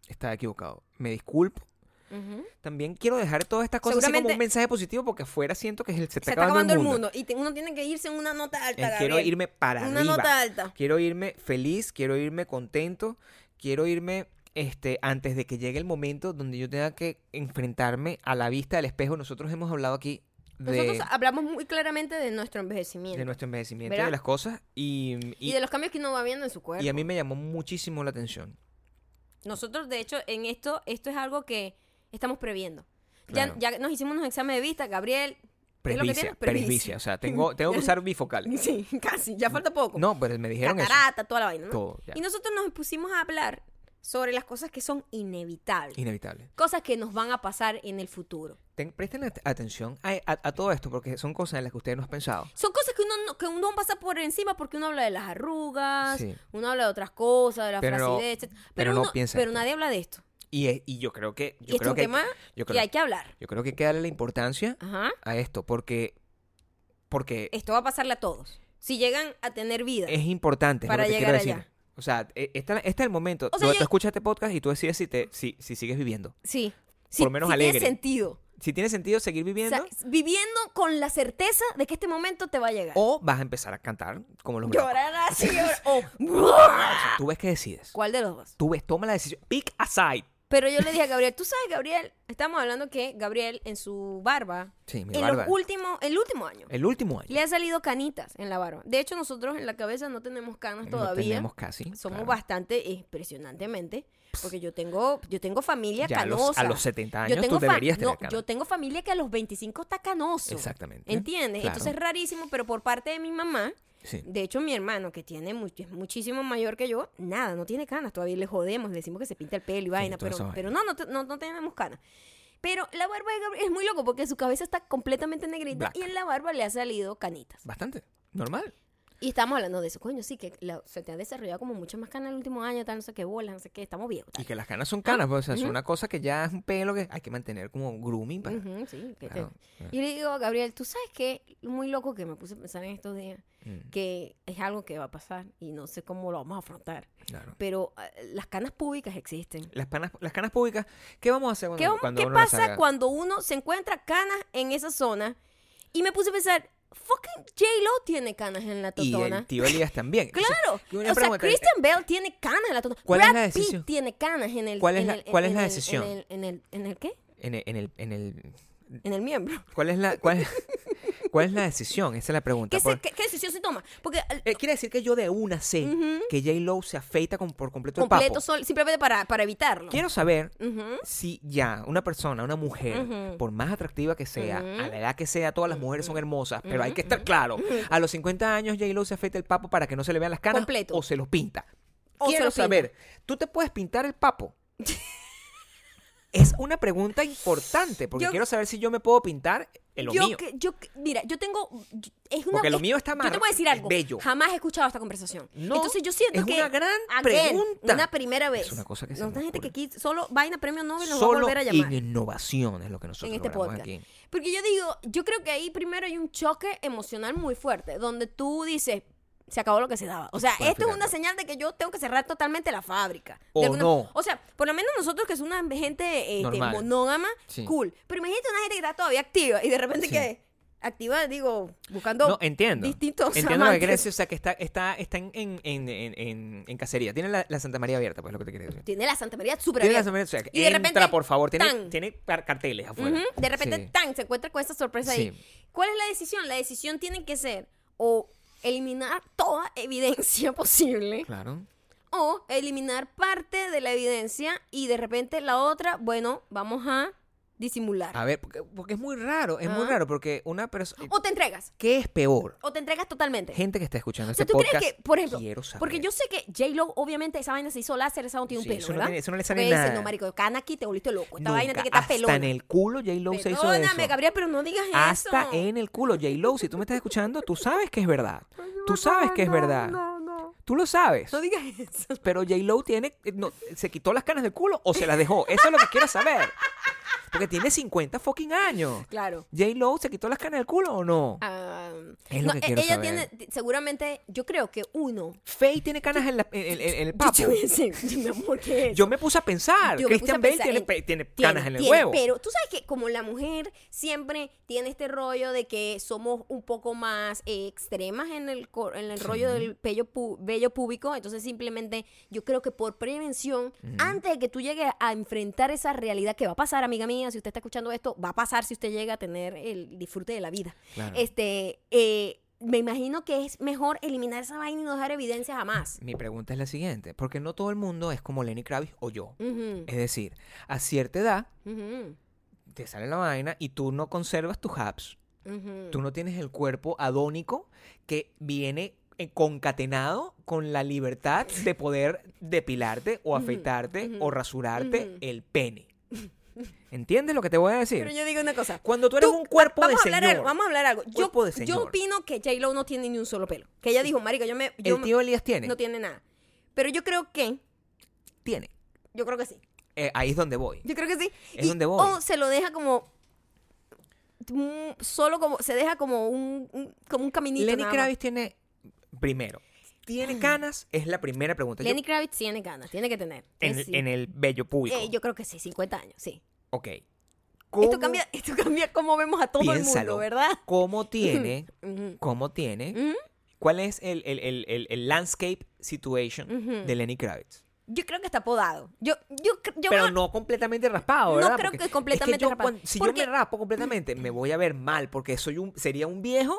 [SPEAKER 2] Estaba equivocado. Me disculpo.
[SPEAKER 1] Ujú.
[SPEAKER 2] También quiero dejar todas estas cosas así como
[SPEAKER 1] Seguramente-
[SPEAKER 2] un mensaje positivo porque afuera siento que se, se
[SPEAKER 1] Se
[SPEAKER 2] está,
[SPEAKER 1] está acabando el mundo. Y te- uno tiene que irse en una nota alta.
[SPEAKER 2] Eh, quiero
[SPEAKER 1] Gabriel.
[SPEAKER 2] irme para
[SPEAKER 1] Una
[SPEAKER 2] arriba.
[SPEAKER 1] nota alta.
[SPEAKER 2] Quiero irme feliz, quiero irme contento, quiero irme este antes de que llegue el momento donde yo tenga que enfrentarme a la vista del espejo. Nosotros hemos hablado aquí de,
[SPEAKER 1] Nosotros hablamos muy claramente de nuestro envejecimiento.
[SPEAKER 2] de nuestro envejecimiento,
[SPEAKER 1] ¿Verdad?
[SPEAKER 2] de las cosas y,
[SPEAKER 1] y,
[SPEAKER 2] y-
[SPEAKER 1] de los cambios que uno va viendo en su cuerpo.
[SPEAKER 2] y a mí me llamó muchísimo la atención.
[SPEAKER 1] Nosotros, de hecho, en esto, esto es algo que estamos previendo.
[SPEAKER 2] Claro.
[SPEAKER 1] Ya, ya nos hicimos unos exámenes de vista, Gabriel. ¿qué es lo que
[SPEAKER 2] Presbicia,
[SPEAKER 1] tienes?
[SPEAKER 2] presbicia, o sea, tengo tengo que usar bifocales.
[SPEAKER 1] Sí, casi, ya falta poco.
[SPEAKER 2] No, pero me dijeron eso.
[SPEAKER 1] Catarata, toda la vaina. ¿no?
[SPEAKER 2] Todo, ya.
[SPEAKER 1] Y nosotros nos pusimos a hablar sobre las cosas que son inevitables.
[SPEAKER 2] Inevitable.
[SPEAKER 1] cosas que nos van a pasar en el futuro.
[SPEAKER 2] Ten- presten at- atención a, a- a todo esto porque son cosas en las que ustedes no han pensado.
[SPEAKER 1] Son cosas que uno, no- que uno pasa por encima porque uno habla de las arrugas,
[SPEAKER 2] Sí.
[SPEAKER 1] uno habla de otras cosas, de la
[SPEAKER 2] Pero no-
[SPEAKER 1] flacidez, etc. Pero,
[SPEAKER 2] pero no
[SPEAKER 1] uno-
[SPEAKER 2] piensa
[SPEAKER 1] pero
[SPEAKER 2] esto.
[SPEAKER 1] nadie habla de esto.
[SPEAKER 2] Y, es- y yo creo que
[SPEAKER 1] y
[SPEAKER 2] yo
[SPEAKER 1] este es
[SPEAKER 2] creo
[SPEAKER 1] un
[SPEAKER 2] que, hay que-
[SPEAKER 1] tema
[SPEAKER 2] yo
[SPEAKER 1] que
[SPEAKER 2] creo,
[SPEAKER 1] hay que hablar.
[SPEAKER 2] yo creo que hay que darle la importancia
[SPEAKER 1] Ajá.
[SPEAKER 2] a esto porque porque
[SPEAKER 1] Esto va a pasarle a todos. Si llegan a tener vida.
[SPEAKER 2] es importante es
[SPEAKER 1] Para
[SPEAKER 2] lo que te
[SPEAKER 1] llegar
[SPEAKER 2] quiero decir.
[SPEAKER 1] allá.
[SPEAKER 2] O sea, e- esta- este es el momento.
[SPEAKER 1] O sea,
[SPEAKER 2] tú,
[SPEAKER 1] yo-
[SPEAKER 2] tú escuchas este podcast y tú decides si te si, si sigues viviendo.
[SPEAKER 1] sí.
[SPEAKER 2] lo menos
[SPEAKER 1] sí
[SPEAKER 2] alegre.
[SPEAKER 1] Tiene sentido.
[SPEAKER 2] Si tiene sentido seguir
[SPEAKER 1] O
[SPEAKER 2] viviendo
[SPEAKER 1] sea,
[SPEAKER 2] o,
[SPEAKER 1] viviendo con la certeza de que este momento te va a llegar.
[SPEAKER 2] vas a empezar a cantar como los blancos.
[SPEAKER 1] llorar así. llorar- o-
[SPEAKER 2] O sea, tú ves que decides.
[SPEAKER 1] ¿Cuál de los dos?
[SPEAKER 2] Tú ves, toma la decisión. Pick aside.
[SPEAKER 1] Pero yo le dije a Gabriel, tú sabes, Gabriel, estamos hablando que Gabriel en su barba,
[SPEAKER 2] Sí, mi
[SPEAKER 1] en
[SPEAKER 2] barba. Eh.
[SPEAKER 1] Los últimos, el último año,
[SPEAKER 2] El último año.
[SPEAKER 1] le ha salido canitas en la barba. De hecho, nosotros en la cabeza no tenemos canas
[SPEAKER 2] No
[SPEAKER 1] todavía.
[SPEAKER 2] tenemos casi.
[SPEAKER 1] Somos
[SPEAKER 2] claro.
[SPEAKER 1] bastante impresionantemente, porque yo tengo, yo tengo familia
[SPEAKER 2] Ya a los-
[SPEAKER 1] canosa.
[SPEAKER 2] a los 70
[SPEAKER 1] Yo
[SPEAKER 2] años
[SPEAKER 1] tengo
[SPEAKER 2] tú
[SPEAKER 1] fa-
[SPEAKER 2] deberías
[SPEAKER 1] no,
[SPEAKER 2] tener canas.
[SPEAKER 1] Yo tengo familia que a los 25 está canoso.
[SPEAKER 2] Exactamente.
[SPEAKER 1] ¿Entiendes?
[SPEAKER 2] Claro.
[SPEAKER 1] Entonces es rarísimo, pero por parte de mi mamá,
[SPEAKER 2] Sí.
[SPEAKER 1] de hecho mi hermano, que tiene much- es muchísimo mayor que yo, nada, no tiene canas, todavía le jodemos, le decimos que se pinta el pelo y vaina,
[SPEAKER 2] toda
[SPEAKER 1] pero,
[SPEAKER 2] esa vaina.
[SPEAKER 1] pero no, no, te- no, no tenemos canas. Pero la barba de Gabriel es muy loco porque su cabeza está completamente negrita
[SPEAKER 2] Blanca.
[SPEAKER 1] y en la barba le ha salido canitas.
[SPEAKER 2] Bastante. Normal.
[SPEAKER 1] Y estamos hablando de eso, coño, sí, que la- se te ha desarrollado como mucho más cana el último año, tal, no sé qué, bolas, no sé qué, estamos viejos.
[SPEAKER 2] Y
[SPEAKER 1] Tal.
[SPEAKER 2] que las canas son canas, pues, o sea, es
[SPEAKER 1] Ah, Ujú.
[SPEAKER 2] una cosa que ya es un pelo que hay que mantener como grooming para...
[SPEAKER 1] Ujú, sí, que te-
[SPEAKER 2] claro,
[SPEAKER 1] Y le digo a Gabriel, tú sabes que muy loco que me puse a pensar en estos días,
[SPEAKER 2] mm,
[SPEAKER 1] que es algo que va a pasar y no sé cómo lo vamos a afrontar,
[SPEAKER 2] claro.
[SPEAKER 1] pero ah, las canas públicas existen.
[SPEAKER 2] Las, panas- las canas públicas, ¿qué vamos a hacer cuando,
[SPEAKER 1] ¿Qué, vamos-
[SPEAKER 2] cuando
[SPEAKER 1] qué
[SPEAKER 2] uno las
[SPEAKER 1] pasa
[SPEAKER 2] haga?
[SPEAKER 1] cuando uno se encuentra canas en esa zona? Y me puse a pensar, fucking J-Lo tiene canas en la
[SPEAKER 2] Y
[SPEAKER 1] totona.
[SPEAKER 2] el tío Elías también. Entonces,
[SPEAKER 1] Claro.
[SPEAKER 2] yo quería
[SPEAKER 1] O sea,
[SPEAKER 2] preguntar,
[SPEAKER 1] Christian Bell tiene canas en la totona.
[SPEAKER 2] eh, ¿Cuál es
[SPEAKER 1] Brad
[SPEAKER 2] la
[SPEAKER 1] Pitt
[SPEAKER 2] decisión?
[SPEAKER 1] tiene canas en el...
[SPEAKER 2] ¿Cuál es
[SPEAKER 1] en
[SPEAKER 2] la-
[SPEAKER 1] el-
[SPEAKER 2] cuál es
[SPEAKER 1] en
[SPEAKER 2] la
[SPEAKER 1] el-
[SPEAKER 2] decisión?
[SPEAKER 1] En el, en el, en el qué?
[SPEAKER 2] En el, en el, en el-
[SPEAKER 1] En el miembro.
[SPEAKER 2] ¿Cuál es la cuál, cuál es la decisión? Esa es la pregunta.
[SPEAKER 1] ¿Qué, se-
[SPEAKER 2] por-
[SPEAKER 1] qué- qué decisión se toma? Porque al-
[SPEAKER 2] Eh, quiere decir que yo de una sé que J. Lo se afeita con, por completo, el
[SPEAKER 1] completo
[SPEAKER 2] papo.
[SPEAKER 1] sol, simplemente para, para evitarlo.
[SPEAKER 2] Quiero saber
[SPEAKER 1] Ujú.
[SPEAKER 2] si ya una persona, una mujer,
[SPEAKER 1] Ujú.
[SPEAKER 2] por más atractiva que sea, a
[SPEAKER 1] Ujú.
[SPEAKER 2] la edad que sea, todas las mujeres son hermosas, pero hay que estar claro, a los 50 años J. Lo se afeita el papo para que no se le vean las canas
[SPEAKER 1] Completo.
[SPEAKER 2] o se los pinta.
[SPEAKER 1] O se
[SPEAKER 2] Quiero
[SPEAKER 1] los pinta.
[SPEAKER 2] saber, ¿tú te puedes pintar el papo? es una pregunta importante porque
[SPEAKER 1] Yo-
[SPEAKER 2] quiero saber si yo me puedo pintar en lo
[SPEAKER 1] yo,
[SPEAKER 2] mío.
[SPEAKER 1] que- yo que- mira, yo tengo... yo- Es una,
[SPEAKER 2] Porque lo
[SPEAKER 1] es-
[SPEAKER 2] mío está
[SPEAKER 1] Yo te
[SPEAKER 2] mar-
[SPEAKER 1] voy a decir
[SPEAKER 2] es
[SPEAKER 1] algo.
[SPEAKER 2] bello.
[SPEAKER 1] Jamás he escuchado esta conversación.
[SPEAKER 2] No,
[SPEAKER 1] Entonces yo siento
[SPEAKER 2] es
[SPEAKER 1] que...
[SPEAKER 2] una gran pregunta.
[SPEAKER 1] Una primera vez.
[SPEAKER 2] Es una cosa que se
[SPEAKER 1] No,
[SPEAKER 2] me
[SPEAKER 1] esta gente que
[SPEAKER 2] ocurre.
[SPEAKER 1] aquí solo vaina premio Nobel nos va a
[SPEAKER 2] Solo
[SPEAKER 1] volver a llamar.
[SPEAKER 2] en innovación es lo que nosotros
[SPEAKER 1] en este
[SPEAKER 2] logramos
[SPEAKER 1] podcast.
[SPEAKER 2] aquí.
[SPEAKER 1] Porque yo digo, yo creo que ahí primero hay un choque emocional muy fuerte, donde tú dices, se acabó lo que se daba. O sea,
[SPEAKER 2] Bueno,
[SPEAKER 1] esto es una
[SPEAKER 2] fíjate.
[SPEAKER 1] señal de que yo tengo que cerrar totalmente la fábrica. De
[SPEAKER 2] O
[SPEAKER 1] alguna-
[SPEAKER 2] no.
[SPEAKER 1] O sea, por lo menos nosotros que es una gente este,
[SPEAKER 2] Normal.
[SPEAKER 1] monógama,
[SPEAKER 2] Sí.
[SPEAKER 1] cool. Pero imagínate una gente que está todavía activa y de repente
[SPEAKER 2] Sí.
[SPEAKER 1] que activa, digo, buscando
[SPEAKER 2] No, entiendo.
[SPEAKER 1] distintos
[SPEAKER 2] Entiendo lo que
[SPEAKER 1] amantes.
[SPEAKER 2] quieres decir, o sea, que está, está, está en, en, en, en- en- en cacería. Tiene la, la Santa María abierta, pues lo que te quería decir.
[SPEAKER 1] Tiene la Santa María súper
[SPEAKER 2] Tiene la
[SPEAKER 1] abierta.
[SPEAKER 2] Santa María, o sea, que
[SPEAKER 1] Y de
[SPEAKER 2] entra,
[SPEAKER 1] repente,
[SPEAKER 2] por favor. Tiene,
[SPEAKER 1] tan.
[SPEAKER 2] tiene car- carteles afuera.
[SPEAKER 1] Ujú, De repente,
[SPEAKER 2] Sí.
[SPEAKER 1] tan, se encuentra con esa sorpresa
[SPEAKER 2] Sí.
[SPEAKER 1] ahí. ¿Cuál es la decisión? La decisión tiene que ser o eliminar toda evidencia posible
[SPEAKER 2] Claro.
[SPEAKER 1] o eliminar parte de la evidencia y de repente la otra, bueno, vamos a disimular.
[SPEAKER 2] A ver, porque, porque es muy raro, es muy
[SPEAKER 1] Ajá.
[SPEAKER 2] raro, porque una persona...
[SPEAKER 1] O te entregas,
[SPEAKER 2] ¿Qué es peor?
[SPEAKER 1] o te entregas totalmente.
[SPEAKER 2] Gente que está escuchando
[SPEAKER 1] o sea,
[SPEAKER 2] este
[SPEAKER 1] ¿tú
[SPEAKER 2] podcast,
[SPEAKER 1] crees que, por ejemplo,
[SPEAKER 2] quiero saber.
[SPEAKER 1] porque yo sé que J-Lo, obviamente, esa vaina se hizo láser, esa no tiene un
[SPEAKER 2] Sí,
[SPEAKER 1] pelo,
[SPEAKER 2] eso no
[SPEAKER 1] ¿verdad?
[SPEAKER 2] tiene- eso no le
[SPEAKER 1] Porque
[SPEAKER 2] sale
[SPEAKER 1] dice,
[SPEAKER 2] nada.
[SPEAKER 1] no, marico, cana aquí te volviste loco. Esta
[SPEAKER 2] Nunca,
[SPEAKER 1] vaina tiene que estar
[SPEAKER 2] hasta
[SPEAKER 1] pelona.
[SPEAKER 2] en el culo J-Lo se hizo de eso.
[SPEAKER 1] Perdóname, Gabriel, pero no digas
[SPEAKER 2] Hasta
[SPEAKER 1] eso.
[SPEAKER 2] en el culo, J-Lo, si tú me estás escuchando, tú sabes que es verdad. Tú sabes que es verdad.
[SPEAKER 1] No, no.
[SPEAKER 2] Tú lo sabes.
[SPEAKER 1] No digas eso.
[SPEAKER 2] Pero J-Lo tiene. eh, no, ¿Se quitó las canas del culo o se las dejó? Eso es lo que quiero saber. Porque tiene 50 fucking años.
[SPEAKER 1] Claro.
[SPEAKER 2] ¿J-Lo se quitó las canas del culo o no?
[SPEAKER 1] Ah,
[SPEAKER 2] Es lo que
[SPEAKER 1] e-
[SPEAKER 2] quiero
[SPEAKER 1] ella
[SPEAKER 2] saber.
[SPEAKER 1] tiene, seguramente, yo creo que uno.
[SPEAKER 2] Faye tiene canas en, la- en- en- en el
[SPEAKER 1] Yo
[SPEAKER 2] papo.
[SPEAKER 1] te voy a decir, mi amor, ¿qué es?
[SPEAKER 2] Yo me puse a pensar.
[SPEAKER 1] Yo me puse a
[SPEAKER 2] Christian Bale
[SPEAKER 1] pensar
[SPEAKER 2] tiene,
[SPEAKER 1] en-
[SPEAKER 2] pe- tiene
[SPEAKER 1] Tiene,
[SPEAKER 2] canas en el
[SPEAKER 1] tiene,
[SPEAKER 2] huevo.
[SPEAKER 1] Pero tú sabes que como la mujer siempre tiene este rollo de que somos un poco más eh, extremas en el, cor- en el rollo del vello, pu- vello público, entonces simplemente yo creo que por prevención, antes de que tú llegues a enfrentar esa realidad que va a pasar, amiga mía, si usted está escuchando esto, va a pasar si usted llega a tener el disfrute de la vida.
[SPEAKER 2] Claro.
[SPEAKER 1] Este, eh, me imagino que es mejor eliminar esa vaina y no dejar evidencia jamás.
[SPEAKER 2] Mi pregunta es la siguiente: porque no todo el mundo es como Lenny Kravitz o yo.
[SPEAKER 1] Ujú,
[SPEAKER 2] Es decir, a cierta edad
[SPEAKER 1] ujú,
[SPEAKER 2] te sale la vaina y tú no conservas tus abs.
[SPEAKER 1] ujú.
[SPEAKER 2] Tú no tienes el cuerpo adónico que viene eh, concatenado con la libertad de poder depilarte o afeitarte o rasurarte
[SPEAKER 1] ujú.
[SPEAKER 2] el pene. ¿Entiendes lo que te voy a
[SPEAKER 1] Pero
[SPEAKER 2] decir?
[SPEAKER 1] yo digo una cosa.
[SPEAKER 2] Cuando tú eres
[SPEAKER 1] Tú-
[SPEAKER 2] un cuerpo
[SPEAKER 1] vamos
[SPEAKER 2] de
[SPEAKER 1] a hablar
[SPEAKER 2] Pues, señor,
[SPEAKER 1] algo, vamos a hablar algo. Yo,
[SPEAKER 2] Cuerpo de
[SPEAKER 1] yo
[SPEAKER 2] señor.
[SPEAKER 1] opino que J-Lo no tiene ni un solo pelo. Que ella dijo, marico, yo me... yo
[SPEAKER 2] el
[SPEAKER 1] me-
[SPEAKER 2] tío Elías tiene,
[SPEAKER 1] No tiene nada. Pero yo creo que...
[SPEAKER 2] tiene.
[SPEAKER 1] Yo creo que sí.
[SPEAKER 2] Eh, ahí es donde voy.
[SPEAKER 1] Yo creo que sí.
[SPEAKER 2] Es donde voy.
[SPEAKER 1] O se lo deja como... mm, Solo como... Se deja como un, un- como un caminito
[SPEAKER 2] Lenny
[SPEAKER 1] nada más. Ah.
[SPEAKER 2] Kravitz tiene, primero, ¿tiene canas? Es la primera pregunta. Yo-
[SPEAKER 1] Lenny Kravitz tiene ganas. Tiene que tener.
[SPEAKER 2] en,
[SPEAKER 1] Es- sí.
[SPEAKER 2] en el bello público.
[SPEAKER 1] Eh, yo creo que sí. 50 años, sí.
[SPEAKER 2] ok.
[SPEAKER 1] Esto
[SPEAKER 2] ¿Cómo-
[SPEAKER 1] cambia, esto cambia cómo vemos a todo el
[SPEAKER 2] piénsalo,
[SPEAKER 1] mundo, ¿verdad?
[SPEAKER 2] ¿Cómo tiene
[SPEAKER 1] Ujú,
[SPEAKER 2] cómo tiene,
[SPEAKER 1] Ujú.
[SPEAKER 2] cuál es el, el- el- el- el landscape situation
[SPEAKER 1] Ujú.
[SPEAKER 2] de Lenny Kravitz.
[SPEAKER 1] Yo creo que está podado. Yo, yo, cre- yo
[SPEAKER 2] Pero
[SPEAKER 1] veo-
[SPEAKER 2] no completamente raspado,
[SPEAKER 1] No
[SPEAKER 2] ¿verdad?
[SPEAKER 1] creo que
[SPEAKER 2] es
[SPEAKER 1] completamente
[SPEAKER 2] yo
[SPEAKER 1] rapado.
[SPEAKER 2] cuan- si
[SPEAKER 1] Porque-
[SPEAKER 2] yo me rapo completamente, me voy a ver mal porque soy un, sería un viejo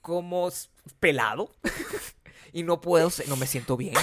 [SPEAKER 2] como s- pelado y no puedo, ser- no me siento bien.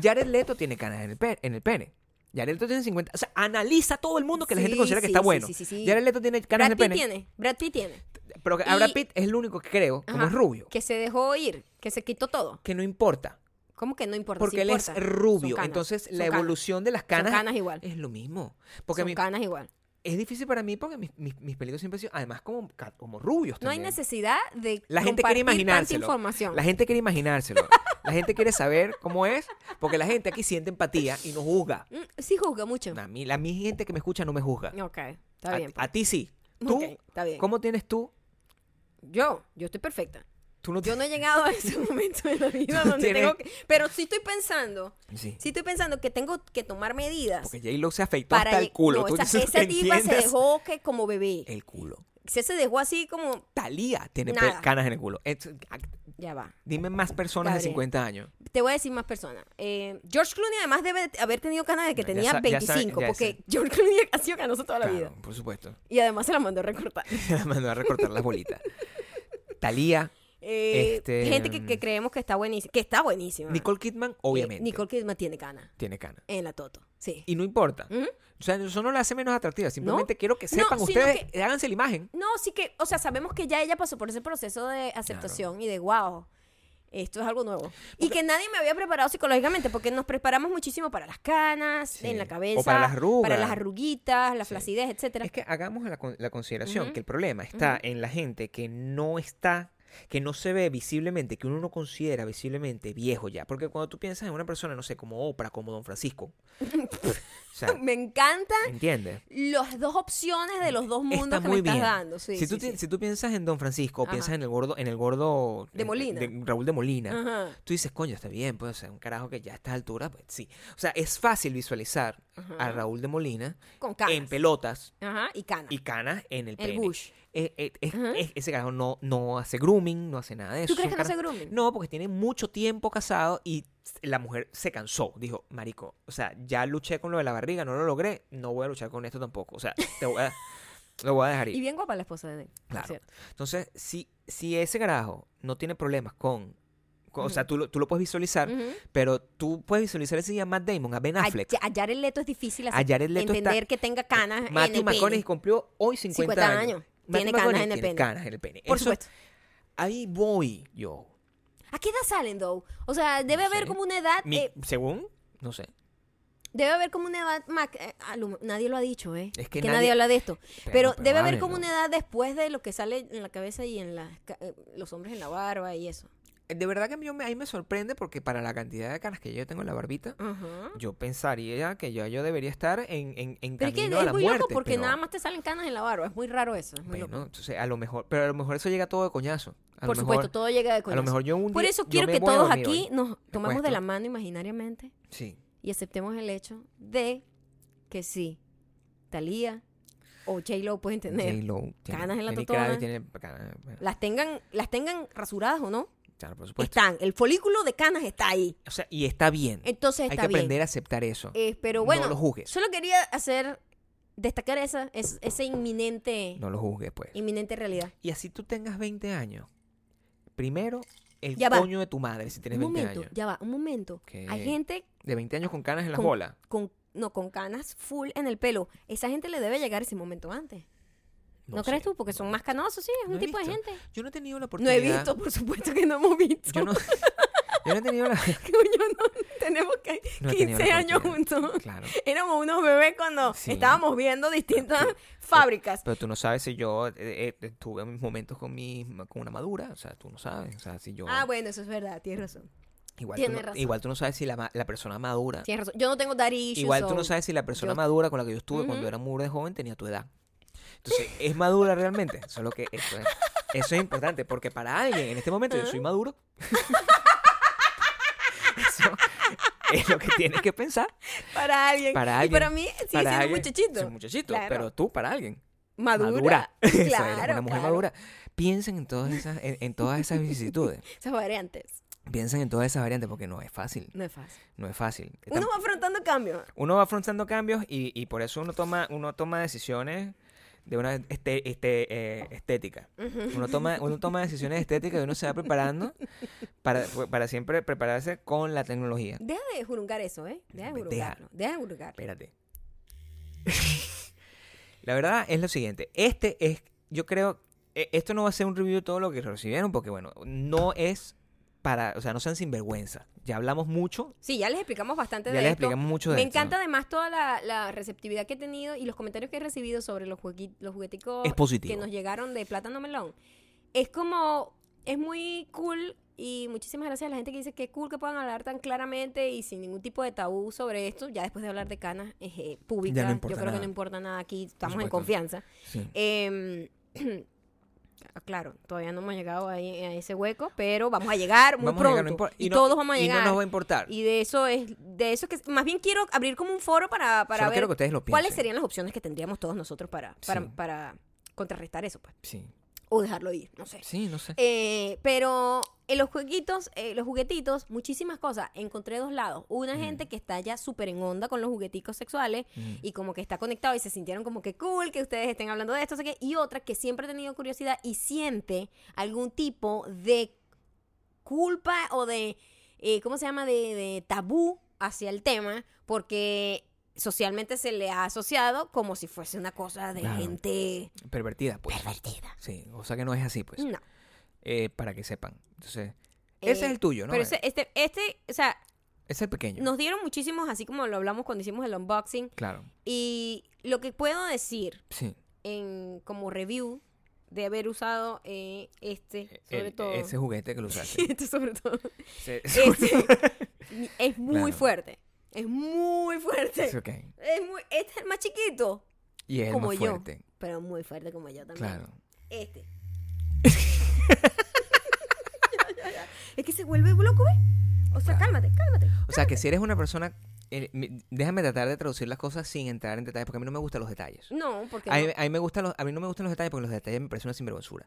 [SPEAKER 2] Jared Leto tiene canas en el, pe- en el pene. Jared Leto tiene 50. O sea, analiza todo el mundo que la gente
[SPEAKER 1] Sí,
[SPEAKER 2] considera que
[SPEAKER 1] sí,
[SPEAKER 2] está
[SPEAKER 1] sí,
[SPEAKER 2] bueno.
[SPEAKER 1] sí, sí, sí.
[SPEAKER 2] Jared Leto tiene canas en
[SPEAKER 1] Brad
[SPEAKER 2] el
[SPEAKER 1] Pitt
[SPEAKER 2] pene.
[SPEAKER 1] tiene. Brad Pitt tiene.
[SPEAKER 2] Pero que
[SPEAKER 1] Y-
[SPEAKER 2] Brad Pitt es el único que creo, como
[SPEAKER 1] Ajá.
[SPEAKER 2] es rubio,
[SPEAKER 1] Que se dejó ir, que se quitó todo.
[SPEAKER 2] que no importa.
[SPEAKER 1] ¿Cómo que no importa? Sí
[SPEAKER 2] Porque él es
[SPEAKER 1] importa. Son
[SPEAKER 2] rubio.
[SPEAKER 1] canas,
[SPEAKER 2] Entonces,
[SPEAKER 1] son
[SPEAKER 2] la
[SPEAKER 1] canas,
[SPEAKER 2] evolución de las canas,
[SPEAKER 1] canas igual.
[SPEAKER 2] es lo mismo. Porque
[SPEAKER 1] son
[SPEAKER 2] mi-
[SPEAKER 1] canas igual.
[SPEAKER 2] es difícil para mí porque mis, mis, mis pelitos siempre han sido, además como, ca- como rubios
[SPEAKER 1] No hay
[SPEAKER 2] también.
[SPEAKER 1] necesidad de
[SPEAKER 2] La gente
[SPEAKER 1] compartir
[SPEAKER 2] quiere
[SPEAKER 1] tanta
[SPEAKER 2] imaginárselo.
[SPEAKER 1] información.
[SPEAKER 2] La gente quiere imaginárselo. la gente quiere saber cómo es, porque la gente aquí siente empatía y no juzga.
[SPEAKER 1] Mm, Sí juzga mucho.
[SPEAKER 2] A mí, la mi gente que me escucha no me juzga.
[SPEAKER 1] Ok, está
[SPEAKER 2] a,
[SPEAKER 1] bien.
[SPEAKER 2] a ti sí.
[SPEAKER 1] pues.
[SPEAKER 2] ¿Tú?
[SPEAKER 1] Ok, está bien.
[SPEAKER 2] ¿Cómo tienes tú?
[SPEAKER 1] Yo, yo estoy perfecta.
[SPEAKER 2] Tú no
[SPEAKER 1] Yo no
[SPEAKER 2] tienes-
[SPEAKER 1] he llegado a ese momento de la vida
[SPEAKER 2] Tú
[SPEAKER 1] donde
[SPEAKER 2] tienes-
[SPEAKER 1] tengo que... Pero sí estoy pensando,
[SPEAKER 2] Sí.
[SPEAKER 1] sí estoy pensando que tengo que tomar medidas
[SPEAKER 2] Porque J-Lo se afeitó
[SPEAKER 1] para...
[SPEAKER 2] hasta el
[SPEAKER 1] lle-
[SPEAKER 2] culo.
[SPEAKER 1] No,
[SPEAKER 2] Tú
[SPEAKER 1] esa,
[SPEAKER 2] dices
[SPEAKER 1] esa
[SPEAKER 2] que
[SPEAKER 1] tipa se
[SPEAKER 2] entiendes Eh.
[SPEAKER 1] dejó que como bebé.
[SPEAKER 2] El culo.
[SPEAKER 1] Se, se dejó así como...
[SPEAKER 2] Talía tiene pe-
[SPEAKER 1] Nada.
[SPEAKER 2] canas en el culo. Es- ah,
[SPEAKER 1] Ya va.
[SPEAKER 2] Dime más personas de
[SPEAKER 1] Gabriel.
[SPEAKER 2] 50 años.
[SPEAKER 1] Te voy a decir más personas. Eh, George Clooney además debe de haber tenido canas de que
[SPEAKER 2] No, ya
[SPEAKER 1] tenía
[SPEAKER 2] sa- ya sabe-
[SPEAKER 1] 25,
[SPEAKER 2] ya
[SPEAKER 1] porque
[SPEAKER 2] sé.
[SPEAKER 1] George Clooney ha sido canoso toda la vida.
[SPEAKER 2] Claro, por supuesto.
[SPEAKER 1] Y además se la mandó a recortar.
[SPEAKER 2] La mandó a recortar las bolitas. Talía,
[SPEAKER 1] Eh,
[SPEAKER 2] Este,
[SPEAKER 1] gente que, que creemos que está buenísima. Que está buenísima.
[SPEAKER 2] Nicole Kidman,
[SPEAKER 1] Eh,
[SPEAKER 2] obviamente.
[SPEAKER 1] Nicole Kidman tiene cana
[SPEAKER 2] Tiene canas.
[SPEAKER 1] en la Toto. Sí.
[SPEAKER 2] Y no importa.
[SPEAKER 1] Ujú.
[SPEAKER 2] O sea, eso no la hace menos atractiva. Simplemente quiero que
[SPEAKER 1] ¿Mm? No,
[SPEAKER 2] sepan
[SPEAKER 1] sino
[SPEAKER 2] ustedes, háganse la imagen.
[SPEAKER 1] No, sí que, o sea, sabemos que ya ella pasó por ese proceso de aceptación y de wow, esto es algo nuevo. y que nadie me había preparado psicológicamente porque nos preparamos muchísimo para las canas,
[SPEAKER 2] Sí.
[SPEAKER 1] en la cabeza,
[SPEAKER 2] O para las arrugas.
[SPEAKER 1] para las arruguitas, la
[SPEAKER 2] Sí.
[SPEAKER 1] flacidez, etcétera.
[SPEAKER 2] Es que hagamos la, con- la consideración
[SPEAKER 1] Ujú.
[SPEAKER 2] que el problema está en la gente que no está, que no se ve visiblemente, que uno no considera visiblemente viejo ya. Porque cuando tú piensas en una persona, no sé, como Oprah, como Don Francisco. o sea,
[SPEAKER 1] me encantan
[SPEAKER 2] ¿entiendes?
[SPEAKER 1] las dos opciones de los dos mundos
[SPEAKER 2] Está
[SPEAKER 1] que
[SPEAKER 2] muy
[SPEAKER 1] me estás
[SPEAKER 2] bien.
[SPEAKER 1] dando. Sí,
[SPEAKER 2] si, tú,
[SPEAKER 1] sí,
[SPEAKER 2] ti-
[SPEAKER 1] sí.
[SPEAKER 2] si tú piensas en Don Francisco, o
[SPEAKER 1] Ajá.
[SPEAKER 2] piensas en el gordo, en el gordo
[SPEAKER 1] De
[SPEAKER 2] eh,
[SPEAKER 1] Molina.
[SPEAKER 2] de Raúl de Molina.
[SPEAKER 1] Ajá,
[SPEAKER 2] Tú dices, coño, está bien, pues, o sea, un carajo que ya a estas alturas, pues sí. O sea, es fácil visualizar a
[SPEAKER 1] Ajá.
[SPEAKER 2] Raúl de Molina
[SPEAKER 1] con canas.
[SPEAKER 2] en pelotas
[SPEAKER 1] Ajá, y canas.
[SPEAKER 2] y canas en el
[SPEAKER 1] el
[SPEAKER 2] pene.
[SPEAKER 1] bush.
[SPEAKER 2] Eh, eh, es-
[SPEAKER 1] Ajá.
[SPEAKER 2] es- ese carajo no, no hace grooming, no hace nada de eso.
[SPEAKER 1] ¿Tú crees
[SPEAKER 2] Es un
[SPEAKER 1] que no se
[SPEAKER 2] carajo-
[SPEAKER 1] grooming?
[SPEAKER 2] No, porque tiene mucho tiempo casado y la mujer se cansó. Dijo, marico, o sea, ya luché con lo de la barriga, no lo logré, no voy a luchar con esto tampoco. O sea, te voy a- lo voy a dejar ir.
[SPEAKER 1] Y bien guapa la esposa de él. por
[SPEAKER 2] Claro.
[SPEAKER 1] cierto.
[SPEAKER 2] Entonces, si, si ese carajo no tiene problemas con... con- O sea,
[SPEAKER 1] Ujú.
[SPEAKER 2] tú lo, tú lo puedes visualizar,
[SPEAKER 1] Ujú.
[SPEAKER 2] pero tú puedes visualizar ese día a Matt Damon, a Ben
[SPEAKER 1] A-
[SPEAKER 2] Affleck,
[SPEAKER 1] a Jared Leto es difícil
[SPEAKER 2] a
[SPEAKER 1] hacer
[SPEAKER 2] Jared Leto está-
[SPEAKER 1] entender que tenga canas en
[SPEAKER 2] Matthew
[SPEAKER 1] el pene.
[SPEAKER 2] McConaughey cumplió hoy 50,
[SPEAKER 1] 50
[SPEAKER 2] años.
[SPEAKER 1] años.
[SPEAKER 2] Matthew
[SPEAKER 1] Tiene canas
[SPEAKER 2] McConaughey
[SPEAKER 1] en el
[SPEAKER 2] tiene
[SPEAKER 1] pene.
[SPEAKER 2] canas en el pene.
[SPEAKER 1] Por
[SPEAKER 2] Eso-
[SPEAKER 1] supuesto.
[SPEAKER 2] Ahí voy yo.
[SPEAKER 1] ¿A qué edad salen, though? O sea, debe
[SPEAKER 2] No
[SPEAKER 1] haber
[SPEAKER 2] sé.
[SPEAKER 1] como una edad.
[SPEAKER 2] Mi-
[SPEAKER 1] eh,
[SPEAKER 2] según, no sé.
[SPEAKER 1] debe haber como una edad. Mac, eh, a lo- nadie lo ha dicho, ¿eh?
[SPEAKER 2] Es que
[SPEAKER 1] que, nadie,
[SPEAKER 2] nadie-
[SPEAKER 1] habla de esto. Pero, debe haber
[SPEAKER 2] háblenlo.
[SPEAKER 1] como una edad después de lo que sale en la cabeza y en las ca- eh, los hombres en la barba y eso.
[SPEAKER 2] De verdad que yo me, ahí me sorprende porque para la cantidad de canas que yo tengo en la barbita,
[SPEAKER 1] Ajá.
[SPEAKER 2] yo pensaría que yo, yo debería estar en, en, en
[SPEAKER 1] Pero es que
[SPEAKER 2] camino a
[SPEAKER 1] es
[SPEAKER 2] la
[SPEAKER 1] muy
[SPEAKER 2] muerte.
[SPEAKER 1] loco porque
[SPEAKER 2] pero-
[SPEAKER 1] nada más te salen canas en la barba. Es muy raro eso. Es muy
[SPEAKER 2] Bueno,
[SPEAKER 1] loco.
[SPEAKER 2] entonces a lo mejor, pero a lo mejor eso llega todo de coñazo. A
[SPEAKER 1] Por
[SPEAKER 2] lo
[SPEAKER 1] supuesto,
[SPEAKER 2] mejor-
[SPEAKER 1] todo llega de coñazo.
[SPEAKER 2] A lo mejor yo un
[SPEAKER 1] Por
[SPEAKER 2] día-
[SPEAKER 1] eso
[SPEAKER 2] yo
[SPEAKER 1] quiero
[SPEAKER 2] me
[SPEAKER 1] que
[SPEAKER 2] voy a
[SPEAKER 1] todos
[SPEAKER 2] dormir
[SPEAKER 1] aquí
[SPEAKER 2] hoy.
[SPEAKER 1] nos tomemos de
[SPEAKER 2] acuesto.
[SPEAKER 1] la mano imaginariamente
[SPEAKER 2] Sí.
[SPEAKER 1] y aceptemos el hecho de que sí, Talía o J-Lo pues, pueden tener.
[SPEAKER 2] J-Lo tiene-
[SPEAKER 1] canas en la
[SPEAKER 2] tiene
[SPEAKER 1] totona.
[SPEAKER 2] cara y tiene canas, bueno,
[SPEAKER 1] las tengan, las tengan rasuradas o no,
[SPEAKER 2] claro,
[SPEAKER 1] eh,
[SPEAKER 2] por supuesto.
[SPEAKER 1] están. El folículo de canas está ahí.
[SPEAKER 2] O sea, y está bien.
[SPEAKER 1] Entonces
[SPEAKER 2] Hay
[SPEAKER 1] eh, está
[SPEAKER 2] que
[SPEAKER 1] bien.
[SPEAKER 2] aprender a aceptar eso.
[SPEAKER 1] Eh, pero
[SPEAKER 2] No
[SPEAKER 1] bueno,
[SPEAKER 2] lo juzgues.
[SPEAKER 1] solo quería hacer, destacar esa, es- ese inminente,
[SPEAKER 2] No lo juzgues, pues.
[SPEAKER 1] inminente realidad.
[SPEAKER 2] Y así tú tengas 20 años. Primero, el
[SPEAKER 1] Ya va.
[SPEAKER 2] coño de tu madre, si tienes
[SPEAKER 1] un
[SPEAKER 2] 20
[SPEAKER 1] momento,
[SPEAKER 2] años.
[SPEAKER 1] ya va, un momento.
[SPEAKER 2] ¿Qué?
[SPEAKER 1] Hay gente
[SPEAKER 2] De 20 años con canas en las
[SPEAKER 1] Con-
[SPEAKER 2] bolas.
[SPEAKER 1] con, no, con canas full en el pelo. Esa gente le debe llegar ese momento antes. ¿No, crees
[SPEAKER 2] sé.
[SPEAKER 1] tú? Porque son más canosos, sí, es
[SPEAKER 2] No
[SPEAKER 1] un
[SPEAKER 2] he
[SPEAKER 1] tipo de
[SPEAKER 2] visto.
[SPEAKER 1] gente.
[SPEAKER 2] Yo no he tenido la
[SPEAKER 1] No
[SPEAKER 2] oportunidad.
[SPEAKER 1] he visto, por supuesto que no hemos visto.
[SPEAKER 2] Yo no, yo no he tenido la.
[SPEAKER 1] Coño, no, tenemos que
[SPEAKER 2] no he tenido
[SPEAKER 1] 15
[SPEAKER 2] la
[SPEAKER 1] años
[SPEAKER 2] oportunidad.
[SPEAKER 1] juntos.
[SPEAKER 2] Claro.
[SPEAKER 1] Éramos unos bebés cuando
[SPEAKER 2] Sí.
[SPEAKER 1] estábamos viendo distintas
[SPEAKER 2] Pero-
[SPEAKER 1] fábricas.
[SPEAKER 2] Pero tú no sabes si yo eh, eh, eh, tuve mis momentos con, mi, con una madura. O sea, tú no sabes. O sea, si yo.
[SPEAKER 1] Ah, bueno, eso es verdad, tienes razón.
[SPEAKER 2] igual, tú
[SPEAKER 1] tienes
[SPEAKER 2] no,
[SPEAKER 1] razón.
[SPEAKER 2] igual tú no sabes si la, ma- la persona madura.
[SPEAKER 1] Tienes razón. Yo no tengo daddy issues,
[SPEAKER 2] Ah. Igual tú no
[SPEAKER 1] so-
[SPEAKER 2] sabes si la persona
[SPEAKER 1] yo-
[SPEAKER 2] madura con la que yo estuve cuando
[SPEAKER 1] Ujú.
[SPEAKER 2] era muy de joven tenía tu edad. Entonces, ¿es madura realmente? Solo que eso es, eso es importante, porque para alguien en este momento yo soy maduro. eso es lo que tienes que pensar.
[SPEAKER 1] Para alguien.
[SPEAKER 2] Para
[SPEAKER 1] Y
[SPEAKER 2] alguien,
[SPEAKER 1] para mí sigue
[SPEAKER 2] para
[SPEAKER 1] siendo un
[SPEAKER 2] alguien,
[SPEAKER 1] muchachito.
[SPEAKER 2] soy un muchachito,
[SPEAKER 1] Claro.
[SPEAKER 2] pero tú para alguien.
[SPEAKER 1] Madura.
[SPEAKER 2] Madura. Eso eres
[SPEAKER 1] Claro,
[SPEAKER 2] una mujer
[SPEAKER 1] claro.
[SPEAKER 2] madura. Piensen en todas esas, en, en todas esas vicisitudes.
[SPEAKER 1] Esas variantes.
[SPEAKER 2] Piensen en todas esas variantes, porque no es fácil.
[SPEAKER 1] No es fácil.
[SPEAKER 2] No es fácil.
[SPEAKER 1] Uno va afrontando cambios.
[SPEAKER 2] uno va afrontando cambios y, y por eso uno toma, uno toma decisiones de una este, este, eh, estética. Uno toma, uno toma decisiones estéticas y uno se va preparando para, para siempre prepararse con la tecnología.
[SPEAKER 1] Deja de jurungar eso, ¿eh? Deja de
[SPEAKER 2] Deja.
[SPEAKER 1] jurungarlo. Deja de jurungar.
[SPEAKER 2] Espérate. la verdad es lo siguiente. Este es, yo creo, e- esto no va a ser un review de todo lo que recibieron porque, bueno, no es para, o sea, no sean sinvergüenza. Ya hablamos mucho,
[SPEAKER 1] Sí, ya les explicamos bastante
[SPEAKER 2] ya
[SPEAKER 1] de
[SPEAKER 2] les
[SPEAKER 1] esto.
[SPEAKER 2] explicamos mucho de
[SPEAKER 1] Me
[SPEAKER 2] esto.
[SPEAKER 1] encanta además toda la, la receptividad que he tenido y los comentarios que he recibido sobre los, juegui- los jugueticos
[SPEAKER 2] Es positivo.
[SPEAKER 1] que nos llegaron de Plátano Melón. Es como, es muy cool y muchísimas gracias a la gente que dice que es cool que puedan hablar tan claramente y sin ningún tipo de tabú sobre esto. Ya después de hablar de canas eh, públicas, yo
[SPEAKER 2] importa
[SPEAKER 1] creo que
[SPEAKER 2] nada.
[SPEAKER 1] no importa nada aquí, estamos en
[SPEAKER 2] supuesto.
[SPEAKER 1] confianza.
[SPEAKER 2] Sí.
[SPEAKER 1] Em, ah, claro, todavía no hemos llegado ahí a ese hueco, pero vamos a llegar muy
[SPEAKER 2] Vamos a
[SPEAKER 1] pronto.
[SPEAKER 2] llegar, no importa.
[SPEAKER 1] y,
[SPEAKER 2] no-
[SPEAKER 1] todos vamos a
[SPEAKER 2] y
[SPEAKER 1] llegar.
[SPEAKER 2] no nos va a importar.
[SPEAKER 1] Y de eso es, de eso que más bien quiero abrir como un foro para, para
[SPEAKER 2] Solo
[SPEAKER 1] ver
[SPEAKER 2] quiero que ustedes lo piensen.
[SPEAKER 1] cuáles serían las opciones que tendríamos todos nosotros para, para,
[SPEAKER 2] Sí.
[SPEAKER 1] para contrarrestar eso, pues.
[SPEAKER 2] Sí,
[SPEAKER 1] O dejarlo ir, no sé.
[SPEAKER 2] sí, no sé.
[SPEAKER 1] Eh, pero en los jueguitos, eh, los juguetitos, muchísimas cosas. Encontré dos lados. Una gente que está ya súper en onda con los jugueticos sexuales
[SPEAKER 2] Mm.
[SPEAKER 1] y como que está conectado y se sintieron como que cool que ustedes estén hablando de esto. no sé qué. Y otra que siempre ha tenido curiosidad y siente algún tipo de culpa o de, eh, ¿cómo se llama?, de, de tabú hacia el tema porque socialmente se le ha asociado como si fuese una cosa de
[SPEAKER 2] Claro.
[SPEAKER 1] gente
[SPEAKER 2] Pervertida, pues.
[SPEAKER 1] pervertida.
[SPEAKER 2] Sí, o sea que no es así, pues.
[SPEAKER 1] No.
[SPEAKER 2] Eh, para que sepan. Entonces, ese
[SPEAKER 1] Eh,
[SPEAKER 2] es el tuyo, ¿no?
[SPEAKER 1] Pero
[SPEAKER 2] ese
[SPEAKER 1] ese- este, este, o sea,
[SPEAKER 2] es el pequeño.
[SPEAKER 1] Nos dieron muchísimos, así como lo hablamos cuando hicimos el unboxing.
[SPEAKER 2] Claro,
[SPEAKER 1] Y lo que puedo decir
[SPEAKER 2] sí.
[SPEAKER 1] en, como review de haber usado eh, este, sobre
[SPEAKER 2] El-
[SPEAKER 1] todo.
[SPEAKER 2] Ese juguete que lo usaste.
[SPEAKER 1] este sobre todo.
[SPEAKER 2] Ese-
[SPEAKER 1] Este, es muy
[SPEAKER 2] Claro.
[SPEAKER 1] fuerte. Es muy fuerte.
[SPEAKER 2] Sí, ok.
[SPEAKER 1] Es muy, este es el más chiquito,
[SPEAKER 2] Y es el
[SPEAKER 1] Como
[SPEAKER 2] más
[SPEAKER 1] yo.
[SPEAKER 2] fuerte.
[SPEAKER 1] pero muy fuerte como yo también.
[SPEAKER 2] Claro.
[SPEAKER 1] Este. Ya, ya, ya. Es que se vuelve loco, ¿ves? O sea, cálmate, cálmate.
[SPEAKER 2] O sea que si eres una persona. eh, mi- déjame tratar de traducir las cosas sin entrar en detalles, porque a mí no me gustan los detalles.
[SPEAKER 1] No, porque.
[SPEAKER 2] A mí,
[SPEAKER 1] no.
[SPEAKER 2] a mí me gustan los, a mí no me gustan los detalles porque los detalles me parecen una sinvergüenzura.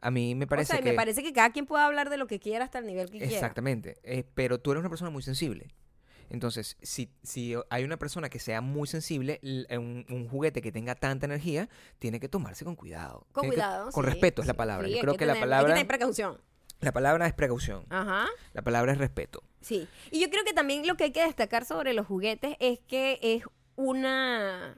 [SPEAKER 2] A mí me parece
[SPEAKER 1] o sea, y
[SPEAKER 2] que...
[SPEAKER 1] me parece que cada quien puede hablar de lo que quiera hasta el nivel que quiera.
[SPEAKER 2] Exactamente. Eh, pero tú eres una persona muy sensible. Entonces, si, si hay una persona que sea muy sensible, l- eh, un, un juguete que tenga tanta energía, tiene que tomarse con cuidado.
[SPEAKER 1] Con
[SPEAKER 2] Tiene que-
[SPEAKER 1] cuidado.
[SPEAKER 2] con
[SPEAKER 1] sí,
[SPEAKER 2] respeto es la
[SPEAKER 1] sí,
[SPEAKER 2] palabra.
[SPEAKER 1] sí,
[SPEAKER 2] Yo
[SPEAKER 1] hay
[SPEAKER 2] creo que, la
[SPEAKER 1] tener-
[SPEAKER 2] palabra,
[SPEAKER 1] Hay que tener precaución.
[SPEAKER 2] la palabra es precaución.
[SPEAKER 1] Ajá.
[SPEAKER 2] La palabra es respeto.
[SPEAKER 1] Sí. Y yo creo que también lo que hay que destacar sobre los juguetes es que es una.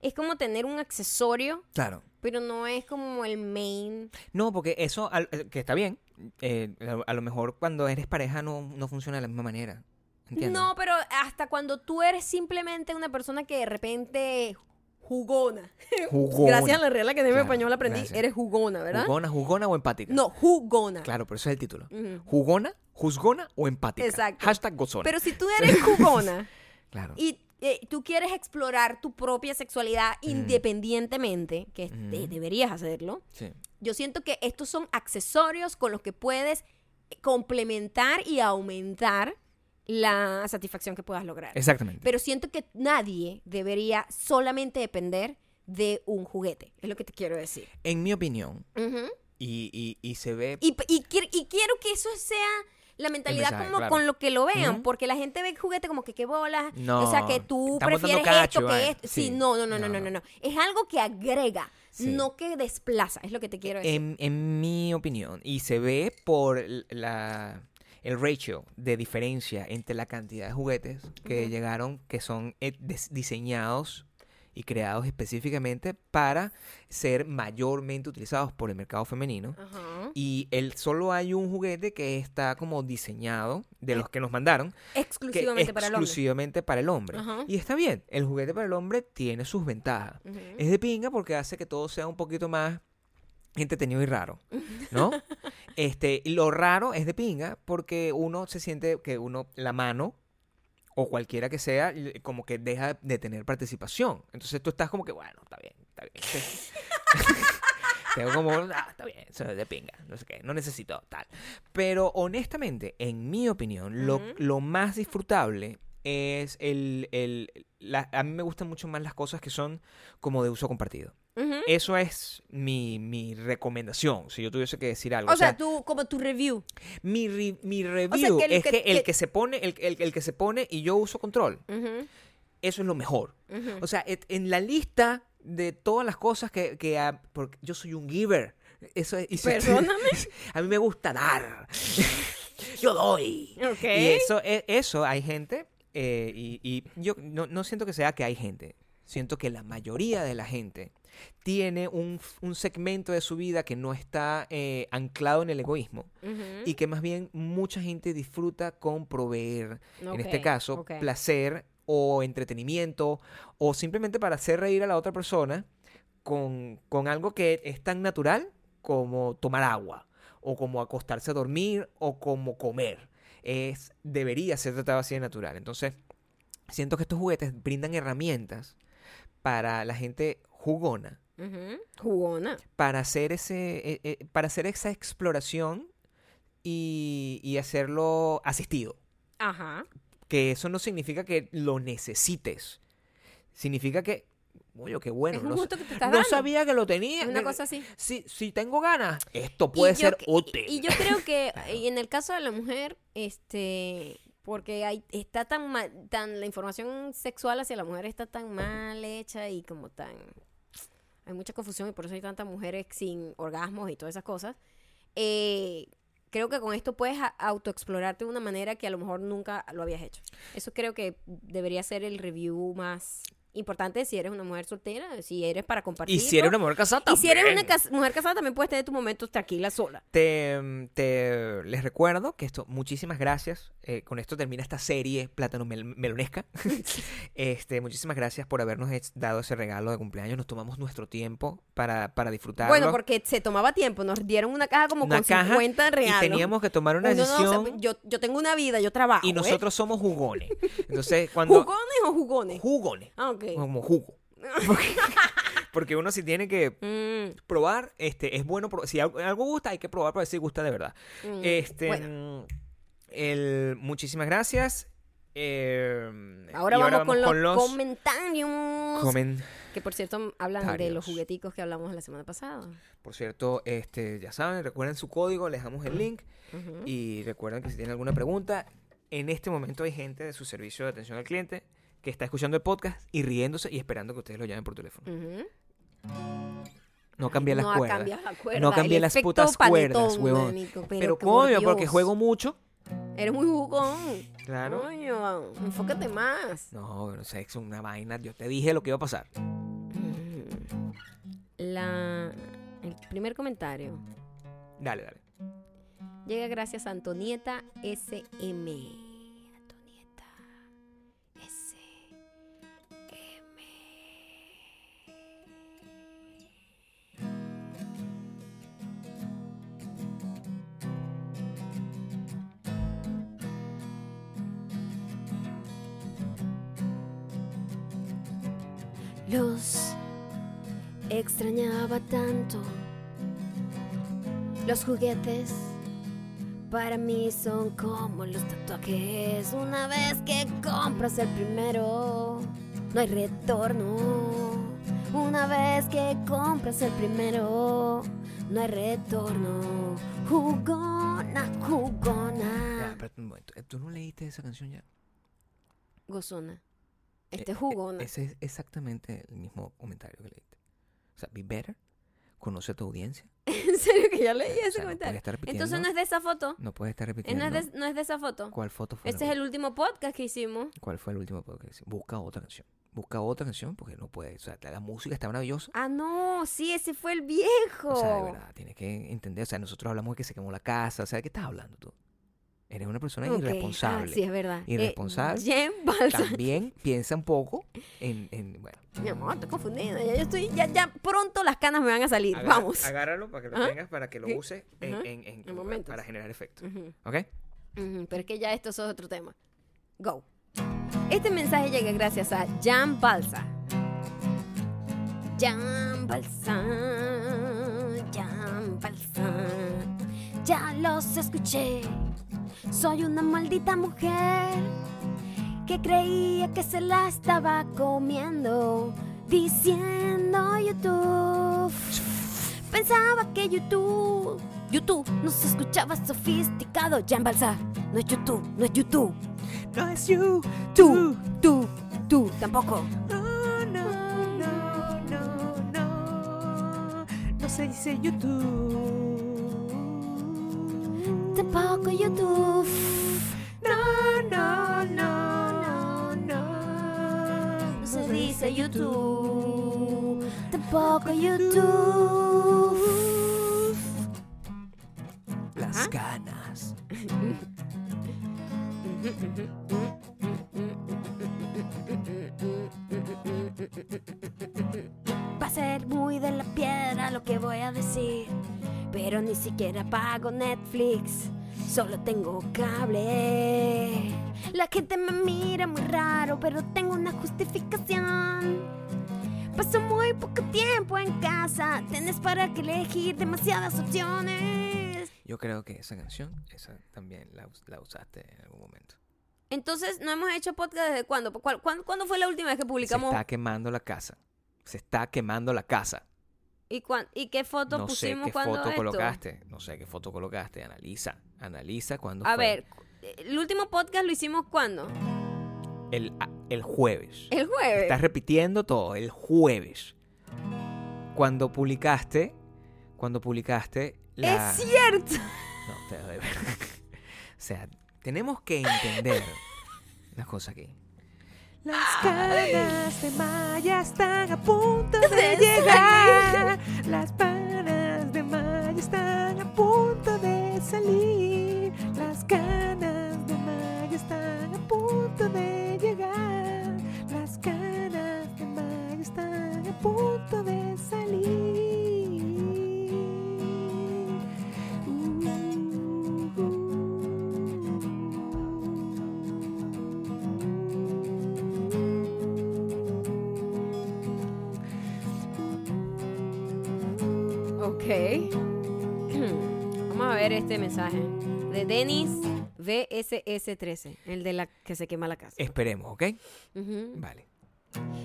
[SPEAKER 1] Es como tener un accesorio,
[SPEAKER 2] Claro.
[SPEAKER 1] pero no es como el main.
[SPEAKER 2] No, porque eso, al- eh, que está bien, eh, a- a lo mejor cuando eres pareja no, no funciona de la misma manera. ¿Entiendes?
[SPEAKER 1] No, pero hasta cuando tú eres simplemente una persona que de repente jugona.
[SPEAKER 2] Jugona.
[SPEAKER 1] Gracias a la regla que tengo en
[SPEAKER 2] Claro,
[SPEAKER 1] español aprendí,
[SPEAKER 2] gracias.
[SPEAKER 1] eres jugona, ¿verdad?
[SPEAKER 2] Jugona, jugona o empática.
[SPEAKER 1] No, jugona.
[SPEAKER 2] Claro, pero ese es el título.
[SPEAKER 1] Ujú.
[SPEAKER 2] Jugona, juzgona o empática.
[SPEAKER 1] Exacto.
[SPEAKER 2] Hashtag gozona.
[SPEAKER 1] Pero si tú eres jugona.
[SPEAKER 2] claro.
[SPEAKER 1] y eh, tú quieres explorar tu propia sexualidad independientemente, que es-
[SPEAKER 2] Mm.
[SPEAKER 1] eh, deberías hacerlo,
[SPEAKER 2] Sí.
[SPEAKER 1] yo siento que estos son accesorios con los que puedes complementar y aumentar la satisfacción que puedas lograr.
[SPEAKER 2] Exactamente.
[SPEAKER 1] Pero siento que nadie debería solamente depender de un juguete, es lo que te quiero decir.
[SPEAKER 2] en mi opinión,
[SPEAKER 1] Ujú.
[SPEAKER 2] y, y- y se ve...
[SPEAKER 1] Y, y qui- y quiero que eso sea la mentalidad
[SPEAKER 2] mensaje,
[SPEAKER 1] como
[SPEAKER 2] claro.
[SPEAKER 1] con lo que lo vean,
[SPEAKER 2] Ujú.
[SPEAKER 1] porque la gente ve juguete como que qué bolas,
[SPEAKER 2] No,
[SPEAKER 1] o sea, que tú
[SPEAKER 2] están botando
[SPEAKER 1] prefieres
[SPEAKER 2] cacho,
[SPEAKER 1] esto que
[SPEAKER 2] vaina.
[SPEAKER 1] esto. Sí,
[SPEAKER 2] Sí.
[SPEAKER 1] no, no, no, no,
[SPEAKER 2] No,
[SPEAKER 1] no, no,
[SPEAKER 2] no.
[SPEAKER 1] no. Es algo que agrega,
[SPEAKER 2] Sí. Eh,
[SPEAKER 1] no que desplaza, es lo que te quiero decir.
[SPEAKER 2] en, en mi opinión, y se ve por l- la, el ratio de diferencia entre la cantidad de juguetes que
[SPEAKER 1] Ujú.
[SPEAKER 2] llegaron, que son eh, des- diseñados y creados específicamente para ser mayormente utilizados por el mercado femenino.
[SPEAKER 1] Ajá.
[SPEAKER 2] Y el, solo hay un juguete que está como diseñado de los que nos mandaron que
[SPEAKER 1] Exclusivamente para el hombre.
[SPEAKER 2] exclusivamente para el hombre.
[SPEAKER 1] Ajá.
[SPEAKER 2] Y está bien, el juguete para el hombre tiene sus ventajas.
[SPEAKER 1] Ujú.
[SPEAKER 2] Es de pinga porque hace que todo sea un poquito más entretenido y raro, ¿no? este, y lo raro es de pinga porque uno se siente que uno la mano o cualquiera que sea l- como que deja de tener participación. Entonces tú estás como que bueno, está bien, está bien. Tengo como, ah, está bien, eso es de pinga, no sé qué, no necesito tal. Pero honestamente, en mi opinión, lo,
[SPEAKER 1] Ujú.
[SPEAKER 2] lo más disfrutable es el... el- la- a mí me gustan mucho más las cosas que son como de uso compartido.
[SPEAKER 1] Ujú.
[SPEAKER 2] Eso es mi, mi recomendación, si yo tuviese que decir algo.
[SPEAKER 1] O sea, tú, como tu review.
[SPEAKER 2] mi, re- mi review
[SPEAKER 1] que el
[SPEAKER 2] es
[SPEAKER 1] que-
[SPEAKER 2] que, el
[SPEAKER 1] que-
[SPEAKER 2] que se pone, el, el- el que se pone y yo uso control.
[SPEAKER 1] Ujú,
[SPEAKER 2] Eso es lo mejor.
[SPEAKER 1] ujú.
[SPEAKER 2] O sea, et- en la lista de todas las cosas que, que ah, porque yo soy un giver. Eso es, y si-
[SPEAKER 1] Perdóname.
[SPEAKER 2] a mí me gusta dar. yo doy.
[SPEAKER 1] Ok.
[SPEAKER 2] Y eso, e- eso hay gente, eh, y, y yo no, no siento que sea que hay gente. Siento que la mayoría de la gente tiene un, f- un segmento de su vida que no está eh, anclado en el egoísmo
[SPEAKER 1] Ujú.
[SPEAKER 2] y que más bien mucha gente disfruta con proveer, en este
[SPEAKER 1] Ok,
[SPEAKER 2] caso,
[SPEAKER 1] ok.
[SPEAKER 2] placer o entretenimiento o simplemente para hacer reír a la otra persona con, con algo que es tan natural como tomar agua o como acostarse a dormir o como comer. Es, debería ser tratado así de natural. Entonces, siento que estos juguetes brindan herramientas para la gente jugona
[SPEAKER 1] Ujú. Jugona.
[SPEAKER 2] para hacer ese eh, eh, para hacer esa exploración y, y hacerlo asistido
[SPEAKER 1] Ajá.
[SPEAKER 2] que eso no significa que lo necesites significa que oye qué bueno
[SPEAKER 1] es un
[SPEAKER 2] no, sa-
[SPEAKER 1] gusto que te estás
[SPEAKER 2] no
[SPEAKER 1] dando.
[SPEAKER 2] sabía que lo tenía
[SPEAKER 1] Es una
[SPEAKER 2] eh,
[SPEAKER 1] cosa así.
[SPEAKER 2] si, si tengo ganas esto
[SPEAKER 1] Y
[SPEAKER 2] puede
[SPEAKER 1] yo
[SPEAKER 2] ser
[SPEAKER 1] que-
[SPEAKER 2] útil
[SPEAKER 1] Y yo creo que y en el caso de la mujer, este, porque hay, está tan mal, tan la información sexual hacia la mujer está tan mal hecha y como tan hay mucha confusión y por eso hay tantas mujeres sin orgasmos y todas esas cosas. Eh, creo que con esto puedes a- autoexplorarte de una manera que a lo mejor nunca lo habías hecho. Eso creo que debería ser el review más importante si eres una mujer soltera, si eres para compartir.
[SPEAKER 2] y si eres una mujer casada
[SPEAKER 1] Y si eres una
[SPEAKER 2] también.
[SPEAKER 1] cas- mujer casada, también puedes tener tus momentos tranquila sola.
[SPEAKER 2] Te, mm, te- les recuerdo que esto, muchísimas gracias. eh, con esto termina esta serie Plátano Mel- Melonesca. este, muchísimas gracias por habernos hecho- dado ese regalo de cumpleaños. Nos tomamos nuestro tiempo para, para disfrutarlo.
[SPEAKER 1] Bueno, porque se tomaba tiempo. Nos dieron una caja como
[SPEAKER 2] Una
[SPEAKER 1] con
[SPEAKER 2] caja
[SPEAKER 1] 50 reales.
[SPEAKER 2] y teníamos que tomar una
[SPEAKER 1] Uno no pues, se-
[SPEAKER 2] decisión.
[SPEAKER 1] yo, yo tengo una vida, yo trabajo.
[SPEAKER 2] y
[SPEAKER 1] ¿eh?
[SPEAKER 2] nosotros somos jugones. Entonces, cuando.
[SPEAKER 1] ¿Jugones o jugones?
[SPEAKER 2] Jugones.
[SPEAKER 1] Ah, ok.
[SPEAKER 2] Como jugo. Porque, porque uno si tiene que
[SPEAKER 1] Mm,
[SPEAKER 2] probar, este, es bueno. pro- Si algo, algo gusta, hay que probar para ver si gusta de verdad.
[SPEAKER 1] mm,
[SPEAKER 2] Este,
[SPEAKER 1] bueno,
[SPEAKER 2] mm, el, muchísimas gracias. Eh,
[SPEAKER 1] ahora,
[SPEAKER 2] y
[SPEAKER 1] vamos, con, los, comentarios.
[SPEAKER 2] comen-
[SPEAKER 1] que por cierto, hablan de los
[SPEAKER 2] Comentarios.
[SPEAKER 1] jugueticos que hablamos la semana pasada.
[SPEAKER 2] Por cierto, este, ya saben, recuerden su código, les dejamos el link
[SPEAKER 1] Ujú.
[SPEAKER 2] y recuerden que si tienen alguna pregunta, en este momento hay gente de su servicio de atención al cliente que está escuchando el podcast y riéndose y esperando que ustedes lo llamen por teléfono.
[SPEAKER 1] Ujú.
[SPEAKER 2] No cambié las
[SPEAKER 1] no
[SPEAKER 2] cuerdas.
[SPEAKER 1] cambias la cuerda.
[SPEAKER 2] No cambié
[SPEAKER 1] el
[SPEAKER 2] las
[SPEAKER 1] efecto
[SPEAKER 2] putas cuerdas,
[SPEAKER 1] paletón,
[SPEAKER 2] huevón.
[SPEAKER 1] manico, pero
[SPEAKER 2] Pero
[SPEAKER 1] que
[SPEAKER 2] coño,
[SPEAKER 1] por
[SPEAKER 2] porque
[SPEAKER 1] Dios.
[SPEAKER 2] juego mucho.
[SPEAKER 1] Eres muy jugón.
[SPEAKER 2] Claro.
[SPEAKER 1] Coño, enfócate más.
[SPEAKER 2] No, no sé, es una vaina. Yo te dije lo que iba a pasar.
[SPEAKER 1] La, el primer comentario
[SPEAKER 2] Dale, dale.
[SPEAKER 1] llega gracias a Antonieta SM. Antonieta SM. Los extrañaba tanto. Los juguetes para mí son como los tatuajes. Una vez que compras el primero, no hay retorno. Una vez que compras el primero, no hay retorno. Jugona,
[SPEAKER 2] Ya,
[SPEAKER 1] jugona.
[SPEAKER 2] espérate un momento. Eh, ¿Tú no leíste esa canción ya?
[SPEAKER 1] Gozona. Este
[SPEAKER 2] Eh, eh,
[SPEAKER 1] jugona.
[SPEAKER 2] Ese es exactamente el mismo comentario que leíste. O sea, be better, conoce a tu audiencia.
[SPEAKER 1] En serio que yo leí
[SPEAKER 2] O sea,
[SPEAKER 1] ese
[SPEAKER 2] no puedes
[SPEAKER 1] comentario.
[SPEAKER 2] estar repitiendo.
[SPEAKER 1] Entonces no es de esa foto.
[SPEAKER 2] no puedes estar
[SPEAKER 1] Eh, No
[SPEAKER 2] repitiendo.
[SPEAKER 1] es de, no es de esa foto.
[SPEAKER 2] ¿Cuál foto fue? la
[SPEAKER 1] Este es el
[SPEAKER 2] última?
[SPEAKER 1] último podcast que hicimos.
[SPEAKER 2] ¿Cuál fue el último podcast? que hicimos? Busca otra canción. Busca otra canción porque no puedes. O sea, la la música está maravillosa.
[SPEAKER 1] Ah, no, sí, ese fue el viejo.
[SPEAKER 2] O sea, de verdad, tienes que entender. O sea, nosotros hablamos de que se quemó la casa. O sea, ¿de qué estás hablando tú? Eres una persona
[SPEAKER 1] Ok,
[SPEAKER 2] irresponsable.
[SPEAKER 1] ah, sí, es verdad. Eh,
[SPEAKER 2] Irresponsable.
[SPEAKER 1] Jen Balsa.
[SPEAKER 2] También piensa un poco en. en- bueno,
[SPEAKER 1] Mi amor, estoy confundida. Ya, yo estoy, ya, ya pronto las canas me van a salir.
[SPEAKER 2] agar-
[SPEAKER 1] Vamos.
[SPEAKER 2] Agárralo para que lo
[SPEAKER 1] Ajá.
[SPEAKER 2] tengas, para que lo
[SPEAKER 1] ¿Qué?
[SPEAKER 2] uses en,
[SPEAKER 1] Ajá.
[SPEAKER 2] en- en-
[SPEAKER 1] En
[SPEAKER 2] para-
[SPEAKER 1] momentos.
[SPEAKER 2] para generar efecto.
[SPEAKER 1] Ujú,
[SPEAKER 2] ¿Ok?
[SPEAKER 1] ujú, pero es que ya esto es otro tema. Go. Este mensaje llega gracias a Jan Balsa. Jan Balsa. Jan Balsa. Ya los escuché. Soy una maldita mujer. que creía que se la estaba comiendo, diciendo YouTube. Pensaba que YouTube, YouTube no se escuchaba sofisticado. Jan Balsa, no es YouTube, no es YouTube.
[SPEAKER 2] No es you,
[SPEAKER 1] Tú, tú, tú, tampoco.
[SPEAKER 2] No, no, no, no, no. No se dice
[SPEAKER 1] Tampoco
[SPEAKER 2] YouTube.
[SPEAKER 1] YouTube.
[SPEAKER 2] No, no, no, no, no.
[SPEAKER 1] No se dice YouTube. poco YouTube.
[SPEAKER 2] Las
[SPEAKER 3] Ajá.
[SPEAKER 2] ganas.
[SPEAKER 1] Va a ser muy de la piedra lo que voy a decir. Pero ni siquiera pago Netflix, solo tengo cable. La gente me mira muy raro, pero tengo una justificación. Paso muy poco tiempo en casa, tenés para que elegir demasiadas opciones.
[SPEAKER 2] Yo creo que esa canción, esa también la, us- la usaste en algún momento.
[SPEAKER 3] Entonces, ¿no hemos hecho podcast desde cuándo? ¿Cu- cuán- ¿Cuándo, fue la última vez que
[SPEAKER 2] Se
[SPEAKER 3] publicamos?
[SPEAKER 2] está quemando la casa. Se está quemando la casa.
[SPEAKER 3] ¿Y, cuán- y qué foto
[SPEAKER 2] No sé
[SPEAKER 3] pusimos
[SPEAKER 2] qué
[SPEAKER 3] cuando
[SPEAKER 2] foto
[SPEAKER 3] esto?
[SPEAKER 2] colocaste. No sé qué foto colocaste. Analiza. Analiza cuándo
[SPEAKER 3] A
[SPEAKER 2] fue.
[SPEAKER 3] ver, cu- el último podcast lo hicimos cuándo?
[SPEAKER 2] El, a- el jueves.
[SPEAKER 3] El jueves.
[SPEAKER 2] Estás repitiendo todo. El jueves. Cuando publicaste. Cuando publicaste. La...
[SPEAKER 3] Es cierto.
[SPEAKER 2] No, te de ver. o sea, tenemos que entender las cosas aquí. Las canas de Maya están a punto de llegar. Las panas de Maya están a punto de salir. Las canas de Maya están a punto de llegar. Las canas de Maya están a punto de salir.
[SPEAKER 3] Ok. Vamos a ver este mensaje de Denis VSS13, el de la que se quema la casa.
[SPEAKER 2] Esperemos, ¿ok?
[SPEAKER 3] Ujú.
[SPEAKER 2] Vale.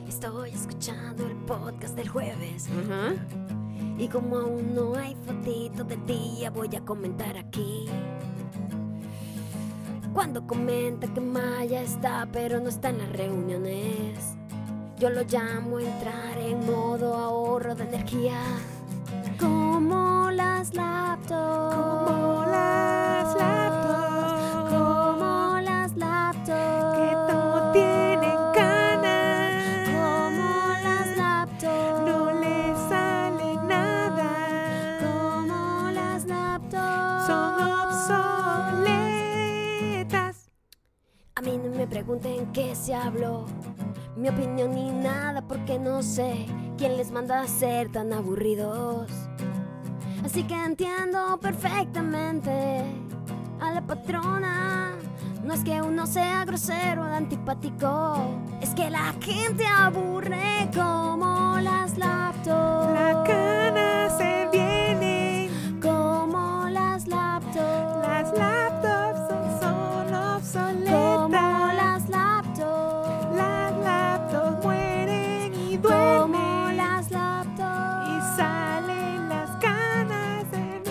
[SPEAKER 1] Estoy escuchando el podcast del jueves.
[SPEAKER 3] Ajá.
[SPEAKER 1] Y como aún no hay fotito de día, voy a comentar aquí. Cuando comenta que Maya está, pero no está en las reuniones. Yo lo llamo entrar en modo ahorro de energía. Como las laptops. Como las laptops. Como las laptops. Que todo tienen canas. Como las laptops. No les sale nada. Como las laptops. Son obsoletas. A mí no me pregunten qué se habló. Mi opinión ni nada porque no sé quién les manda a ser tan aburridos. Así que entiendo perfectamente a la patrona. No es que uno sea grosero o antipático, es que la gente aburre como las laptops. La cana se viene como las laptops. Las laptops son, obsoletas. Como las laptops. Las laptops mueren y duermen. Como las laptops. Y salen las canas en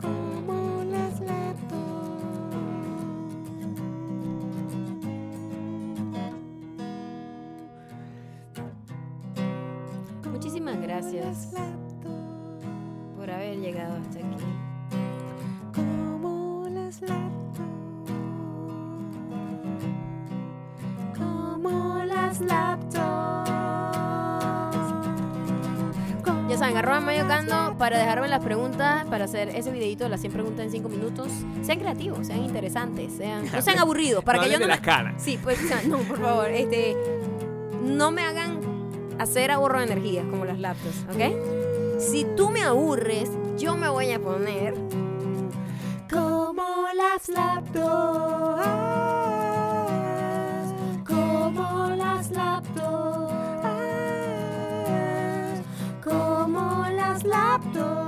[SPEAKER 1] Como las laptops.
[SPEAKER 3] Muchísimas gracias por haber llegado hasta aquí.
[SPEAKER 1] Como las laptops. Como las laptops.
[SPEAKER 3] Ya saben, arroba mayocando para dejarme las preguntas, para hacer ese videito de las 100 preguntas en 5 minutos. Sean creativos, sean interesantes, sean, no sean aburridos, para que yo no me-
[SPEAKER 2] las canas.
[SPEAKER 3] Sí, pues, o sea, no, por favor, este, no me hagan hacer ahorro de energía como las laptops, ¿ok? Si tú me aburres, yo me voy a poner
[SPEAKER 1] Como las laptops. Como las laptops. Como las laptops.